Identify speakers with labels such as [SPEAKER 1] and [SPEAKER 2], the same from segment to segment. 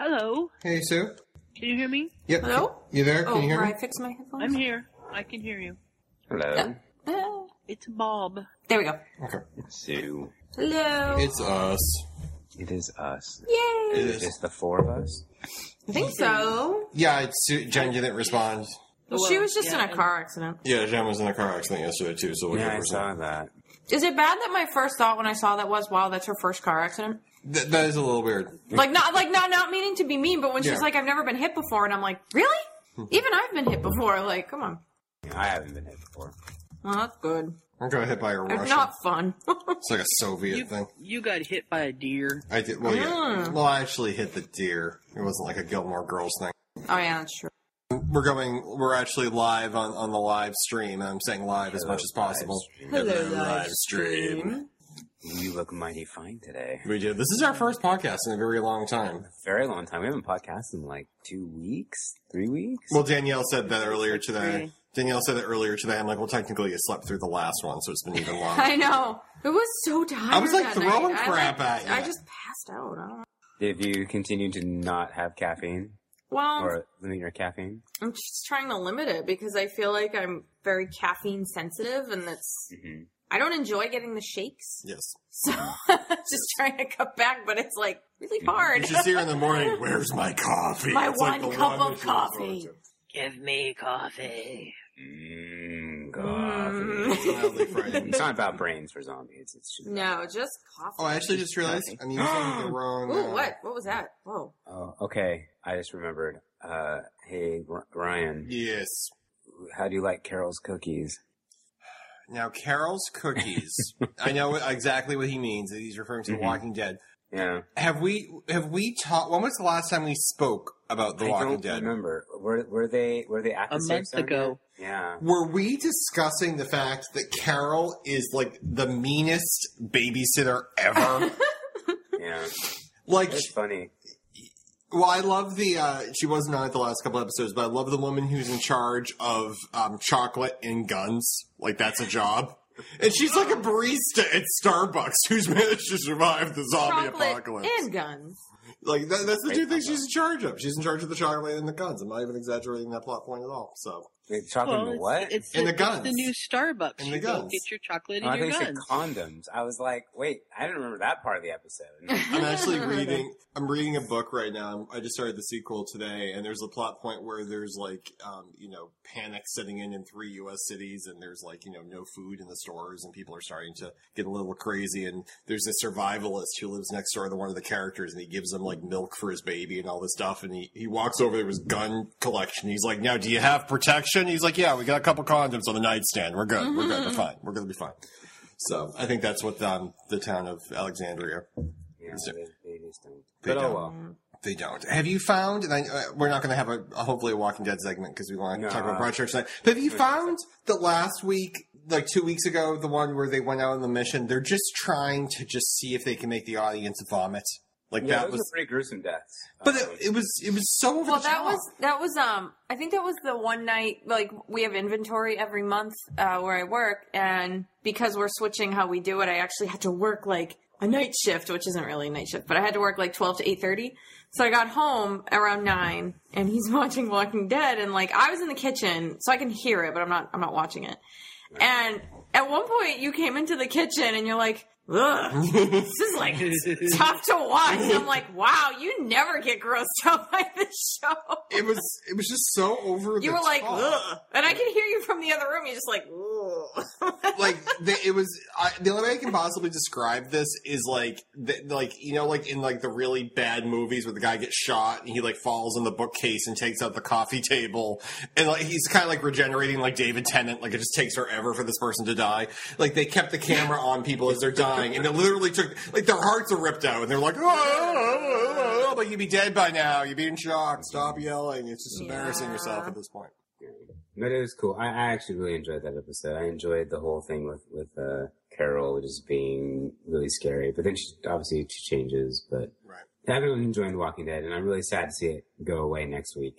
[SPEAKER 1] Hello,
[SPEAKER 2] Hey, Sue.
[SPEAKER 1] can you hear me?
[SPEAKER 2] Yep.
[SPEAKER 3] Hello?
[SPEAKER 2] You there?
[SPEAKER 3] Oh,
[SPEAKER 2] Can you hear
[SPEAKER 3] where
[SPEAKER 2] me?
[SPEAKER 3] I fixed my headphones?
[SPEAKER 1] I'm here. I can hear you.
[SPEAKER 4] Hello,
[SPEAKER 3] Ah,
[SPEAKER 1] It's Bob.
[SPEAKER 3] there we go.
[SPEAKER 2] Okay.
[SPEAKER 4] Sue.
[SPEAKER 3] Hello.
[SPEAKER 2] It's us.
[SPEAKER 4] It is us.
[SPEAKER 3] Yay.
[SPEAKER 4] Is it just the four of us?
[SPEAKER 3] I think so.
[SPEAKER 2] Yeah, it's Sue. Jen didn't respond.
[SPEAKER 3] Well, she was just in a car accident.
[SPEAKER 2] Yeah, Jen was in a car accident yesterday too, so we'll give her some-
[SPEAKER 4] that.
[SPEAKER 3] Is it bad that my first thought when I saw that was, wow, that's her first car accident?
[SPEAKER 2] Th- that is a little weird.
[SPEAKER 3] Like not like not not meaning to be mean, but when she's
[SPEAKER 2] Yeah. Hmm.
[SPEAKER 3] like, I've never been hit before, and I'm like, really? Even I've been hit before. Like, come on.
[SPEAKER 4] I haven't been hit before.
[SPEAKER 3] Well, that's good.
[SPEAKER 2] I'm gonna hit by a
[SPEAKER 3] It's
[SPEAKER 2] Russian.
[SPEAKER 3] not fun.
[SPEAKER 2] It's like a Soviet
[SPEAKER 1] You,
[SPEAKER 2] thing.
[SPEAKER 1] you got hit by a deer.
[SPEAKER 2] I did. Well,
[SPEAKER 3] Ah.
[SPEAKER 2] yeah. Well, I actually hit the deer. It wasn't like a Gilmore Girls thing.
[SPEAKER 3] oh yeah, that's true.
[SPEAKER 2] We're going. We're actually live on on the live stream. I'm saying live as much as possible.
[SPEAKER 3] Hello, live
[SPEAKER 2] stream.
[SPEAKER 4] You look mighty fine today.
[SPEAKER 2] We did. This is our first podcast in a very long time.
[SPEAKER 4] Very long time. We haven't podcasted in like two weeks, three weeks.
[SPEAKER 2] Well, Danielle said that earlier today.
[SPEAKER 1] Really?
[SPEAKER 2] Danielle said that earlier today. I'm like, well, technically, you slept through the last one, so it's been even longer.
[SPEAKER 3] I know. It was so tired.
[SPEAKER 2] I was, like,
[SPEAKER 3] that
[SPEAKER 2] throwing
[SPEAKER 3] night.
[SPEAKER 2] crap
[SPEAKER 3] I, like,
[SPEAKER 2] at ya.
[SPEAKER 3] I just passed out. I don't know.
[SPEAKER 4] Did you continue to not have caffeine
[SPEAKER 3] Well,
[SPEAKER 4] or limit your caffeine?
[SPEAKER 3] I'm just trying to limit it because I feel like I'm very caffeine sensitive, and that's
[SPEAKER 4] Mhm.
[SPEAKER 3] I don't enjoy getting the shakes.
[SPEAKER 2] Yes.
[SPEAKER 3] So I'm just trying to cut back, but it's like really hard.
[SPEAKER 2] You should see her in the morning. Where's my coffee?
[SPEAKER 3] My
[SPEAKER 2] It's
[SPEAKER 3] one
[SPEAKER 2] the
[SPEAKER 3] cup of
[SPEAKER 2] that she was
[SPEAKER 3] coffee.
[SPEAKER 2] going to.
[SPEAKER 1] Give me coffee.
[SPEAKER 3] Mm.
[SPEAKER 4] Mmm,
[SPEAKER 2] It's
[SPEAKER 4] coffee.
[SPEAKER 2] mildly frightening.
[SPEAKER 4] it's not about brains for zombies. It's just
[SPEAKER 3] no, just coffee.
[SPEAKER 2] Oh, I actually just realized I'm using the wrong.
[SPEAKER 3] Ooh,
[SPEAKER 2] uh,
[SPEAKER 3] what? What was that? Whoa.
[SPEAKER 4] Oh, okay. I just remembered. Uh, hey, R- Ryan,
[SPEAKER 2] Yes.
[SPEAKER 4] how do you like Carol's cookies?
[SPEAKER 2] Now, Carol's cookies. I know exactly what he means. He's referring to The
[SPEAKER 4] Mhm.
[SPEAKER 2] Walking Dead.
[SPEAKER 4] Yeah,
[SPEAKER 2] Have we have we talked? When was the last time we spoke about The
[SPEAKER 4] I
[SPEAKER 2] Walking
[SPEAKER 4] don't
[SPEAKER 2] Dead?
[SPEAKER 4] remember. Were were they were they at the
[SPEAKER 1] A
[SPEAKER 4] safe
[SPEAKER 1] month
[SPEAKER 4] zone
[SPEAKER 1] ago.
[SPEAKER 4] yet? Yeah.
[SPEAKER 2] Were we discussing the fact that Carol is like the meanest babysitter ever?
[SPEAKER 4] Yeah,
[SPEAKER 2] like,
[SPEAKER 4] it's funny.
[SPEAKER 2] well, I love the. Uh, she wasn't on it the last couple episodes, but I love the woman who's in charge of um, chocolate and guns. Like, that's a job. And she's like a barista at Starbucks who's managed to survive the zombie
[SPEAKER 3] Chocolate
[SPEAKER 2] apocalypse.
[SPEAKER 3] and guns.
[SPEAKER 2] like, that, that's the
[SPEAKER 4] Great
[SPEAKER 2] two things
[SPEAKER 4] combo.
[SPEAKER 2] she's in charge of. She's in charge of the chocolate and the guns. I'm not even exaggerating that plot point at all. So,
[SPEAKER 4] Wait, chocolate and
[SPEAKER 1] it's,
[SPEAKER 4] what?
[SPEAKER 1] It's
[SPEAKER 2] And
[SPEAKER 1] the,
[SPEAKER 2] the guns.
[SPEAKER 1] It's the new Starbucks.
[SPEAKER 2] And the
[SPEAKER 1] you go
[SPEAKER 2] guns.
[SPEAKER 1] get your chocolate
[SPEAKER 4] Oh, I
[SPEAKER 1] and your
[SPEAKER 4] think you said
[SPEAKER 1] guns.
[SPEAKER 4] condoms. I was like, wait, I didn't remember that part of the episode.
[SPEAKER 2] I'm actually reading. I'm reading a book right now. I'm, I just started the sequel today, and there's a plot point where there's like, um, you know, panic setting in in three U.S. cities, and there's like, you know, no food in the stores, and people are starting to get a little crazy. And there's a survivalist who lives next door to one of the characters, and he gives him like milk for his baby and all this stuff. And he he walks over there with his gun collection. He's like, "Now, do you have protection?" He's like, "Yeah, we got a couple condoms on the nightstand. We're good. We're good. We're fine. We're gonna be fine." So I think that's what um, the town of Alexandria
[SPEAKER 4] yeah,
[SPEAKER 2] Is
[SPEAKER 4] they,
[SPEAKER 2] it-
[SPEAKER 4] they just don't.
[SPEAKER 2] They
[SPEAKER 4] But oh
[SPEAKER 2] don't.
[SPEAKER 4] well.
[SPEAKER 2] They don't. Have you found? And I, uh, we're not going to have a, a hopefully a Walking Dead segment because we want to
[SPEAKER 4] No.
[SPEAKER 2] talk about Broadchurch tonight. But have you found that last week, like two weeks ago, the one where they went out on the mission? They're just trying to just see if they can make the audience vomit. Like
[SPEAKER 4] Yeah,
[SPEAKER 2] that
[SPEAKER 4] those
[SPEAKER 2] was,
[SPEAKER 4] are pretty gruesome deaths.
[SPEAKER 2] but
[SPEAKER 4] Um,
[SPEAKER 2] it, it was it was so. Over
[SPEAKER 3] Well,
[SPEAKER 2] the
[SPEAKER 3] that
[SPEAKER 2] top.
[SPEAKER 3] was that was um. I think that was the one night like we have inventory every month uh, where I work, and because we're switching how we do it, I actually had to work like a night shift, which isn't really a night shift, but I had to work like twelve to eight thirty. So I got home around nine, and he's watching Walking Dead, and like I was in the kitchen, so I can hear it, but I'm not I'm not watching it. And at one point, you came into the kitchen, and you're like. Ugh, this is like tough to watch. I'm like, wow, you never get grossed out by this show.
[SPEAKER 2] It was it was just so over.
[SPEAKER 3] You
[SPEAKER 2] the
[SPEAKER 3] were like,
[SPEAKER 2] top.
[SPEAKER 3] ugh. And I could hear you from the other room. You're just like, ugh.
[SPEAKER 2] like the, it was I, the only way I can possibly describe this is like the, like you know like in like the really bad movies where the guy gets shot and he like falls on the bookcase and takes out the coffee table and like he's kind of like regenerating like David Tennant like it just takes forever for this person to die like they kept the camera on people as they're dying and it literally took like their hearts are ripped out and they're like oh, oh, oh, oh, oh, but you'd be dead by now you'd be in shock stop yelling it's just embarrassing
[SPEAKER 3] Yeah.
[SPEAKER 2] yourself at this point
[SPEAKER 4] But it was cool. I, I actually really enjoyed that episode. I enjoyed the whole thing with with uh, Carol just being really scary. But then she obviously she changes. But
[SPEAKER 2] Right.
[SPEAKER 4] I've been enjoying The Walking Dead, and I'm really sad to see it go away next week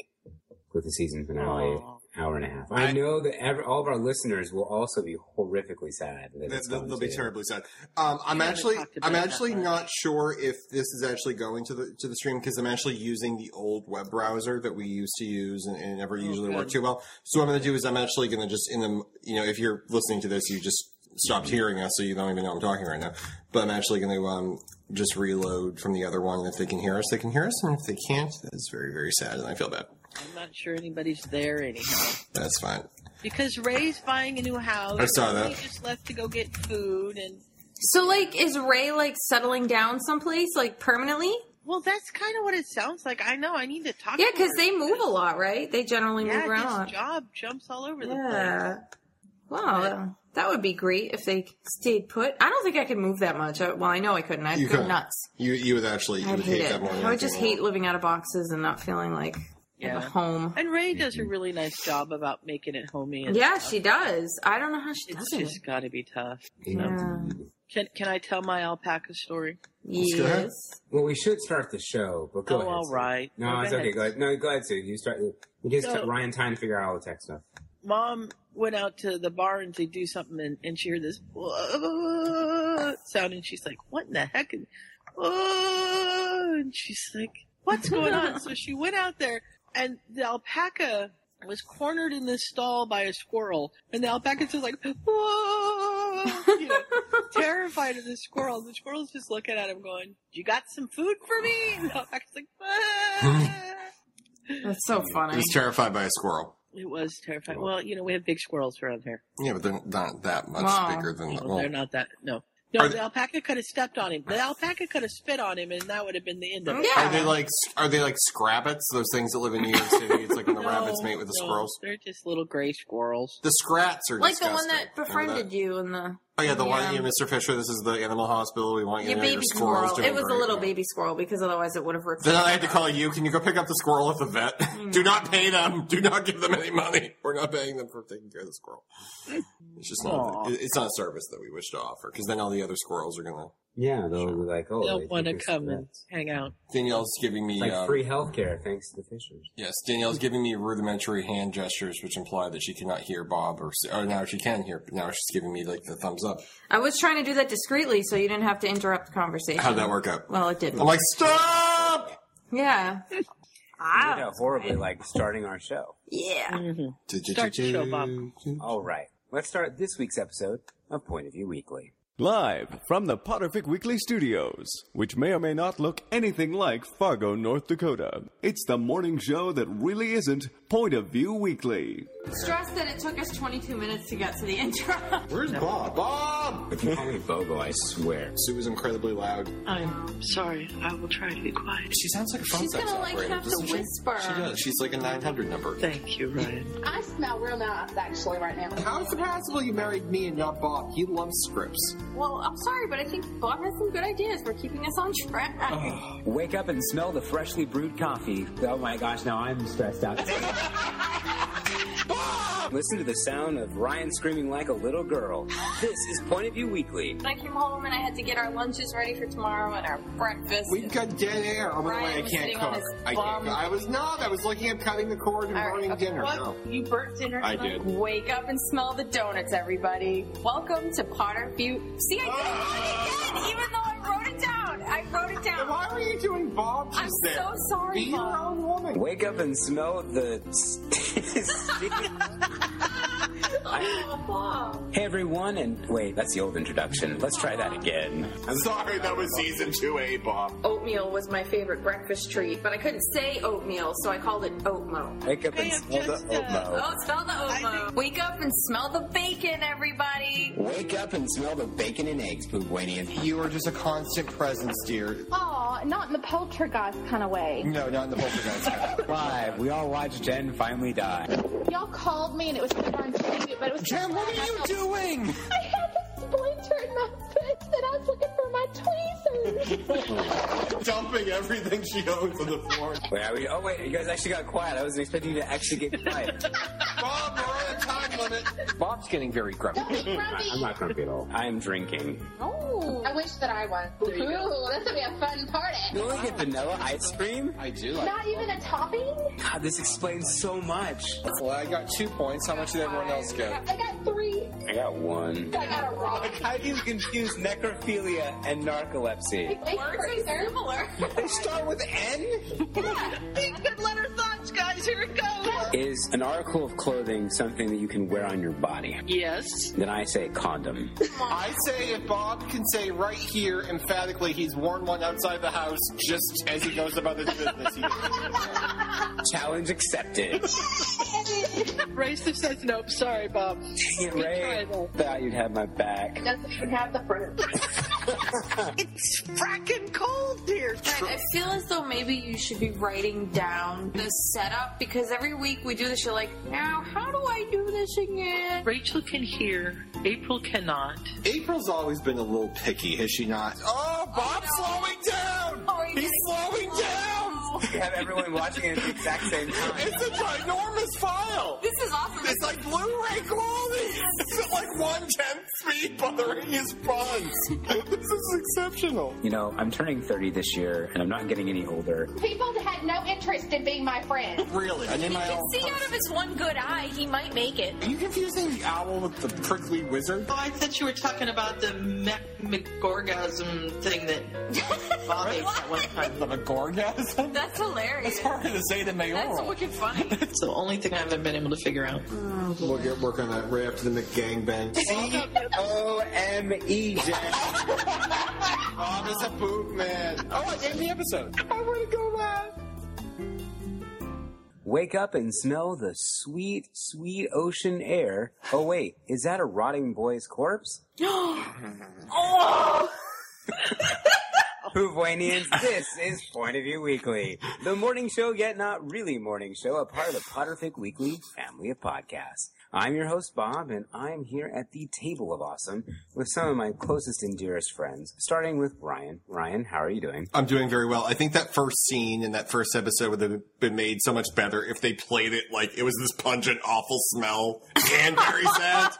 [SPEAKER 4] with the season finale.
[SPEAKER 1] Aw.
[SPEAKER 4] hour and a half. I,
[SPEAKER 2] I-
[SPEAKER 4] know that every, all of our listeners will also be horrifically sad. That
[SPEAKER 2] That,
[SPEAKER 4] it's
[SPEAKER 2] that,
[SPEAKER 4] gone
[SPEAKER 2] will be
[SPEAKER 4] too.
[SPEAKER 2] terribly sad. Um, I'm
[SPEAKER 1] haven't
[SPEAKER 2] actually,
[SPEAKER 1] talked about
[SPEAKER 2] I'm
[SPEAKER 1] that
[SPEAKER 2] actually
[SPEAKER 1] much.
[SPEAKER 2] not sure if this is actually going to the to the stream because I'm actually using the old web browser that we used to use and, and
[SPEAKER 3] Oh,
[SPEAKER 2] never usually worked too well. So what I'm going to do is I'm actually going to just in the, you know, if you're listening to this, you just stopped
[SPEAKER 3] Mm-hmm.
[SPEAKER 2] hearing us, so you don't even know I'm talking right now. But I'm actually going to um, just reload from the other one. And if they can hear us, they can hear us, and if they can't, that's very very sad, and I feel bad.
[SPEAKER 1] I'm not sure anybody's there anyhow.
[SPEAKER 2] That's fine.
[SPEAKER 1] Because Ray's buying a new house.
[SPEAKER 2] I saw
[SPEAKER 1] and
[SPEAKER 2] that.
[SPEAKER 1] He just left to go get food, and
[SPEAKER 3] So, like, is Ray like settling down someplace, like permanently?
[SPEAKER 1] well, that's kind of what it sounds like. I know. I need to talk.
[SPEAKER 3] Yeah,
[SPEAKER 1] to
[SPEAKER 3] because
[SPEAKER 1] her
[SPEAKER 3] they move a lot, right? They generally
[SPEAKER 1] Yeah,
[SPEAKER 3] move around a lot.
[SPEAKER 1] his job jumps all over the place.
[SPEAKER 3] Yeah. Wow, that- that would be great if they stayed put. I don't think I could move that much. I- Well, I know I couldn't. I'd
[SPEAKER 2] You
[SPEAKER 3] go
[SPEAKER 2] couldn't.
[SPEAKER 3] nuts.
[SPEAKER 2] You you would actually you
[SPEAKER 3] I'd
[SPEAKER 2] would hate,
[SPEAKER 3] hate it.
[SPEAKER 2] that more. than
[SPEAKER 3] I would just
[SPEAKER 2] anything
[SPEAKER 3] hate
[SPEAKER 2] else.
[SPEAKER 3] living out of boxes and not feeling like I have a
[SPEAKER 1] Yeah.
[SPEAKER 3] home.
[SPEAKER 1] And Ray does a really nice job about making it homey. And
[SPEAKER 3] Yeah,
[SPEAKER 1] stuff.
[SPEAKER 3] she does. I don't know how she
[SPEAKER 1] It's
[SPEAKER 3] does it.
[SPEAKER 1] just got to be tough.
[SPEAKER 3] Yeah.
[SPEAKER 1] Can Can I tell my alpaca story?
[SPEAKER 2] Let's go ahead.
[SPEAKER 3] Yes.
[SPEAKER 4] Well, we should start the show, but go
[SPEAKER 1] oh,
[SPEAKER 4] ahead.
[SPEAKER 1] all
[SPEAKER 4] Sue.
[SPEAKER 1] right.
[SPEAKER 4] No,
[SPEAKER 1] Go
[SPEAKER 4] it's
[SPEAKER 1] ahead.
[SPEAKER 4] okay. Go ahead. No, go ahead, Sue. You start. You just
[SPEAKER 1] So-
[SPEAKER 4] Ryan time to figure out all the tech stuff.
[SPEAKER 1] Mom went out to the barn to do something, and, and she heard this sound, and she's like, "What in the heck?" And, and she's like, "What's going on?" so she went out there, and the alpaca was cornered in this stall by a squirrel, and the alpaca's just like, "Whoa!" You know, terrified of the squirrel. The squirrel's just looking at him, going, "You got some food for me?" And the alpaca's like, "Ah."
[SPEAKER 3] That's so
[SPEAKER 2] I
[SPEAKER 3] funny.
[SPEAKER 2] was terrified by a squirrel.
[SPEAKER 1] It was terrifying. Well, you know, we have big squirrels around here.
[SPEAKER 2] Yeah, but they're not that much
[SPEAKER 3] Wow.
[SPEAKER 2] bigger than
[SPEAKER 1] No,
[SPEAKER 2] that. Well,
[SPEAKER 1] they're not that. No. No,
[SPEAKER 2] Oh. Are
[SPEAKER 1] the
[SPEAKER 2] they-
[SPEAKER 1] alpaca could have stepped on him. The alpaca could have spit on him, and that would have been the end of it.
[SPEAKER 3] Yeah.
[SPEAKER 2] Are they like are they like scrabbits? Those things that live in New York City. It's like when the
[SPEAKER 1] No,
[SPEAKER 2] rabbits mate with the
[SPEAKER 1] no,
[SPEAKER 2] squirrels.
[SPEAKER 1] They're just little gray squirrels.
[SPEAKER 2] The scrats are
[SPEAKER 3] Like the
[SPEAKER 2] disgusting.
[SPEAKER 3] one that
[SPEAKER 2] Remember
[SPEAKER 3] befriended you in the
[SPEAKER 2] Oh yeah, the
[SPEAKER 3] Yeah.
[SPEAKER 2] one. Yeah, Mr. Fisher. This is the animal hospital. We want you
[SPEAKER 3] your
[SPEAKER 2] to know
[SPEAKER 3] baby
[SPEAKER 2] your squirrel's
[SPEAKER 3] squirrel.
[SPEAKER 2] doing
[SPEAKER 3] It was a
[SPEAKER 2] great.
[SPEAKER 3] little baby squirrel because otherwise it would have ripped.
[SPEAKER 2] Then
[SPEAKER 3] it
[SPEAKER 2] I had to
[SPEAKER 3] out.
[SPEAKER 2] call you. Can you go pick up the squirrel at the vet?
[SPEAKER 3] Hmm.
[SPEAKER 2] Do not pay them. Do not give them any money. We're not paying them for taking care of the squirrel. It's just not.
[SPEAKER 1] Aw.
[SPEAKER 2] it- It's not a service that we wish to offer because then all the other squirrels are gonna.
[SPEAKER 4] Yeah, they'll be like, oh,
[SPEAKER 1] They'll
[SPEAKER 4] they
[SPEAKER 1] want to
[SPEAKER 4] think it's
[SPEAKER 1] come
[SPEAKER 4] the
[SPEAKER 1] and
[SPEAKER 4] best.
[SPEAKER 1] hang out.
[SPEAKER 2] Danielle's giving me
[SPEAKER 4] It's like
[SPEAKER 2] um,
[SPEAKER 4] free healthcare thanks to the Fishers.
[SPEAKER 2] Yes, Danielle's giving me rudimentary hand gestures, which imply that she cannot hear Bob, or or now she can hear. But now she's giving me like the thumbs up.
[SPEAKER 3] I was trying to do that discreetly so you didn't have to interrupt the conversation.
[SPEAKER 2] How'd that work out?
[SPEAKER 3] Well, it didn't.
[SPEAKER 2] I'm like, stop!
[SPEAKER 3] yeah.
[SPEAKER 4] We did
[SPEAKER 3] Ah,
[SPEAKER 4] that horribly, like starting our show.
[SPEAKER 3] yeah.
[SPEAKER 1] Mhm. Start the show, Bob.
[SPEAKER 4] All right, let's start this week's episode of Point of View Weekly.
[SPEAKER 5] Live from the Potterfic Weekly Studios, which may or may not look anything like Fargo, North Dakota. It's the morning show that really isn't Point of View Weekly.
[SPEAKER 3] Stress that it took us 22 minutes to get to the intro.
[SPEAKER 2] Where's Bob? Bob!
[SPEAKER 4] If you call me Bogo, I swear.
[SPEAKER 2] Sue was incredibly loud.
[SPEAKER 1] I'm sorry. I will try to be quiet.
[SPEAKER 2] She sounds like a phone
[SPEAKER 3] She's
[SPEAKER 2] sex
[SPEAKER 3] gonna, like,
[SPEAKER 2] operator,
[SPEAKER 3] have to
[SPEAKER 2] doesn't she?
[SPEAKER 3] whisper.
[SPEAKER 2] She does. She's like a 900 number.
[SPEAKER 1] Thank you, Ryan.
[SPEAKER 6] I smell real nice actually right now.
[SPEAKER 2] How is it possible you married me and not Bob? He loves scripts.
[SPEAKER 3] well, I'm sorry, but I think Bob has some good ideas for keeping us on track.
[SPEAKER 2] Uh-huh.
[SPEAKER 4] Wake up and smell the freshly brewed coffee. Oh my gosh, now I'm stressed out. Listen to the sound of Ryan screaming like a little girl. This is Point of View Weekly.
[SPEAKER 3] I came home and I had to get our lunches ready for tomorrow and our breakfast.
[SPEAKER 2] We've got dead air. Oh, by the
[SPEAKER 3] Ryan
[SPEAKER 2] way, I
[SPEAKER 3] was
[SPEAKER 2] can't
[SPEAKER 3] sitting on
[SPEAKER 2] cook.
[SPEAKER 3] his
[SPEAKER 2] I can't
[SPEAKER 3] bum.
[SPEAKER 2] cook. I was not. I was looking at cutting the cord and
[SPEAKER 3] All right,
[SPEAKER 2] burning
[SPEAKER 3] okay.
[SPEAKER 2] dinner.
[SPEAKER 3] What?
[SPEAKER 2] No.
[SPEAKER 3] You burnt dinner.
[SPEAKER 2] I
[SPEAKER 3] tonight?
[SPEAKER 2] did.
[SPEAKER 3] Wake up and smell the donuts, everybody. Welcome to Potter View. See, I did it again, even though I wrote it down. I wrote it
[SPEAKER 2] Then
[SPEAKER 3] down.
[SPEAKER 2] Why were you doing Bob just
[SPEAKER 3] I'm
[SPEAKER 2] there?
[SPEAKER 3] so sorry,
[SPEAKER 2] Be your
[SPEAKER 3] Bob.
[SPEAKER 2] own woman.
[SPEAKER 4] Wake up and smell the.
[SPEAKER 3] Oh, Bob.
[SPEAKER 4] hey everyone, and wait, that's the old introduction. Let's try that again.
[SPEAKER 2] I'm sorry, that was season 2A, Bob.
[SPEAKER 3] Oatmeal was my favorite breakfast treat, but I couldn't say oatmeal, so I called it oatmo.
[SPEAKER 4] Wake up
[SPEAKER 1] I
[SPEAKER 4] and
[SPEAKER 1] am
[SPEAKER 4] smell the
[SPEAKER 1] just, uh,
[SPEAKER 4] oatmeal.
[SPEAKER 3] Oh, smell the oatmo. Wake up and smell the bacon, everybody.
[SPEAKER 4] Wake up and smell the bacon and eggs, Boobwanian.
[SPEAKER 2] You are just a constant presence, dear.
[SPEAKER 6] Aw, not in the poltergeist kind of way.
[SPEAKER 2] No, not in the poltergeist.
[SPEAKER 4] Live, we all watched Jen finally die.
[SPEAKER 6] Y'all called me and it was put on TV, but it was.
[SPEAKER 2] Jen, what are you doing?
[SPEAKER 6] I had a splinter in my foot and I was looking for my tweezers.
[SPEAKER 2] Dumping everything she owns on the floor.
[SPEAKER 4] Wait, are we, oh wait, you guys actually got quiet. I wasn't expecting you to actually get quiet.
[SPEAKER 2] Bob, we're out of time. on it.
[SPEAKER 7] Bob's getting very grumpy.
[SPEAKER 6] Don't be grumpy.
[SPEAKER 4] I'm not grumpy at all. I'm drinking.
[SPEAKER 3] Oh.
[SPEAKER 6] I wish that I was. Ooh, this would be a fun party.
[SPEAKER 4] You only get vanilla ice cream?
[SPEAKER 7] I do like
[SPEAKER 6] Not even a topping?
[SPEAKER 4] God, this explains so much.
[SPEAKER 7] Well, I got two points. How much did everyone else get?
[SPEAKER 6] I got three.
[SPEAKER 4] I got one.
[SPEAKER 6] I got a rock.
[SPEAKER 4] How do you confuse necrophilia and narcolepsy?
[SPEAKER 6] It's pretty similar.
[SPEAKER 4] They start with N?
[SPEAKER 1] Think good letter thoughts, guys. Here it goes.
[SPEAKER 4] Is an article of clothing something that you can wear on your body?
[SPEAKER 1] Yes.
[SPEAKER 4] Then I say condom.
[SPEAKER 2] I say if Bob can say right here emphatically he's worn one outside the house just as he goes about his business. He
[SPEAKER 4] Challenge accepted.
[SPEAKER 1] Racist says nope. Sorry, Bob.
[SPEAKER 4] Dang it,
[SPEAKER 1] Good
[SPEAKER 4] Ray.
[SPEAKER 1] try, though.
[SPEAKER 4] Thought you'd have my back.
[SPEAKER 6] Doesn't even have the fruit.
[SPEAKER 1] It's fracking cold here.
[SPEAKER 3] I feel as though maybe you should be writing down the setup because every week we do this, you're like, now how do I do this again?
[SPEAKER 1] Rachel can hear. April cannot.
[SPEAKER 2] April's always been a little picky, has she not? Oh, Bob's slowing down!
[SPEAKER 3] Oh, you
[SPEAKER 2] He's
[SPEAKER 3] guys-
[SPEAKER 2] slowing down!
[SPEAKER 4] You have everyone watching it at the exact same time.
[SPEAKER 2] It's a ginormous file!
[SPEAKER 3] Oh, This is awesome.
[SPEAKER 2] It's like Blu-ray quality! It's at like one-tenth speed bothering his buns! this is exceptional.
[SPEAKER 4] You know, I'm turning 30 this year, and I'm not getting any older.
[SPEAKER 6] People had no interest in being my friend.
[SPEAKER 2] Really, I need my own...
[SPEAKER 3] See out of his one good eye, he might make it.
[SPEAKER 2] Are you confusing the owl with the prickly wizard?
[SPEAKER 8] Oh, I thought you were talking about the mech- McGorgasm thing that Bob ate at one time.
[SPEAKER 2] The gorgasm?
[SPEAKER 3] That's hilarious.
[SPEAKER 2] Harder to say than
[SPEAKER 3] That's
[SPEAKER 2] mayoral.
[SPEAKER 3] wicked funny.
[SPEAKER 8] It's the only thing I haven't been able to figure out.
[SPEAKER 2] We'll get work on that right after the McGangbang.
[SPEAKER 4] O M E J.
[SPEAKER 2] Bob Oh, is a poop man. Oh, I gave the episode. I want to go last.
[SPEAKER 4] Wake up and smell the sweet, sweet ocean air. Oh wait, is that a rotting boy's corpse? Hoovoinians, this is Point of View Weekly, the morning show, yet not really morning show, a part of the Potterfic Weekly family of podcasts. I'm your host, Bob, and I'm here at the table of awesome with some of my closest and dearest friends, starting with Ryan. Ryan, how are you doing?
[SPEAKER 2] I'm doing very well. I think that first scene in that first episode would have been made so much better if they played it like it was this pungent, awful smell and very sad.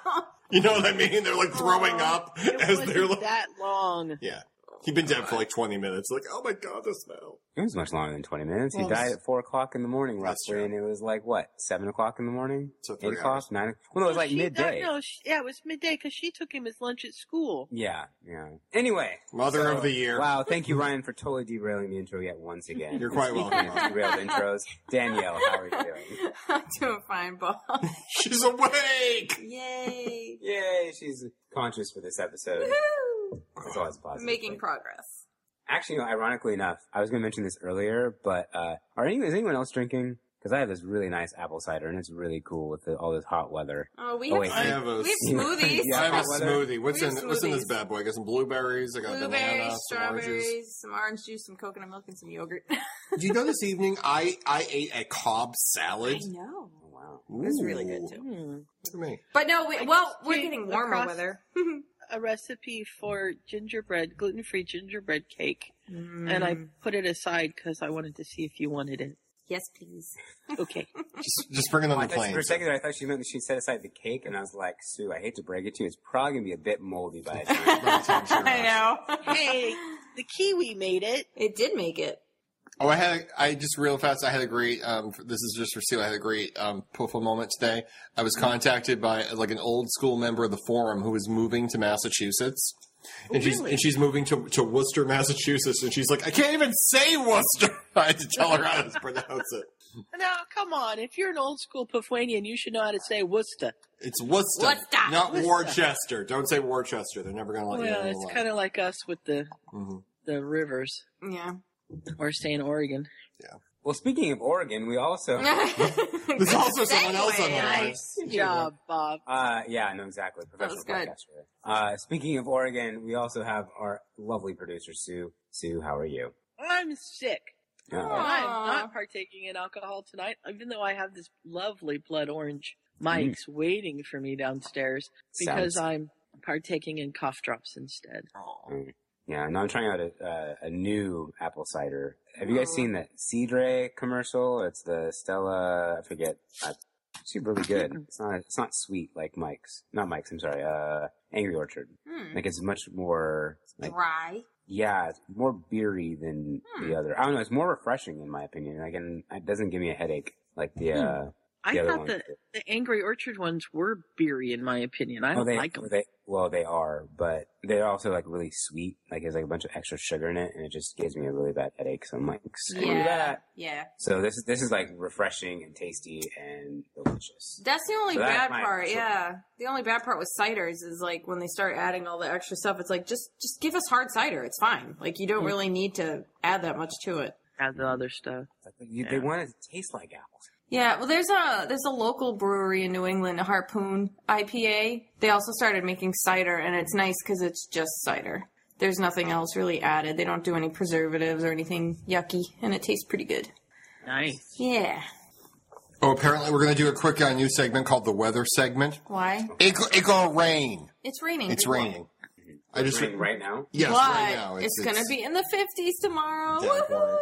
[SPEAKER 2] You know what I mean? They're like throwing up as they're like,
[SPEAKER 1] that long.
[SPEAKER 2] yeah. He'd been dead for like 20 minutes. Like, oh my god, the smell.
[SPEAKER 4] It was much longer than 20 minutes. He
[SPEAKER 2] Well,
[SPEAKER 4] died at 4 o'clock in the morning,
[SPEAKER 2] that's true.
[SPEAKER 4] roughly, and it was like, what, 7 o'clock in the morning?
[SPEAKER 2] So
[SPEAKER 4] 8
[SPEAKER 2] three
[SPEAKER 4] o'clock?
[SPEAKER 2] hours.
[SPEAKER 4] 9 Well, no, it was like
[SPEAKER 1] She-
[SPEAKER 4] midday.
[SPEAKER 1] No, she, yeah, it was midday because she took him as lunch at school.
[SPEAKER 4] Yeah, yeah. Anyway.
[SPEAKER 2] Mother of the year.
[SPEAKER 4] Wow, thank you, Ryan, for totally derailing the intro yet once again.
[SPEAKER 2] You're quite
[SPEAKER 4] Speaking
[SPEAKER 2] welcome,
[SPEAKER 4] of
[SPEAKER 2] Ryan.
[SPEAKER 4] Derailed intros. Danielle, how are you doing?
[SPEAKER 3] I'm doing fine, Bob.
[SPEAKER 2] She's awake!
[SPEAKER 3] Yay.
[SPEAKER 4] Yay, she's conscious for this episode.
[SPEAKER 3] Woo!
[SPEAKER 4] That's always positive.
[SPEAKER 3] Making progress.
[SPEAKER 4] Actually, you know, ironically enough, I was going to mention this earlier, but uh, are any, is anyone else drinking? Because I have this really nice apple cider, and it's really cool with the, all this hot weather.
[SPEAKER 3] Oh, we
[SPEAKER 4] Oh,
[SPEAKER 3] have,
[SPEAKER 4] wait.
[SPEAKER 2] I have a,
[SPEAKER 3] we have smoothies.
[SPEAKER 4] Yeah,
[SPEAKER 2] I have a
[SPEAKER 4] Weather.
[SPEAKER 2] smoothie. What's
[SPEAKER 3] We
[SPEAKER 2] in
[SPEAKER 3] have
[SPEAKER 2] What's in this
[SPEAKER 3] smoothies.
[SPEAKER 2] bad boy? I got some blueberries. I got banana,
[SPEAKER 3] Blueberries,
[SPEAKER 2] some oranges.
[SPEAKER 3] strawberries, some orange juice, some coconut milk, and some yogurt.
[SPEAKER 2] Do you know this evening I I ate a Cobb salad?
[SPEAKER 3] I know.
[SPEAKER 4] Oh, wow.
[SPEAKER 3] It's really good, too.
[SPEAKER 1] Hmm.
[SPEAKER 2] Look at me.
[SPEAKER 3] But no, we, well,
[SPEAKER 1] just
[SPEAKER 3] we're
[SPEAKER 1] came
[SPEAKER 3] getting warmer
[SPEAKER 1] across-
[SPEAKER 3] weather.
[SPEAKER 1] A recipe for gingerbread, gluten-free gingerbread cake, and I put it aside because I wanted to see if you wanted it.
[SPEAKER 3] yes, please.
[SPEAKER 1] Okay.
[SPEAKER 2] Just just bring it on
[SPEAKER 4] I
[SPEAKER 2] the
[SPEAKER 4] thought,
[SPEAKER 2] plane.
[SPEAKER 4] for a second, there, I thought she meant that she set aside the cake, and I was like, Sue, I hate to break it to you, it's probably gonna be a bit moldy by the time.
[SPEAKER 3] I know.
[SPEAKER 1] hey, the kiwi made it.
[SPEAKER 3] It did make it.
[SPEAKER 2] Oh, I had a, I just real fast. I had a great. Um, this is just for Sue. I had a great um, poofa moment today. I was contacted by uh, like an old school member of the forum who was moving to Massachusetts, and she's and she's moving to to Worcester, Massachusetts, and she's like, I can't even say Worcester. I had to tell her how to pronounce it.
[SPEAKER 1] Now, come on. If you're an old school Pufwanian, you should know how to say Worcester.
[SPEAKER 2] It's Worcester,
[SPEAKER 3] Worcester.
[SPEAKER 2] not Worcester. Don't say Worcester. They're never going to let you
[SPEAKER 1] Well,
[SPEAKER 2] know. Mm-hmm.
[SPEAKER 1] it's kind of like us with the the rivers,
[SPEAKER 3] Yeah.
[SPEAKER 1] or say in Oregon.
[SPEAKER 4] well, speaking of Oregon, we also,
[SPEAKER 3] Hmm.
[SPEAKER 2] There's also someone else on the
[SPEAKER 3] Segue.
[SPEAKER 2] line.
[SPEAKER 1] Good job, Bob.
[SPEAKER 4] uh, yeah, no, exactly, professional
[SPEAKER 3] was good.
[SPEAKER 4] podcaster. Uh, speaking of Oregon, we also have our lovely producer, Sue. Sue, how are you? Uh,
[SPEAKER 1] I'm sick.
[SPEAKER 4] Uh-oh.
[SPEAKER 1] I'm
[SPEAKER 3] Aw.
[SPEAKER 1] not partaking in alcohol tonight, even though I have this lovely blood orange Mike's waiting for me downstairs because
[SPEAKER 4] Mm. Sounds-
[SPEAKER 1] I'm partaking in cough drops instead.
[SPEAKER 4] Mm. Yeah, no, I'm trying out a, uh, a new apple cider. Have you guys seen that Cidre commercial? It's the Stella, I forget, I She's really good. It's not it's not sweet like Mike's. Not Mike's. I'm sorry. Uh, Angry Orchard.
[SPEAKER 3] Hmm.
[SPEAKER 4] Like it's much more like
[SPEAKER 3] Dry.
[SPEAKER 4] yeah, it's more beery than
[SPEAKER 3] Hmm.
[SPEAKER 4] the other. I don't know. It's more refreshing in my opinion. Like and it doesn't give me a headache like the uh,
[SPEAKER 1] I
[SPEAKER 4] the other
[SPEAKER 1] thought
[SPEAKER 4] one.
[SPEAKER 1] the, the Angry Orchard ones were beery, in my opinion. I
[SPEAKER 4] Oh,
[SPEAKER 1] don't
[SPEAKER 4] they,
[SPEAKER 1] like 'em. like them.
[SPEAKER 4] they well they are, but they're also like really sweet. Like there's like a bunch of extra sugar in it, and it just gives me a really bad headache. So I'm like, screw
[SPEAKER 3] Yeah.
[SPEAKER 4] that.
[SPEAKER 3] Yeah.
[SPEAKER 4] So this is this is like refreshing and tasty and delicious.
[SPEAKER 3] That's the only
[SPEAKER 4] So that's
[SPEAKER 3] bad
[SPEAKER 4] my
[SPEAKER 3] part.
[SPEAKER 4] actual-
[SPEAKER 3] Yeah, the only bad part with ciders is like when they start adding all the extra stuff. It's like just just give us hard cider. It's fine. Like you
[SPEAKER 4] Mm.
[SPEAKER 3] don't really need to add that much to it.
[SPEAKER 1] Add the other stuff.
[SPEAKER 4] Like, you, They
[SPEAKER 1] Yeah.
[SPEAKER 4] want it to taste like apples.
[SPEAKER 3] Yeah, well, there's a there's a local brewery in New England, a Harpoon IPA. They also started making cider, and it's nice because it's just cider. There's nothing else really added. They don't do any preservatives or anything yucky, and it tastes pretty good.
[SPEAKER 1] Nice.
[SPEAKER 3] Yeah.
[SPEAKER 2] Oh, apparently we're going to do a quick uh, new segment called the weather segment.
[SPEAKER 3] Why?
[SPEAKER 2] It it gonna rain.
[SPEAKER 3] It's raining.
[SPEAKER 2] It's raining. I just
[SPEAKER 4] It's raining right now.
[SPEAKER 2] yes
[SPEAKER 3] But
[SPEAKER 2] right now.
[SPEAKER 3] it's, gonna be in the 50s tomorrow.
[SPEAKER 2] Yeah,
[SPEAKER 3] Woohoo!
[SPEAKER 2] right.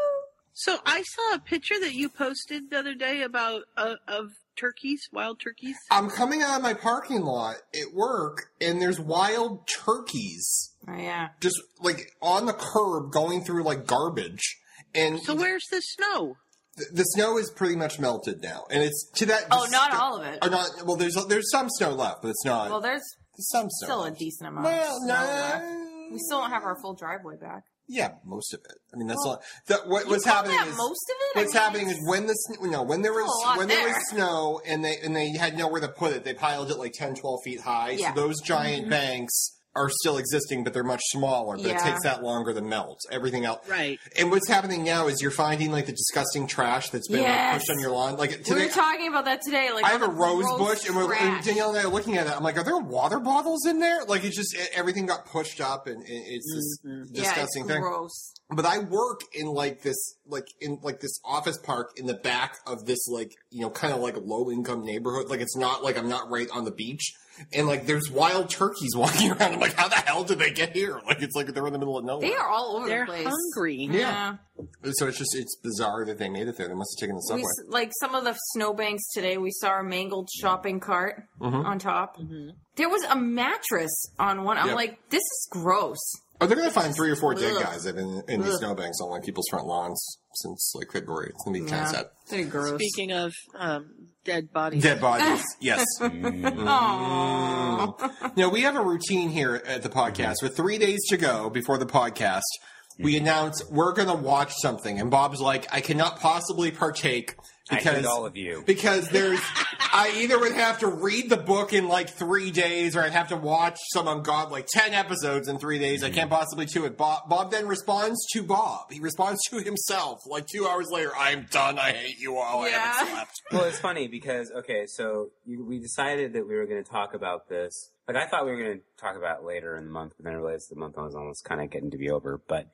[SPEAKER 1] So I saw a picture that you posted the other day about uh, of turkeys, wild turkeys.
[SPEAKER 2] I'm coming out of my parking lot at work, and there's wild turkeys
[SPEAKER 3] Oh, yeah.
[SPEAKER 2] just like on the curb going through like garbage. And
[SPEAKER 1] So where's the snow?
[SPEAKER 2] th- the snow is pretty much melted now, and it's to that.
[SPEAKER 3] Oh, not
[SPEAKER 2] disgu-
[SPEAKER 3] all of it.
[SPEAKER 2] Or not. Well, there's there's some snow left, but it's not.
[SPEAKER 3] Well, there's
[SPEAKER 2] there's some snow.
[SPEAKER 3] still a
[SPEAKER 2] left.
[SPEAKER 3] decent amount. of
[SPEAKER 2] well,
[SPEAKER 3] snow left.
[SPEAKER 2] no.
[SPEAKER 3] We still don't have our full driveway back.
[SPEAKER 2] Yeah, most of it. I mean, that's
[SPEAKER 3] Well,
[SPEAKER 2] not. That, what,
[SPEAKER 3] You
[SPEAKER 2] what's
[SPEAKER 3] call
[SPEAKER 2] happening
[SPEAKER 3] that
[SPEAKER 2] is
[SPEAKER 3] most of it. I
[SPEAKER 2] what's
[SPEAKER 3] mean,
[SPEAKER 2] happening is when the sn- no when there was
[SPEAKER 3] Still a lot
[SPEAKER 2] when there
[SPEAKER 3] there.
[SPEAKER 2] was snow and they and they had nowhere to put it, they piled it like 10, 12 feet high.
[SPEAKER 3] Yeah. Mm-hmm.
[SPEAKER 2] So those giant banks are still existing, but they're much smaller. But it
[SPEAKER 3] Yeah.
[SPEAKER 2] takes that longer to melt. Everything else.
[SPEAKER 1] Right.
[SPEAKER 2] And what's happening now is you're finding like the disgusting trash that's been like,
[SPEAKER 3] Yes.
[SPEAKER 2] pushed on your lawn. Like
[SPEAKER 3] we
[SPEAKER 2] today,
[SPEAKER 3] were talking about that today. Like
[SPEAKER 2] I have a
[SPEAKER 3] all the
[SPEAKER 2] rose
[SPEAKER 3] gross
[SPEAKER 2] bush, and, we're, and
[SPEAKER 3] trash.
[SPEAKER 2] Danielle and I are looking at it. I'm like, are there water bottles in there? Like it's just it, everything got pushed up, and it, it's this
[SPEAKER 1] Mm-hmm.
[SPEAKER 3] yeah,
[SPEAKER 2] disgusting
[SPEAKER 3] it's
[SPEAKER 2] thing
[SPEAKER 3] gross.
[SPEAKER 2] but I work in like this, like in like this office park in the back of this, like you know, kind of like low income neighborhood. Like it's not like I'm not right on the beach, and like there's wild turkeys walking around. I'm like, how the hell did they get here? Like it's like they're in the middle of nowhere.
[SPEAKER 3] They are all over
[SPEAKER 1] They're
[SPEAKER 3] the place.
[SPEAKER 1] hungry.
[SPEAKER 2] Yeah. So it's just it's bizarre that they made it there. They must have taken the subway.
[SPEAKER 3] We s- like some of the snowbanks today. We saw a mangled shopping cart
[SPEAKER 2] Mhm.
[SPEAKER 3] on top.
[SPEAKER 1] Mm-hmm.
[SPEAKER 3] There was a mattress on one. I'm
[SPEAKER 2] Yeah.
[SPEAKER 3] like, this is gross.
[SPEAKER 2] Oh, they're gonna find three or four dead
[SPEAKER 3] Ugh.
[SPEAKER 2] guys in, in these
[SPEAKER 3] Ugh.
[SPEAKER 2] snowbanks on like people's front lawns since like February. It's gonna be kind
[SPEAKER 3] Yeah.
[SPEAKER 2] of sad.
[SPEAKER 3] They're gross.
[SPEAKER 1] Speaking of um, dead bodies,
[SPEAKER 2] Dead bodies. yes.
[SPEAKER 3] Aw.
[SPEAKER 2] Now, we have a routine here at
[SPEAKER 4] Mm-hmm.
[SPEAKER 2] the podcast. With three days to go before the podcast,
[SPEAKER 4] Mm-hmm.
[SPEAKER 2] we announce we're going to watch something. And Bob's like, I cannot possibly partake
[SPEAKER 4] I hate
[SPEAKER 2] because.
[SPEAKER 4] all of you.
[SPEAKER 2] because there's, I either would have to read the book in like three days, or I'd have to watch some ungod like ten episodes in three
[SPEAKER 4] Mm-hmm.
[SPEAKER 2] days. I can't possibly do it. Bob, Bob then responds to Bob. He responds to himself like two hours later. I'm done. I hate you all. I haven't
[SPEAKER 3] Yeah.
[SPEAKER 2] slept.
[SPEAKER 4] well, it's funny because okay, so you, we decided that we were going to talk about this. Like I thought we were going to talk about it later in the month, but then I realized the month was almost kind of getting to be over. But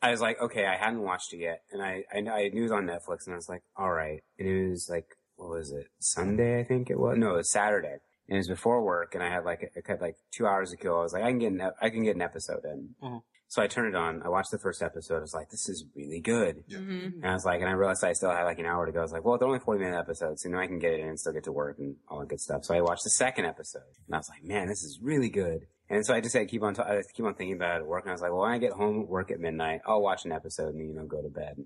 [SPEAKER 4] I was like, okay, I hadn't watched it yet, and I I, kn- I knew it was on Netflix, and I was like, all right, and it was like what was it Sunday? I think it was no, it was Saturday. And it was before work, and I had like I had like two hours to kill. I was like, I can get an, ep- I can get an episode in.
[SPEAKER 2] Mhm.
[SPEAKER 4] So I turned it on. I watched the first episode. I was like, this is really good.
[SPEAKER 2] Mm-hmm.
[SPEAKER 3] Mhm.
[SPEAKER 4] And I was like, and I realized I still had like an hour to go. I was like, well, they're only 40 minute episodes, so now I can get it in and still get to work and all that good stuff. So I watched the second episode and I was like, man, this is really good. And so I just had to keep on, t- I just keep on thinking about it at work. And I was like, well, when I get home, work at midnight, I'll watch an episode and, you know, go to bed.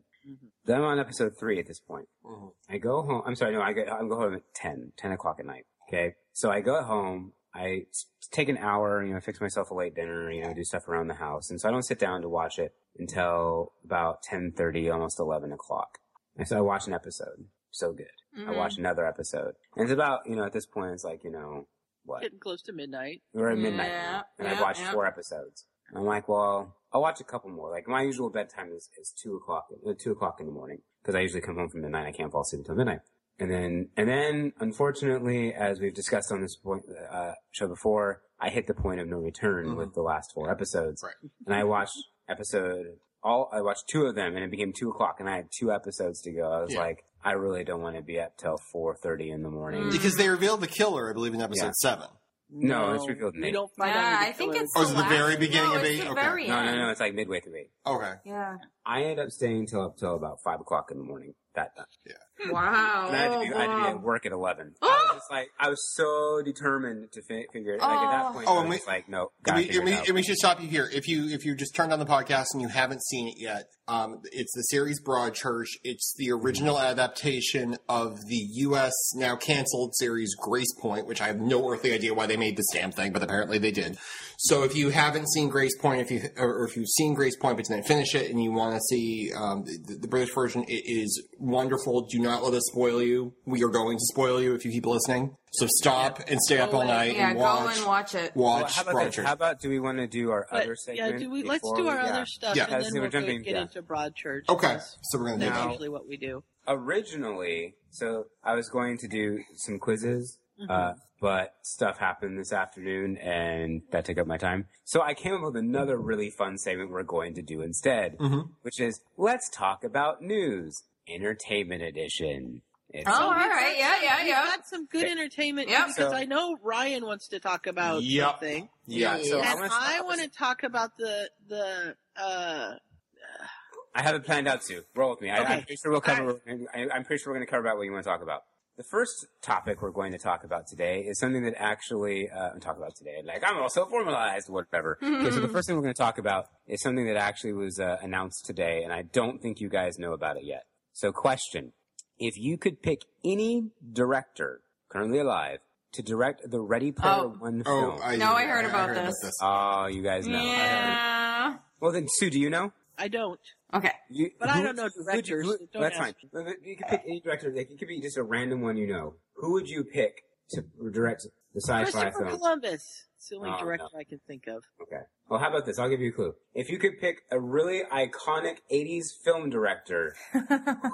[SPEAKER 4] Then I'm on episode three at this point.
[SPEAKER 2] Mhm.
[SPEAKER 4] I go home. I'm sorry. No, I get, I go home at 10, 10 o'clock at night. Okay. So I go home. I s- take an hour, you know, fix myself a late dinner, you know, do stuff around the house. And so I don't sit down to watch it until about 10.30, almost 11 o'clock. And so I watch an episode. So good. I
[SPEAKER 2] Mm-hmm.
[SPEAKER 3] Mhm.
[SPEAKER 4] watch another episode. And it's about, you know, at this point, it's like, you know, what?
[SPEAKER 1] getting close to midnight.
[SPEAKER 4] We're at midnight
[SPEAKER 3] Yeah,
[SPEAKER 4] now, and I've
[SPEAKER 3] yeah,
[SPEAKER 4] watched
[SPEAKER 3] yeah.
[SPEAKER 4] four episodes. And I'm like, well, I'll watch a couple more. Like my usual bedtime is, is two o'clock, uh, two o'clock in the morning because I usually come home from midnight. I can't fall asleep until midnight. And then, and then, unfortunately, as we've discussed on this point, uh, show before, I hit the point of no return
[SPEAKER 3] Mm-hmm.
[SPEAKER 2] Mhm.
[SPEAKER 4] with the last four episodes.
[SPEAKER 2] Right.
[SPEAKER 4] And I watched episode all. I watched two of them, and it became two o'clock, and I had two episodes to go. I was
[SPEAKER 2] Yeah.
[SPEAKER 4] like, I really don't want to be up till four thirty in the morning.
[SPEAKER 3] Mm.
[SPEAKER 2] Because they revealed the killer, I believe, in episode
[SPEAKER 4] Yeah.
[SPEAKER 2] seven.
[SPEAKER 4] No, it's revealed
[SPEAKER 1] We
[SPEAKER 4] late.
[SPEAKER 1] don't find out.
[SPEAKER 3] Yeah,
[SPEAKER 1] who the
[SPEAKER 3] I think
[SPEAKER 1] killer
[SPEAKER 3] it's
[SPEAKER 2] Oh, is it the
[SPEAKER 3] last-
[SPEAKER 2] very beginning
[SPEAKER 3] no,
[SPEAKER 2] of
[SPEAKER 3] it's
[SPEAKER 2] eight?
[SPEAKER 3] the
[SPEAKER 2] Okay.
[SPEAKER 3] very
[SPEAKER 4] No, no,
[SPEAKER 3] end.
[SPEAKER 4] no. It's like midway through eight.
[SPEAKER 2] Okay.
[SPEAKER 3] Yeah.
[SPEAKER 4] I ended up staying till up till about five o'clock in the morning. that done.
[SPEAKER 3] Wow.
[SPEAKER 4] And I, had to
[SPEAKER 1] Oh,
[SPEAKER 4] do, I had to be
[SPEAKER 3] wow.
[SPEAKER 4] at work at 11. I was just like, I was so determined to fi- figure it Like at
[SPEAKER 3] Oh.
[SPEAKER 4] that point,
[SPEAKER 2] Oh,
[SPEAKER 4] I
[SPEAKER 2] and
[SPEAKER 4] was
[SPEAKER 2] we-
[SPEAKER 4] just like, no,
[SPEAKER 2] And
[SPEAKER 4] gotta
[SPEAKER 2] we,
[SPEAKER 4] figure
[SPEAKER 2] and,
[SPEAKER 4] it
[SPEAKER 2] we,
[SPEAKER 4] out.
[SPEAKER 2] and we should stop you here. If you if you just turned on the podcast and you haven't seen it yet, um, it's the series Broadchurch. It's the original adaptation of the U.S. now canceled series Grace Point, which I have no earthly idea why they made this damn thing, but apparently they did. So if you haven't seen Grace Point, if you or, or if you've seen Grace Point but didn't finish it and you want to see um, the, the British version, it is wonderful. Do not let us spoil you. We are going to spoil you if you keep listening. So stop and stay up all night
[SPEAKER 3] yeah,
[SPEAKER 2] and
[SPEAKER 3] go and watch it.
[SPEAKER 4] Well,
[SPEAKER 2] watch
[SPEAKER 4] how about this?
[SPEAKER 2] Broadchurch.
[SPEAKER 4] How about do we want to do our
[SPEAKER 1] But,
[SPEAKER 4] other
[SPEAKER 1] yeah,
[SPEAKER 4] segment?
[SPEAKER 1] do we, let's
[SPEAKER 4] before
[SPEAKER 1] do our
[SPEAKER 4] we-
[SPEAKER 1] other
[SPEAKER 4] yeah.
[SPEAKER 1] stuff,
[SPEAKER 2] Yeah.
[SPEAKER 1] and
[SPEAKER 4] Let's
[SPEAKER 1] then
[SPEAKER 4] do- we're
[SPEAKER 1] we'll go
[SPEAKER 4] jumping-
[SPEAKER 1] get
[SPEAKER 4] yeah.
[SPEAKER 1] into Broadchurch.
[SPEAKER 2] Okay,
[SPEAKER 1] 'cause
[SPEAKER 2] so we're gonna do
[SPEAKER 1] That's
[SPEAKER 4] Now-
[SPEAKER 2] that.
[SPEAKER 1] usually what we do.
[SPEAKER 4] Originally, so I was going to do some quizzes, uh, but stuff happened this afternoon and that took up my time. So I came up with another really fun segment we're going to do instead,
[SPEAKER 2] Mhm.
[SPEAKER 4] which is let's talk about news, entertainment edition. It's
[SPEAKER 3] Oh, all
[SPEAKER 1] we've
[SPEAKER 3] right.
[SPEAKER 1] got
[SPEAKER 3] Yeah,
[SPEAKER 1] some-
[SPEAKER 3] yeah,
[SPEAKER 1] we've
[SPEAKER 3] yeah.
[SPEAKER 1] got some good entertainment
[SPEAKER 3] Yeah.
[SPEAKER 1] because
[SPEAKER 4] So-
[SPEAKER 1] I know Ryan wants to talk about
[SPEAKER 2] Yep.
[SPEAKER 1] something,
[SPEAKER 2] Yeah.
[SPEAKER 4] So I
[SPEAKER 1] and
[SPEAKER 4] wanna
[SPEAKER 1] I
[SPEAKER 4] start-
[SPEAKER 1] want to talk about the the. Uh,
[SPEAKER 4] I have it planned out too. Roll with me. I, I'm
[SPEAKER 1] Okay.
[SPEAKER 4] pretty sure we'll cover. I, I'm pretty sure we're going to cover about what you want to talk about. The first topic we're going to talk about today is something that actually uh, I'm talking about today. Like I'm also formalized, whatever. okay, so the first thing we're going to talk about is something that actually was uh, announced today, and I don't think you guys know about it yet. So, question: If you could pick any director currently alive to direct the Ready Player
[SPEAKER 3] Oh.
[SPEAKER 4] One
[SPEAKER 2] Oh,
[SPEAKER 4] film,
[SPEAKER 2] I,
[SPEAKER 3] No, I heard about this.
[SPEAKER 4] oh, you guys know.
[SPEAKER 3] yeah.
[SPEAKER 4] Well, then Sue, do you know?
[SPEAKER 1] I don't.
[SPEAKER 3] Okay.
[SPEAKER 4] You,
[SPEAKER 1] But I don't know
[SPEAKER 4] who-
[SPEAKER 1] directors,
[SPEAKER 4] who-
[SPEAKER 1] so don't
[SPEAKER 4] that's
[SPEAKER 1] ask
[SPEAKER 4] fine. You can pick any director. Like, it could be just a random one you know. Who would you pick to direct the sci-fi
[SPEAKER 1] Christopher
[SPEAKER 4] film?
[SPEAKER 1] Columbus. It's the only
[SPEAKER 4] Oh,
[SPEAKER 1] director I can think of.
[SPEAKER 4] Okay. Well, how about this? I'll give you a clue. If you could pick a really iconic '80s film director,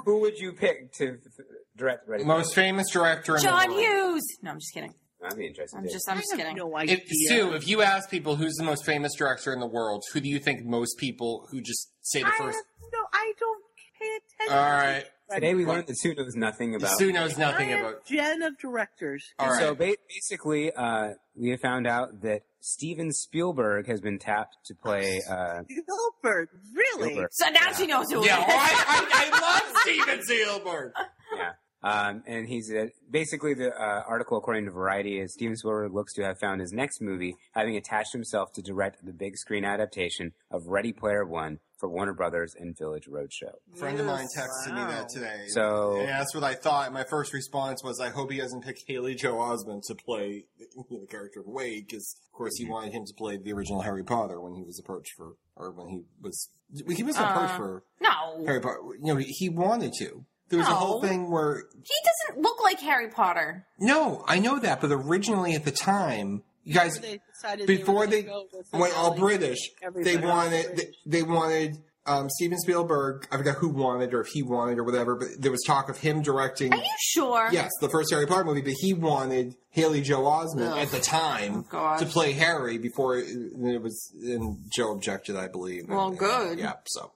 [SPEAKER 4] who would you pick to f- direct? Ready?
[SPEAKER 2] Most famous director in
[SPEAKER 3] John
[SPEAKER 2] the world.
[SPEAKER 3] Hughes. No, I'm just kidding.
[SPEAKER 4] That'd be interesting.
[SPEAKER 3] I'm
[SPEAKER 4] too.
[SPEAKER 3] just, I'm just
[SPEAKER 1] I have
[SPEAKER 3] kidding.
[SPEAKER 1] no idea.
[SPEAKER 2] If, Sue, if you ask people who's the most famous director in the world, who do you think most people who just say the
[SPEAKER 1] I have
[SPEAKER 2] first?
[SPEAKER 1] no. I don't pay attention.
[SPEAKER 2] All right,
[SPEAKER 4] Today we learned that Sue knows nothing about.
[SPEAKER 2] Sue knows nothing
[SPEAKER 1] I am
[SPEAKER 2] about.
[SPEAKER 1] Jen of directors.
[SPEAKER 2] All right,
[SPEAKER 4] So ba- basically, uh, we have found out that Steven Spielberg has been tapped to play uh,
[SPEAKER 1] Spielberg, really?
[SPEAKER 4] Spielberg.
[SPEAKER 3] So now she knows who
[SPEAKER 2] yeah,
[SPEAKER 3] it
[SPEAKER 2] well,
[SPEAKER 3] is.
[SPEAKER 2] I, I, I love Steven Spielberg.
[SPEAKER 4] yeah. Um, and he's uh, basically the uh, article, according to Variety, is Steven Spielberg looks to have found his next movie, having attached himself to direct the big screen adaptation of Ready Player One for Warner Brothers and Village Roadshow.
[SPEAKER 2] A friend of mine
[SPEAKER 1] Yes,
[SPEAKER 2] texted
[SPEAKER 1] wow.
[SPEAKER 2] me that today.
[SPEAKER 4] So-
[SPEAKER 2] and that's what I thought. My first response was, I hope he doesn't pick Haley Joe Osmond to play the, the character of Wade, because of course he wanted him to play the original Harry Potter when he was approached for, or when he was, he was approached
[SPEAKER 3] Uh,
[SPEAKER 2] for
[SPEAKER 3] No.
[SPEAKER 2] Harry Potter. You know, he wanted to. There was a
[SPEAKER 3] No.
[SPEAKER 2] whole thing where
[SPEAKER 3] He doesn't look like Harry Potter.
[SPEAKER 2] no, I know that, but originally at the time, you guys
[SPEAKER 1] Before they decided
[SPEAKER 2] before
[SPEAKER 1] were gonna
[SPEAKER 2] they
[SPEAKER 1] go with the
[SPEAKER 2] went all
[SPEAKER 1] Hollywood
[SPEAKER 2] British,
[SPEAKER 1] everybody
[SPEAKER 2] they
[SPEAKER 1] was
[SPEAKER 2] wanted they,
[SPEAKER 1] British.
[SPEAKER 2] they wanted um, Steven Spielberg. I forgot who wanted or if he wanted or whatever, but there was talk of him directing.
[SPEAKER 3] Are you sure?
[SPEAKER 2] Yes, the first Harry Potter movie, but he wanted Haley Joe Osment
[SPEAKER 3] Ugh.
[SPEAKER 2] at the time
[SPEAKER 3] Oh, God.
[SPEAKER 2] to play Harry before it, it was, and Joe objected, I believe.
[SPEAKER 3] Well,
[SPEAKER 2] And-
[SPEAKER 3] good.
[SPEAKER 2] Yeah, so.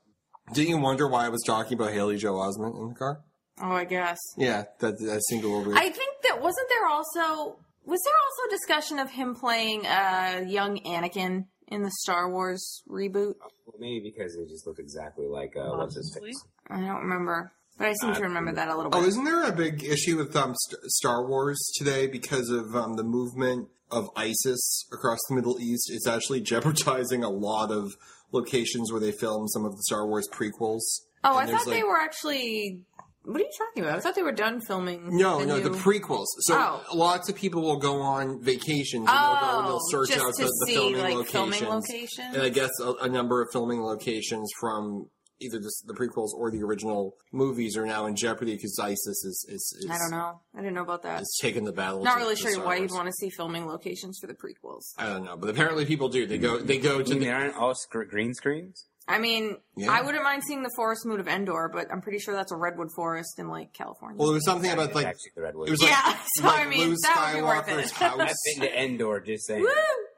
[SPEAKER 2] Didn't you wonder why I was talking about Haley Joe Osment in the car?
[SPEAKER 3] Oh, I guess.
[SPEAKER 2] Yeah, that, that seemed a little weird.
[SPEAKER 3] I think that wasn't there also was there also discussion of him playing uh young Anakin in the Star Wars reboot?
[SPEAKER 4] Well, maybe because they just look exactly like uh, what's his
[SPEAKER 1] Possibly.
[SPEAKER 4] face?
[SPEAKER 3] I don't remember, but I seem to remember that a little
[SPEAKER 2] Oh,
[SPEAKER 3] bit.
[SPEAKER 2] isn't there a big issue with um, St- Star Wars today because of um, the movement of ISIS across the Middle East? It's actually jeopardizing a lot of locations where they film some of the Star Wars prequels. And
[SPEAKER 3] Oh, I
[SPEAKER 2] there's,
[SPEAKER 3] thought they
[SPEAKER 2] like-
[SPEAKER 3] were actually. What are you talking about? I thought they were done filming.
[SPEAKER 2] No,
[SPEAKER 3] the
[SPEAKER 2] no, the
[SPEAKER 3] new-
[SPEAKER 2] prequels. So
[SPEAKER 3] Oh.
[SPEAKER 2] lots of people will go on vacations and they'll go and
[SPEAKER 3] Oh,
[SPEAKER 2] they'll search
[SPEAKER 3] just
[SPEAKER 2] out
[SPEAKER 3] to
[SPEAKER 2] the, the
[SPEAKER 3] see
[SPEAKER 2] filming,
[SPEAKER 3] like
[SPEAKER 2] locations.
[SPEAKER 3] filming locations.
[SPEAKER 2] And I guess a, a number of filming locations from either the, the prequels or the original movies are now in jeopardy because ISIS is, is, is
[SPEAKER 3] I don't know. I didn't know about that.
[SPEAKER 2] is taking the battle.
[SPEAKER 3] Not
[SPEAKER 2] to-
[SPEAKER 3] really
[SPEAKER 2] to
[SPEAKER 3] sure
[SPEAKER 2] Star
[SPEAKER 3] why
[SPEAKER 2] Wars.
[SPEAKER 3] you'd want to see filming locations for the prequels.
[SPEAKER 2] I don't know, but apparently people do. They go. They go
[SPEAKER 4] I
[SPEAKER 2] to
[SPEAKER 4] mean, they
[SPEAKER 2] the.
[SPEAKER 4] aren't all sc- green screens.
[SPEAKER 3] I mean,
[SPEAKER 2] Yeah.
[SPEAKER 3] I wouldn't mind seeing the forest mood of Endor, but I'm pretty sure that's a redwood forest in like California.
[SPEAKER 2] Well, there was something
[SPEAKER 4] It's
[SPEAKER 2] about like
[SPEAKER 4] actually the redwood.
[SPEAKER 2] it was like,
[SPEAKER 3] yeah, so I
[SPEAKER 2] like
[SPEAKER 3] mean,
[SPEAKER 2] Luke
[SPEAKER 3] that would be worth
[SPEAKER 2] Skywalker's
[SPEAKER 3] it.
[SPEAKER 2] house.
[SPEAKER 4] I've been to Endor. Just saying.
[SPEAKER 3] Woo!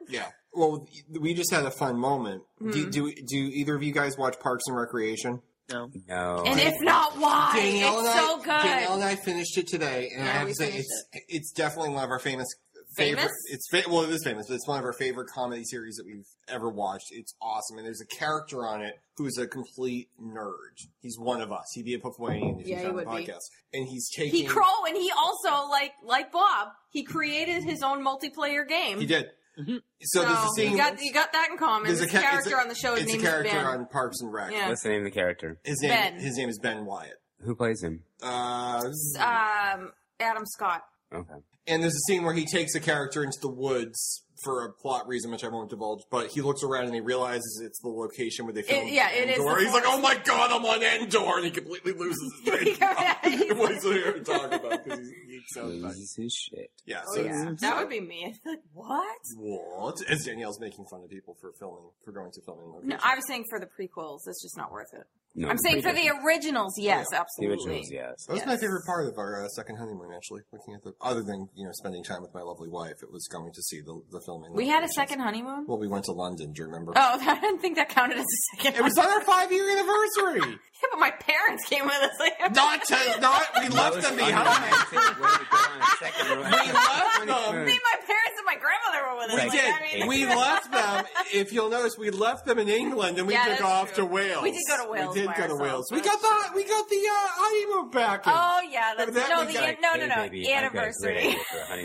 [SPEAKER 2] yeah. Well, we just had a fun moment.
[SPEAKER 3] Hmm.
[SPEAKER 2] Do, do do either of you guys watch Parks and Recreation?
[SPEAKER 1] No.
[SPEAKER 4] No.
[SPEAKER 3] And if not, why?
[SPEAKER 2] Danielle
[SPEAKER 3] it's
[SPEAKER 2] and I,
[SPEAKER 3] so good.
[SPEAKER 2] Danielle and I finished it today, and I
[SPEAKER 3] Yeah,
[SPEAKER 2] have
[SPEAKER 3] we
[SPEAKER 2] to say
[SPEAKER 3] finished
[SPEAKER 2] it's it's definitely one of our famous
[SPEAKER 3] Famous?
[SPEAKER 2] It's fa- well, it is famous, but it's one of our favorite comedy series that we've ever watched. It's awesome, and there's a character on it who's a complete nerd. He's one of us. He'd be a Puffwanian if
[SPEAKER 3] Yeah,
[SPEAKER 2] he
[SPEAKER 3] he
[SPEAKER 2] found the
[SPEAKER 3] would be.
[SPEAKER 2] podcast. And he's taking.
[SPEAKER 3] He Crow, and he also like like Bob. He created his own multiplayer game.
[SPEAKER 2] He did.
[SPEAKER 1] Mhm.
[SPEAKER 2] So, there's a scene.
[SPEAKER 3] you Mm-hmm. got you got that in common.
[SPEAKER 2] there's
[SPEAKER 3] There's
[SPEAKER 2] a
[SPEAKER 3] a,
[SPEAKER 2] ca- it's
[SPEAKER 3] character on the show. His
[SPEAKER 2] it's a
[SPEAKER 3] name is
[SPEAKER 2] character
[SPEAKER 3] Ben.
[SPEAKER 2] on Parks and Rec.
[SPEAKER 3] Yeah.
[SPEAKER 4] What's the name of the character?
[SPEAKER 2] His name.
[SPEAKER 3] Ben.
[SPEAKER 2] His name is Ben Wyatt.
[SPEAKER 4] Who plays him?
[SPEAKER 2] Uh,
[SPEAKER 3] um, Adam Scott.
[SPEAKER 4] Okay.
[SPEAKER 2] and there's a scene where he takes a character into the woods for a plot reason, which I won't divulge. But he looks around and he realizes it's the location where they filmed.
[SPEAKER 3] yeah, it is
[SPEAKER 2] Endor.
[SPEAKER 3] the
[SPEAKER 2] He's like, "Oh
[SPEAKER 3] forest.
[SPEAKER 2] my god, I'm on Endor," and he completely loses his brain. what he's here to talk about because he's geeks out about.
[SPEAKER 4] Loses his shit.
[SPEAKER 2] Yeah,
[SPEAKER 3] Oh,
[SPEAKER 2] so
[SPEAKER 3] yeah.
[SPEAKER 2] it's-
[SPEAKER 3] That would be me. Like, what?
[SPEAKER 2] What? As Danielle's making fun of people for filming, for going to filming.
[SPEAKER 3] No,
[SPEAKER 2] locations.
[SPEAKER 3] I was saying for the prequels. It's just not worth it.
[SPEAKER 4] No,
[SPEAKER 3] I'm saying for the originals. Yes,
[SPEAKER 4] the
[SPEAKER 3] absolutely.
[SPEAKER 4] originals. Yes.
[SPEAKER 2] That was my
[SPEAKER 3] Yes.
[SPEAKER 2] favorite part of our uh, second honeymoon, actually. Looking at the other than you know spending time with my lovely wife, it was going to see the the filming.
[SPEAKER 3] We had a
[SPEAKER 2] locations.
[SPEAKER 3] second honeymoon.
[SPEAKER 2] Well, we went to London. Do you remember?
[SPEAKER 3] Oh, I didn't think that counted as a second.
[SPEAKER 2] It was on our five year anniversary.
[SPEAKER 3] Yeah, but my parents came with us. Like,
[SPEAKER 2] not to, not we left them behind. We left
[SPEAKER 3] I
[SPEAKER 2] them.
[SPEAKER 3] mean, my parents and my grandmother were with us.
[SPEAKER 2] We
[SPEAKER 3] Like,
[SPEAKER 2] did.
[SPEAKER 3] I mean,
[SPEAKER 2] we left them. If you'll notice, we left them in England and we
[SPEAKER 3] Yeah,
[SPEAKER 2] took
[SPEAKER 3] that's
[SPEAKER 2] off
[SPEAKER 3] true.
[SPEAKER 2] to Wales.
[SPEAKER 3] We did go to Wales
[SPEAKER 2] We did
[SPEAKER 3] by
[SPEAKER 2] go to Wales.
[SPEAKER 3] ourselves.
[SPEAKER 2] We got the we got the uh, honeymoon back. in.
[SPEAKER 3] Oh yeah, that's
[SPEAKER 2] That
[SPEAKER 3] no,
[SPEAKER 2] was
[SPEAKER 3] the,
[SPEAKER 2] like,
[SPEAKER 3] no, no, no, anniversary.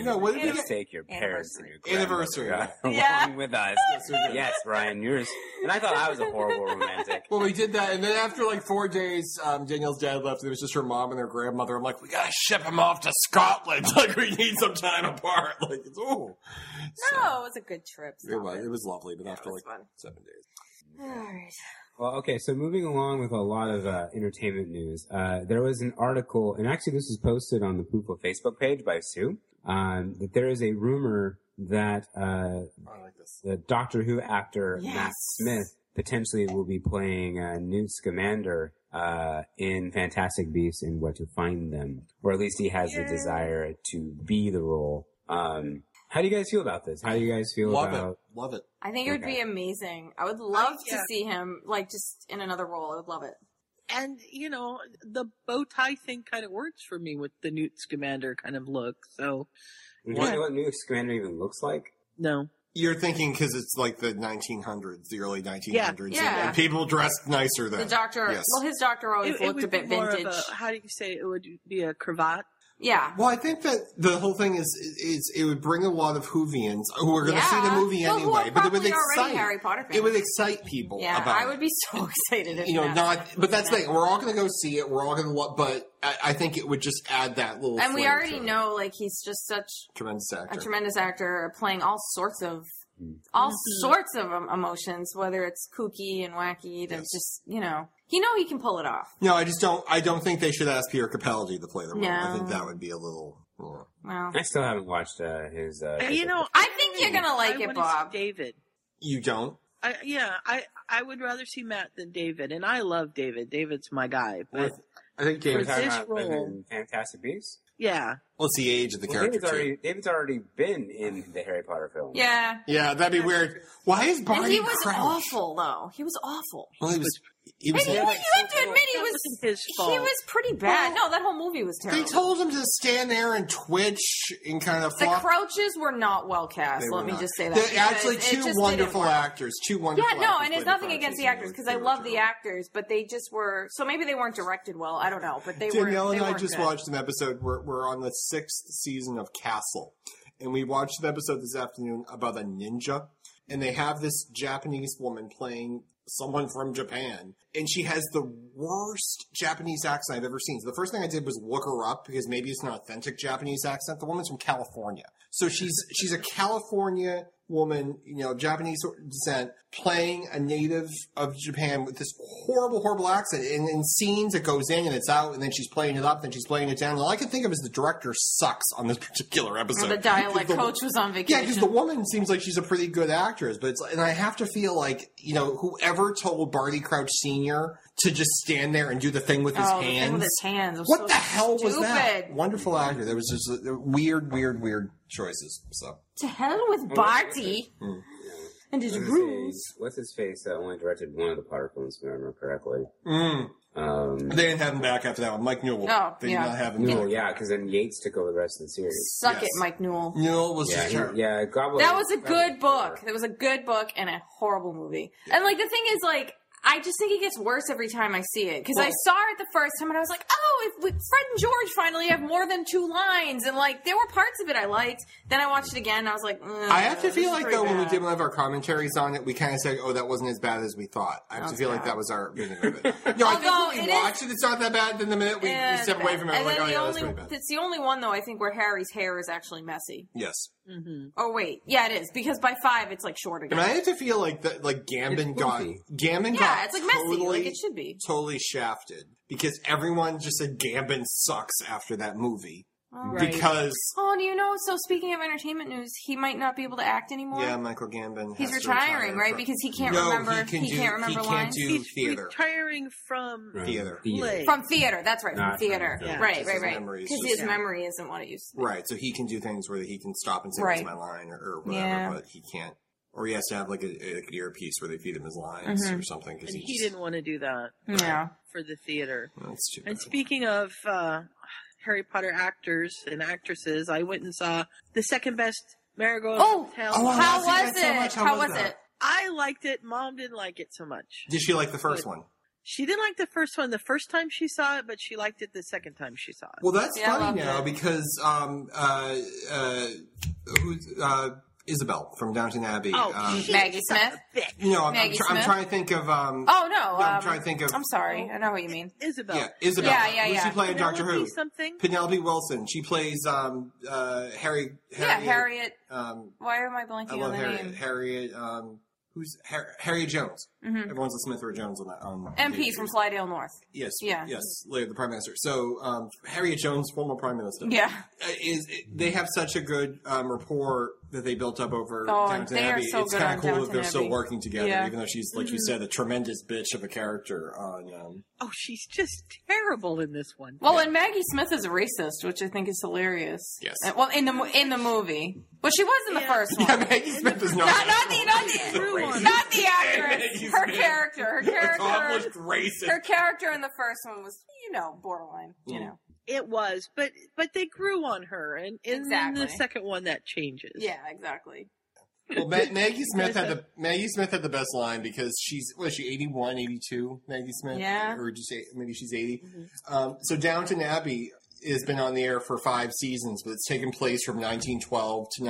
[SPEAKER 2] No, what did we
[SPEAKER 4] Let's
[SPEAKER 2] get?
[SPEAKER 4] take your parents and your
[SPEAKER 2] Anniversary.
[SPEAKER 4] grandmother along
[SPEAKER 3] Yeah.
[SPEAKER 4] with us.
[SPEAKER 2] Yes, we did.
[SPEAKER 4] yes, Ryan, yours. And I thought I was a horrible romantic.
[SPEAKER 2] Well, we did that, and then after like four days, um, Danielle's dad left. It was just her mom and her grandmother. I'm like, we gotta ship him off to Scotland. Like, we need some time apart. Like, it's, oh,
[SPEAKER 3] No, it was a good trip.
[SPEAKER 2] it
[SPEAKER 3] Stop
[SPEAKER 2] was it was lovely, but
[SPEAKER 3] Yeah,
[SPEAKER 2] after
[SPEAKER 3] it
[SPEAKER 2] like
[SPEAKER 3] was fun.
[SPEAKER 2] seven days,
[SPEAKER 3] All right.
[SPEAKER 4] Well, okay, so moving along with a lot of uh, entertainment news, uh, there was an article, and actually this was posted on the Poopa Facebook page by Sue, um, that there is a rumor that uh,
[SPEAKER 2] I like this.
[SPEAKER 4] the Doctor Who actor Matt
[SPEAKER 3] Yes.
[SPEAKER 4] Smith potentially will be playing uh, Newt Scamander uh, in Fantastic Beasts and Where to Find Them, or at least he has the desire to be the role. Um, how do you guys feel about this? How do you guys feel
[SPEAKER 2] Love
[SPEAKER 4] about
[SPEAKER 2] it, love it.
[SPEAKER 3] I think it would
[SPEAKER 4] Okay.
[SPEAKER 3] be amazing. I would love
[SPEAKER 1] yeah.
[SPEAKER 3] to see him like just in another role. I would love it.
[SPEAKER 1] And, you know, the bow tie thing kind of works for me with the Newt Scamander kind of look. So,
[SPEAKER 4] Do you
[SPEAKER 1] Yeah.
[SPEAKER 4] know what Newt Scamander even looks like?
[SPEAKER 1] no.
[SPEAKER 2] You're thinking because it's like the 1900s, the early 1900s, and-
[SPEAKER 3] Yeah.
[SPEAKER 2] and people dressed nicer then.
[SPEAKER 3] The doctor,
[SPEAKER 2] Yes.
[SPEAKER 3] well, his doctor always looked a
[SPEAKER 1] would be
[SPEAKER 3] bit
[SPEAKER 1] more of
[SPEAKER 3] vintage.
[SPEAKER 1] a- how do you say it? it would be a cravat?
[SPEAKER 3] Yeah.
[SPEAKER 2] Well, I think that the whole thing is is it would bring a lot of Whovians who are going to see the movie
[SPEAKER 3] Well, who are
[SPEAKER 2] anyway, but it would
[SPEAKER 3] probably already
[SPEAKER 2] excite
[SPEAKER 3] Harry Potter fans.
[SPEAKER 2] it would excite people.
[SPEAKER 3] yeah,
[SPEAKER 2] about
[SPEAKER 3] I
[SPEAKER 2] it.
[SPEAKER 3] would be so excited if
[SPEAKER 2] you know
[SPEAKER 3] Matt
[SPEAKER 2] not,
[SPEAKER 3] Smith
[SPEAKER 2] but
[SPEAKER 3] was
[SPEAKER 2] that's
[SPEAKER 3] in
[SPEAKER 2] the
[SPEAKER 3] it.
[SPEAKER 2] thing. We're all going to go see it. We're all going to love, but I, I think it would just add that little.
[SPEAKER 3] And we
[SPEAKER 2] flair
[SPEAKER 3] already
[SPEAKER 2] to it.
[SPEAKER 3] know like he's just such
[SPEAKER 2] tremendous actor.
[SPEAKER 3] a tremendous actor playing all sorts of
[SPEAKER 2] Mm.
[SPEAKER 3] all
[SPEAKER 1] Mm-hmm.
[SPEAKER 3] sorts of um, emotions, whether it's kooky and wacky. That's just you know, you know, he can pull it off.
[SPEAKER 2] no, I just don't. I don't think they should ask Pierre Capaldi to play the role. I
[SPEAKER 3] No.
[SPEAKER 2] think that would be a little. uh,
[SPEAKER 3] Well,
[SPEAKER 4] I still haven't watched uh, his. Uh,
[SPEAKER 1] You know,
[SPEAKER 3] I think you're gonna like
[SPEAKER 1] I
[SPEAKER 3] it,
[SPEAKER 1] wanna see
[SPEAKER 3] Bob.
[SPEAKER 1] David.
[SPEAKER 2] You don't.
[SPEAKER 1] I, yeah, I, I would rather see Matt than David. And I love David. David's my guy. But,
[SPEAKER 2] I think
[SPEAKER 4] We're
[SPEAKER 1] David-
[SPEAKER 2] David.
[SPEAKER 4] talking
[SPEAKER 1] this
[SPEAKER 4] about
[SPEAKER 1] role-
[SPEAKER 4] in Fantastic Beasts.
[SPEAKER 1] yeah.
[SPEAKER 2] Well, it's the age of the
[SPEAKER 4] Well,
[SPEAKER 2] character.
[SPEAKER 4] David's
[SPEAKER 2] Too.
[SPEAKER 4] already David's already been in the Harry Potter film.
[SPEAKER 3] yeah.
[SPEAKER 2] yeah, that'd be weird. Why is Barty
[SPEAKER 3] And he was
[SPEAKER 2] Crouch?
[SPEAKER 3] awful though. He was awful.
[SPEAKER 2] Well, he was. He was.
[SPEAKER 3] And you, you have to admit he
[SPEAKER 1] That
[SPEAKER 3] was
[SPEAKER 1] wasn't his
[SPEAKER 3] he
[SPEAKER 1] fault.
[SPEAKER 3] was pretty bad. No, that whole movie was
[SPEAKER 2] They
[SPEAKER 3] terrible.
[SPEAKER 2] told him to stand there and twitch and kind of
[SPEAKER 3] the
[SPEAKER 2] flop.
[SPEAKER 3] crouches were not well cast.
[SPEAKER 2] They were
[SPEAKER 3] Let me
[SPEAKER 2] not-
[SPEAKER 3] just say that.
[SPEAKER 2] They're
[SPEAKER 3] because
[SPEAKER 2] actually
[SPEAKER 3] it
[SPEAKER 2] two
[SPEAKER 3] just
[SPEAKER 2] wonderful
[SPEAKER 3] didn't work.
[SPEAKER 2] actors. Two wonderful.
[SPEAKER 3] Yeah, no,
[SPEAKER 2] actors
[SPEAKER 3] and
[SPEAKER 2] played
[SPEAKER 3] it's
[SPEAKER 2] the
[SPEAKER 3] nothing
[SPEAKER 2] characters,
[SPEAKER 3] against the
[SPEAKER 2] and they
[SPEAKER 3] actors
[SPEAKER 2] were-
[SPEAKER 3] because
[SPEAKER 2] they
[SPEAKER 3] I
[SPEAKER 2] were
[SPEAKER 3] love the
[SPEAKER 2] terrible.
[SPEAKER 3] actors, but they just were. So maybe they weren't directed well. I don't know, but they were.
[SPEAKER 2] Danielle
[SPEAKER 3] they
[SPEAKER 2] and I
[SPEAKER 3] weren't
[SPEAKER 2] just
[SPEAKER 3] good.
[SPEAKER 2] watched an episode. We're, we're on the sixth season of Castle, and we watched an episode this afternoon about a ninja, and they have this Japanese woman playing someone from Japan, and she has the worst Japanese accent I've ever seen. So the first thing I did was look her up because maybe it's an authentic Japanese accent. The woman's from California, so she's she's a California woman, you know, Japanese descent, playing a native of Japan with this horrible, horrible accent. And in scenes, it goes in and it's out, and then she's playing it up, then she's playing it down. And all I can think of is the director sucks on this particular episode.
[SPEAKER 3] Or the dialect
[SPEAKER 2] The-
[SPEAKER 3] coach was on
[SPEAKER 2] Yeah,
[SPEAKER 3] vacation.
[SPEAKER 2] because the woman seems like she's a pretty good actress, but it's and I have to feel like you know whoever told Barty Crouch Senior to just stand there and do the thing with his
[SPEAKER 3] oh, the
[SPEAKER 2] hands.
[SPEAKER 3] thing with his hands. was
[SPEAKER 2] what
[SPEAKER 3] so
[SPEAKER 2] the hell was that?
[SPEAKER 3] stupid.
[SPEAKER 2] Wonderful actor. There was just uh, weird, weird, weird choices. So
[SPEAKER 3] To hell
[SPEAKER 2] Oh,
[SPEAKER 3] with Barty
[SPEAKER 2] Mm.
[SPEAKER 3] and his
[SPEAKER 4] What's his
[SPEAKER 3] rules.
[SPEAKER 4] face? What's his face? Uh, only directed one of the Potter films, if I remember correctly.
[SPEAKER 2] Mm.
[SPEAKER 4] Um,
[SPEAKER 2] They didn't have him back after that one. Mike Newell.
[SPEAKER 3] Oh,
[SPEAKER 2] they
[SPEAKER 3] yeah.
[SPEAKER 2] did not have him.
[SPEAKER 4] no,
[SPEAKER 2] back.
[SPEAKER 4] yeah, because then Yates took over the rest of the series.
[SPEAKER 3] Suck
[SPEAKER 2] Yes.
[SPEAKER 3] it, Mike Newell.
[SPEAKER 2] Newell was
[SPEAKER 4] Yeah,
[SPEAKER 2] just terrible.
[SPEAKER 4] he, yeah. God,
[SPEAKER 3] That was a good book. That was a good book and a horrible movie. And like the thing is, like I just think it gets worse every time I see it because I saw it the first time and I was like, oh, if we, Fred and George finally have more than two lines, and like there were parts of it I liked. Then I watched it again and I was like, mm,
[SPEAKER 2] I have to
[SPEAKER 3] this is
[SPEAKER 2] feel like
[SPEAKER 3] pretty
[SPEAKER 2] though when we
[SPEAKER 3] bad.
[SPEAKER 2] did one of our commentaries on it, we kind of said, "Oh, that wasn't as bad as we thought." I have to
[SPEAKER 3] That's
[SPEAKER 2] feel like
[SPEAKER 3] bad.
[SPEAKER 2] that was our opinion of it. No, I
[SPEAKER 3] Although
[SPEAKER 2] think when
[SPEAKER 3] it
[SPEAKER 2] we
[SPEAKER 3] is-
[SPEAKER 2] watched it, it's not that bad. Then the minute we,
[SPEAKER 3] Yeah,
[SPEAKER 2] we
[SPEAKER 3] it's
[SPEAKER 2] step
[SPEAKER 3] bad.
[SPEAKER 2] away from it,
[SPEAKER 3] and
[SPEAKER 2] we're like, "Oh
[SPEAKER 3] then
[SPEAKER 2] yeah, that's
[SPEAKER 3] the
[SPEAKER 2] pretty
[SPEAKER 3] only
[SPEAKER 2] bad."
[SPEAKER 3] it's the only one though I think where Harry's hair is actually messy.
[SPEAKER 2] Yes,
[SPEAKER 3] Oh wait, yeah, it is because by five it's like short again.
[SPEAKER 2] and I have to feel like that. Like Gambin
[SPEAKER 4] It's
[SPEAKER 2] got
[SPEAKER 4] goofy.
[SPEAKER 2] Gambin
[SPEAKER 3] yeah,
[SPEAKER 2] got
[SPEAKER 3] it's like messy,
[SPEAKER 2] totally
[SPEAKER 3] like it should be.
[SPEAKER 2] totally shafted because everyone just said Gambin sucks after that movie
[SPEAKER 3] Right.
[SPEAKER 2] because
[SPEAKER 3] Oh, and you know, so speaking of entertainment news, he might not be able to act anymore.
[SPEAKER 2] yeah, Michael Gambin
[SPEAKER 3] He's
[SPEAKER 2] has to
[SPEAKER 3] retiring,
[SPEAKER 2] retire
[SPEAKER 3] right?
[SPEAKER 2] from-
[SPEAKER 3] Because he can't
[SPEAKER 2] No,
[SPEAKER 3] remember. He,
[SPEAKER 2] He, can do,
[SPEAKER 3] can't remember
[SPEAKER 2] He
[SPEAKER 3] lines
[SPEAKER 2] can't do
[SPEAKER 1] He's
[SPEAKER 2] theater.
[SPEAKER 1] retiring from
[SPEAKER 2] Theater.
[SPEAKER 1] play.
[SPEAKER 3] from theater. That's right,
[SPEAKER 4] Not
[SPEAKER 3] from theater.
[SPEAKER 4] from film.
[SPEAKER 3] Right,
[SPEAKER 2] Just
[SPEAKER 3] right,
[SPEAKER 2] his
[SPEAKER 3] right.
[SPEAKER 2] memory is
[SPEAKER 3] Because
[SPEAKER 2] just-
[SPEAKER 3] his
[SPEAKER 2] Yeah.
[SPEAKER 3] memory isn't what it used to be.
[SPEAKER 2] Right, so he can do things where he can stop and say
[SPEAKER 3] Right.
[SPEAKER 2] "What's my line" or, or whatever,
[SPEAKER 3] Yeah.
[SPEAKER 2] but he can't. Or he has to have like, a, like an earpiece where they feed him his lines
[SPEAKER 3] Mm-hmm.
[SPEAKER 2] or something because
[SPEAKER 1] And
[SPEAKER 2] he,
[SPEAKER 1] he
[SPEAKER 2] just,
[SPEAKER 1] didn't want to do that
[SPEAKER 3] Yeah.
[SPEAKER 1] for the theater.
[SPEAKER 2] That's too
[SPEAKER 1] And
[SPEAKER 2] bad.
[SPEAKER 1] speaking of uh, Harry Potter actors and actresses, I went and saw the second best Marigold
[SPEAKER 3] Oh,
[SPEAKER 1] Hotel.
[SPEAKER 2] Oh, I
[SPEAKER 3] how
[SPEAKER 2] wanna see
[SPEAKER 3] was
[SPEAKER 2] that so
[SPEAKER 3] it?
[SPEAKER 2] much. How was
[SPEAKER 3] was
[SPEAKER 2] that?
[SPEAKER 3] it?
[SPEAKER 1] I liked it. Mom didn't like it so much.
[SPEAKER 2] Did she like the first
[SPEAKER 1] Good.
[SPEAKER 2] one?
[SPEAKER 1] She didn't like the first one the first time she saw it, but she liked it the second time she saw it.
[SPEAKER 2] Well, that's
[SPEAKER 3] Yeah, I
[SPEAKER 2] funny
[SPEAKER 3] loved
[SPEAKER 2] now
[SPEAKER 3] it.
[SPEAKER 2] because um uh uh, who's, uh Isabel from Downton Abbey.
[SPEAKER 1] Oh,
[SPEAKER 2] um,
[SPEAKER 1] she-
[SPEAKER 3] Maggie
[SPEAKER 1] son of
[SPEAKER 3] Smith?
[SPEAKER 1] a bitch.
[SPEAKER 2] you know, I'm, I'm,
[SPEAKER 3] Maggie
[SPEAKER 2] try- I'm
[SPEAKER 3] Smith?
[SPEAKER 2] trying to think of um
[SPEAKER 3] Oh no.
[SPEAKER 2] No, I'm
[SPEAKER 3] um,
[SPEAKER 2] trying to think of-
[SPEAKER 3] I'm sorry. I know what you mean.
[SPEAKER 1] Isabel.
[SPEAKER 2] yeah Isabel.
[SPEAKER 3] Yeah, yeah,
[SPEAKER 2] Who's
[SPEAKER 3] yeah.
[SPEAKER 2] she playing Doctor Who?
[SPEAKER 1] Penelope Something.
[SPEAKER 2] Penelope Wilson. She plays um uh Harry.
[SPEAKER 3] Yeah,
[SPEAKER 2] Harriet,
[SPEAKER 3] Harriet.
[SPEAKER 2] Um,
[SPEAKER 3] Why am I
[SPEAKER 2] I
[SPEAKER 3] blanking on
[SPEAKER 2] love
[SPEAKER 3] the
[SPEAKER 2] Harriet.
[SPEAKER 3] name?
[SPEAKER 2] Harriet. Um, who's Har- Harriet Jones?
[SPEAKER 3] Mhm.
[SPEAKER 2] Everyone's a Smith or a Jones on that. Um,
[SPEAKER 3] MP from Flydale North.
[SPEAKER 2] Yes.
[SPEAKER 3] Yeah.
[SPEAKER 2] Yes. Later, the Prime Minister. So um, Harriet Jones, former Prime Minister.
[SPEAKER 3] Yeah.
[SPEAKER 2] uh, Is they have such a good um, rapport that they built up over
[SPEAKER 3] Oh,
[SPEAKER 2] Downton
[SPEAKER 3] they are
[SPEAKER 2] Abbey.
[SPEAKER 3] so
[SPEAKER 2] it's
[SPEAKER 3] good
[SPEAKER 2] kind
[SPEAKER 3] on
[SPEAKER 2] of cool that
[SPEAKER 3] Downton
[SPEAKER 2] they're still
[SPEAKER 3] Abbey.
[SPEAKER 2] working together,
[SPEAKER 3] Yeah. Mm-hmm.
[SPEAKER 2] even though she's, like you said, a tremendous bitch of a character on. Um,
[SPEAKER 1] Oh, she's just terrible in this one.
[SPEAKER 3] Well, and Maggie Smith is a racist, which I think is hilarious.
[SPEAKER 2] Yes.
[SPEAKER 3] Uh, Well, in the mo- in the movie, well, she was in the
[SPEAKER 1] Yeah.
[SPEAKER 3] first one.
[SPEAKER 2] yeah, Maggie Smith is not.
[SPEAKER 3] Oh. not not the not
[SPEAKER 1] True
[SPEAKER 3] the,
[SPEAKER 1] one.
[SPEAKER 3] not the actress.
[SPEAKER 2] Maggie
[SPEAKER 3] Her
[SPEAKER 2] Smith.
[SPEAKER 3] character. Her character.
[SPEAKER 2] Accomplished racist.
[SPEAKER 3] Her character in the first one was, you know, borderline. You
[SPEAKER 2] Mm.
[SPEAKER 3] know.
[SPEAKER 1] It was, but but they grew on her, and in
[SPEAKER 3] Exactly.
[SPEAKER 1] the second one that changes.
[SPEAKER 3] Yeah, exactly.
[SPEAKER 2] Well, Ma- Maggie Smith had the Maggie Smith had the best line because she's was she 81, 82, Maggie Smith,
[SPEAKER 3] Yeah.
[SPEAKER 2] or just eight, maybe she's 80 Um, so Downton Abbey has been on the air for five seasons, but it's taken place from 1912 to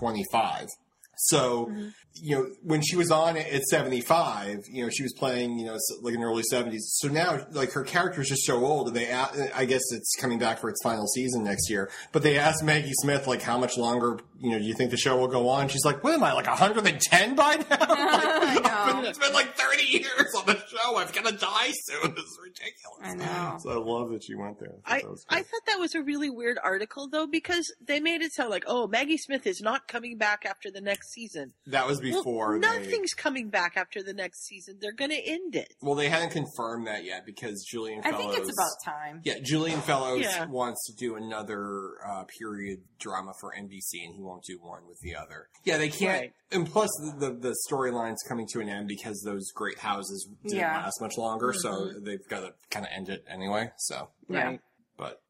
[SPEAKER 2] 1925. So,
[SPEAKER 3] Mm-hmm.
[SPEAKER 2] you know, when she was on it at 75, you know, she was playing, you know, s- like in the early 70s. So now, like, her character's just so old, and they, a- I guess it's coming back for its final season next year. But they asked Maggie Smith, like, how much longer, you know, do you think the show will go on? She's like, what am I, like 110 by now? Like,
[SPEAKER 3] I know.
[SPEAKER 2] It's been like 30 years on the show. I'm going to die soon. This is ridiculous.
[SPEAKER 3] I know.
[SPEAKER 2] So I love that you went there.
[SPEAKER 1] I, I thought that was a really weird article though because they made it sound like oh Maggie Smith is not coming back after the next season.
[SPEAKER 2] that was
[SPEAKER 1] Well,
[SPEAKER 2] before they.
[SPEAKER 1] nothing's coming back after the next season. They're going to end it.
[SPEAKER 2] Well, they hadn't confirmed that yet because Julian.
[SPEAKER 3] I
[SPEAKER 2] Fellows,
[SPEAKER 3] think it's about time.
[SPEAKER 2] Yeah, Julian Fellows
[SPEAKER 1] Yeah.
[SPEAKER 2] wants to do another uh, period drama for NBC, and he won't do one with the other. Yeah, they can't.
[SPEAKER 1] Right.
[SPEAKER 2] And plus, the the, the storyline's coming to an end because those great houses didn't
[SPEAKER 3] Yeah. Mm-hmm.
[SPEAKER 2] last much longer, so they've got to kind of end it anyway. So,
[SPEAKER 3] Yeah.
[SPEAKER 1] Right.
[SPEAKER 2] but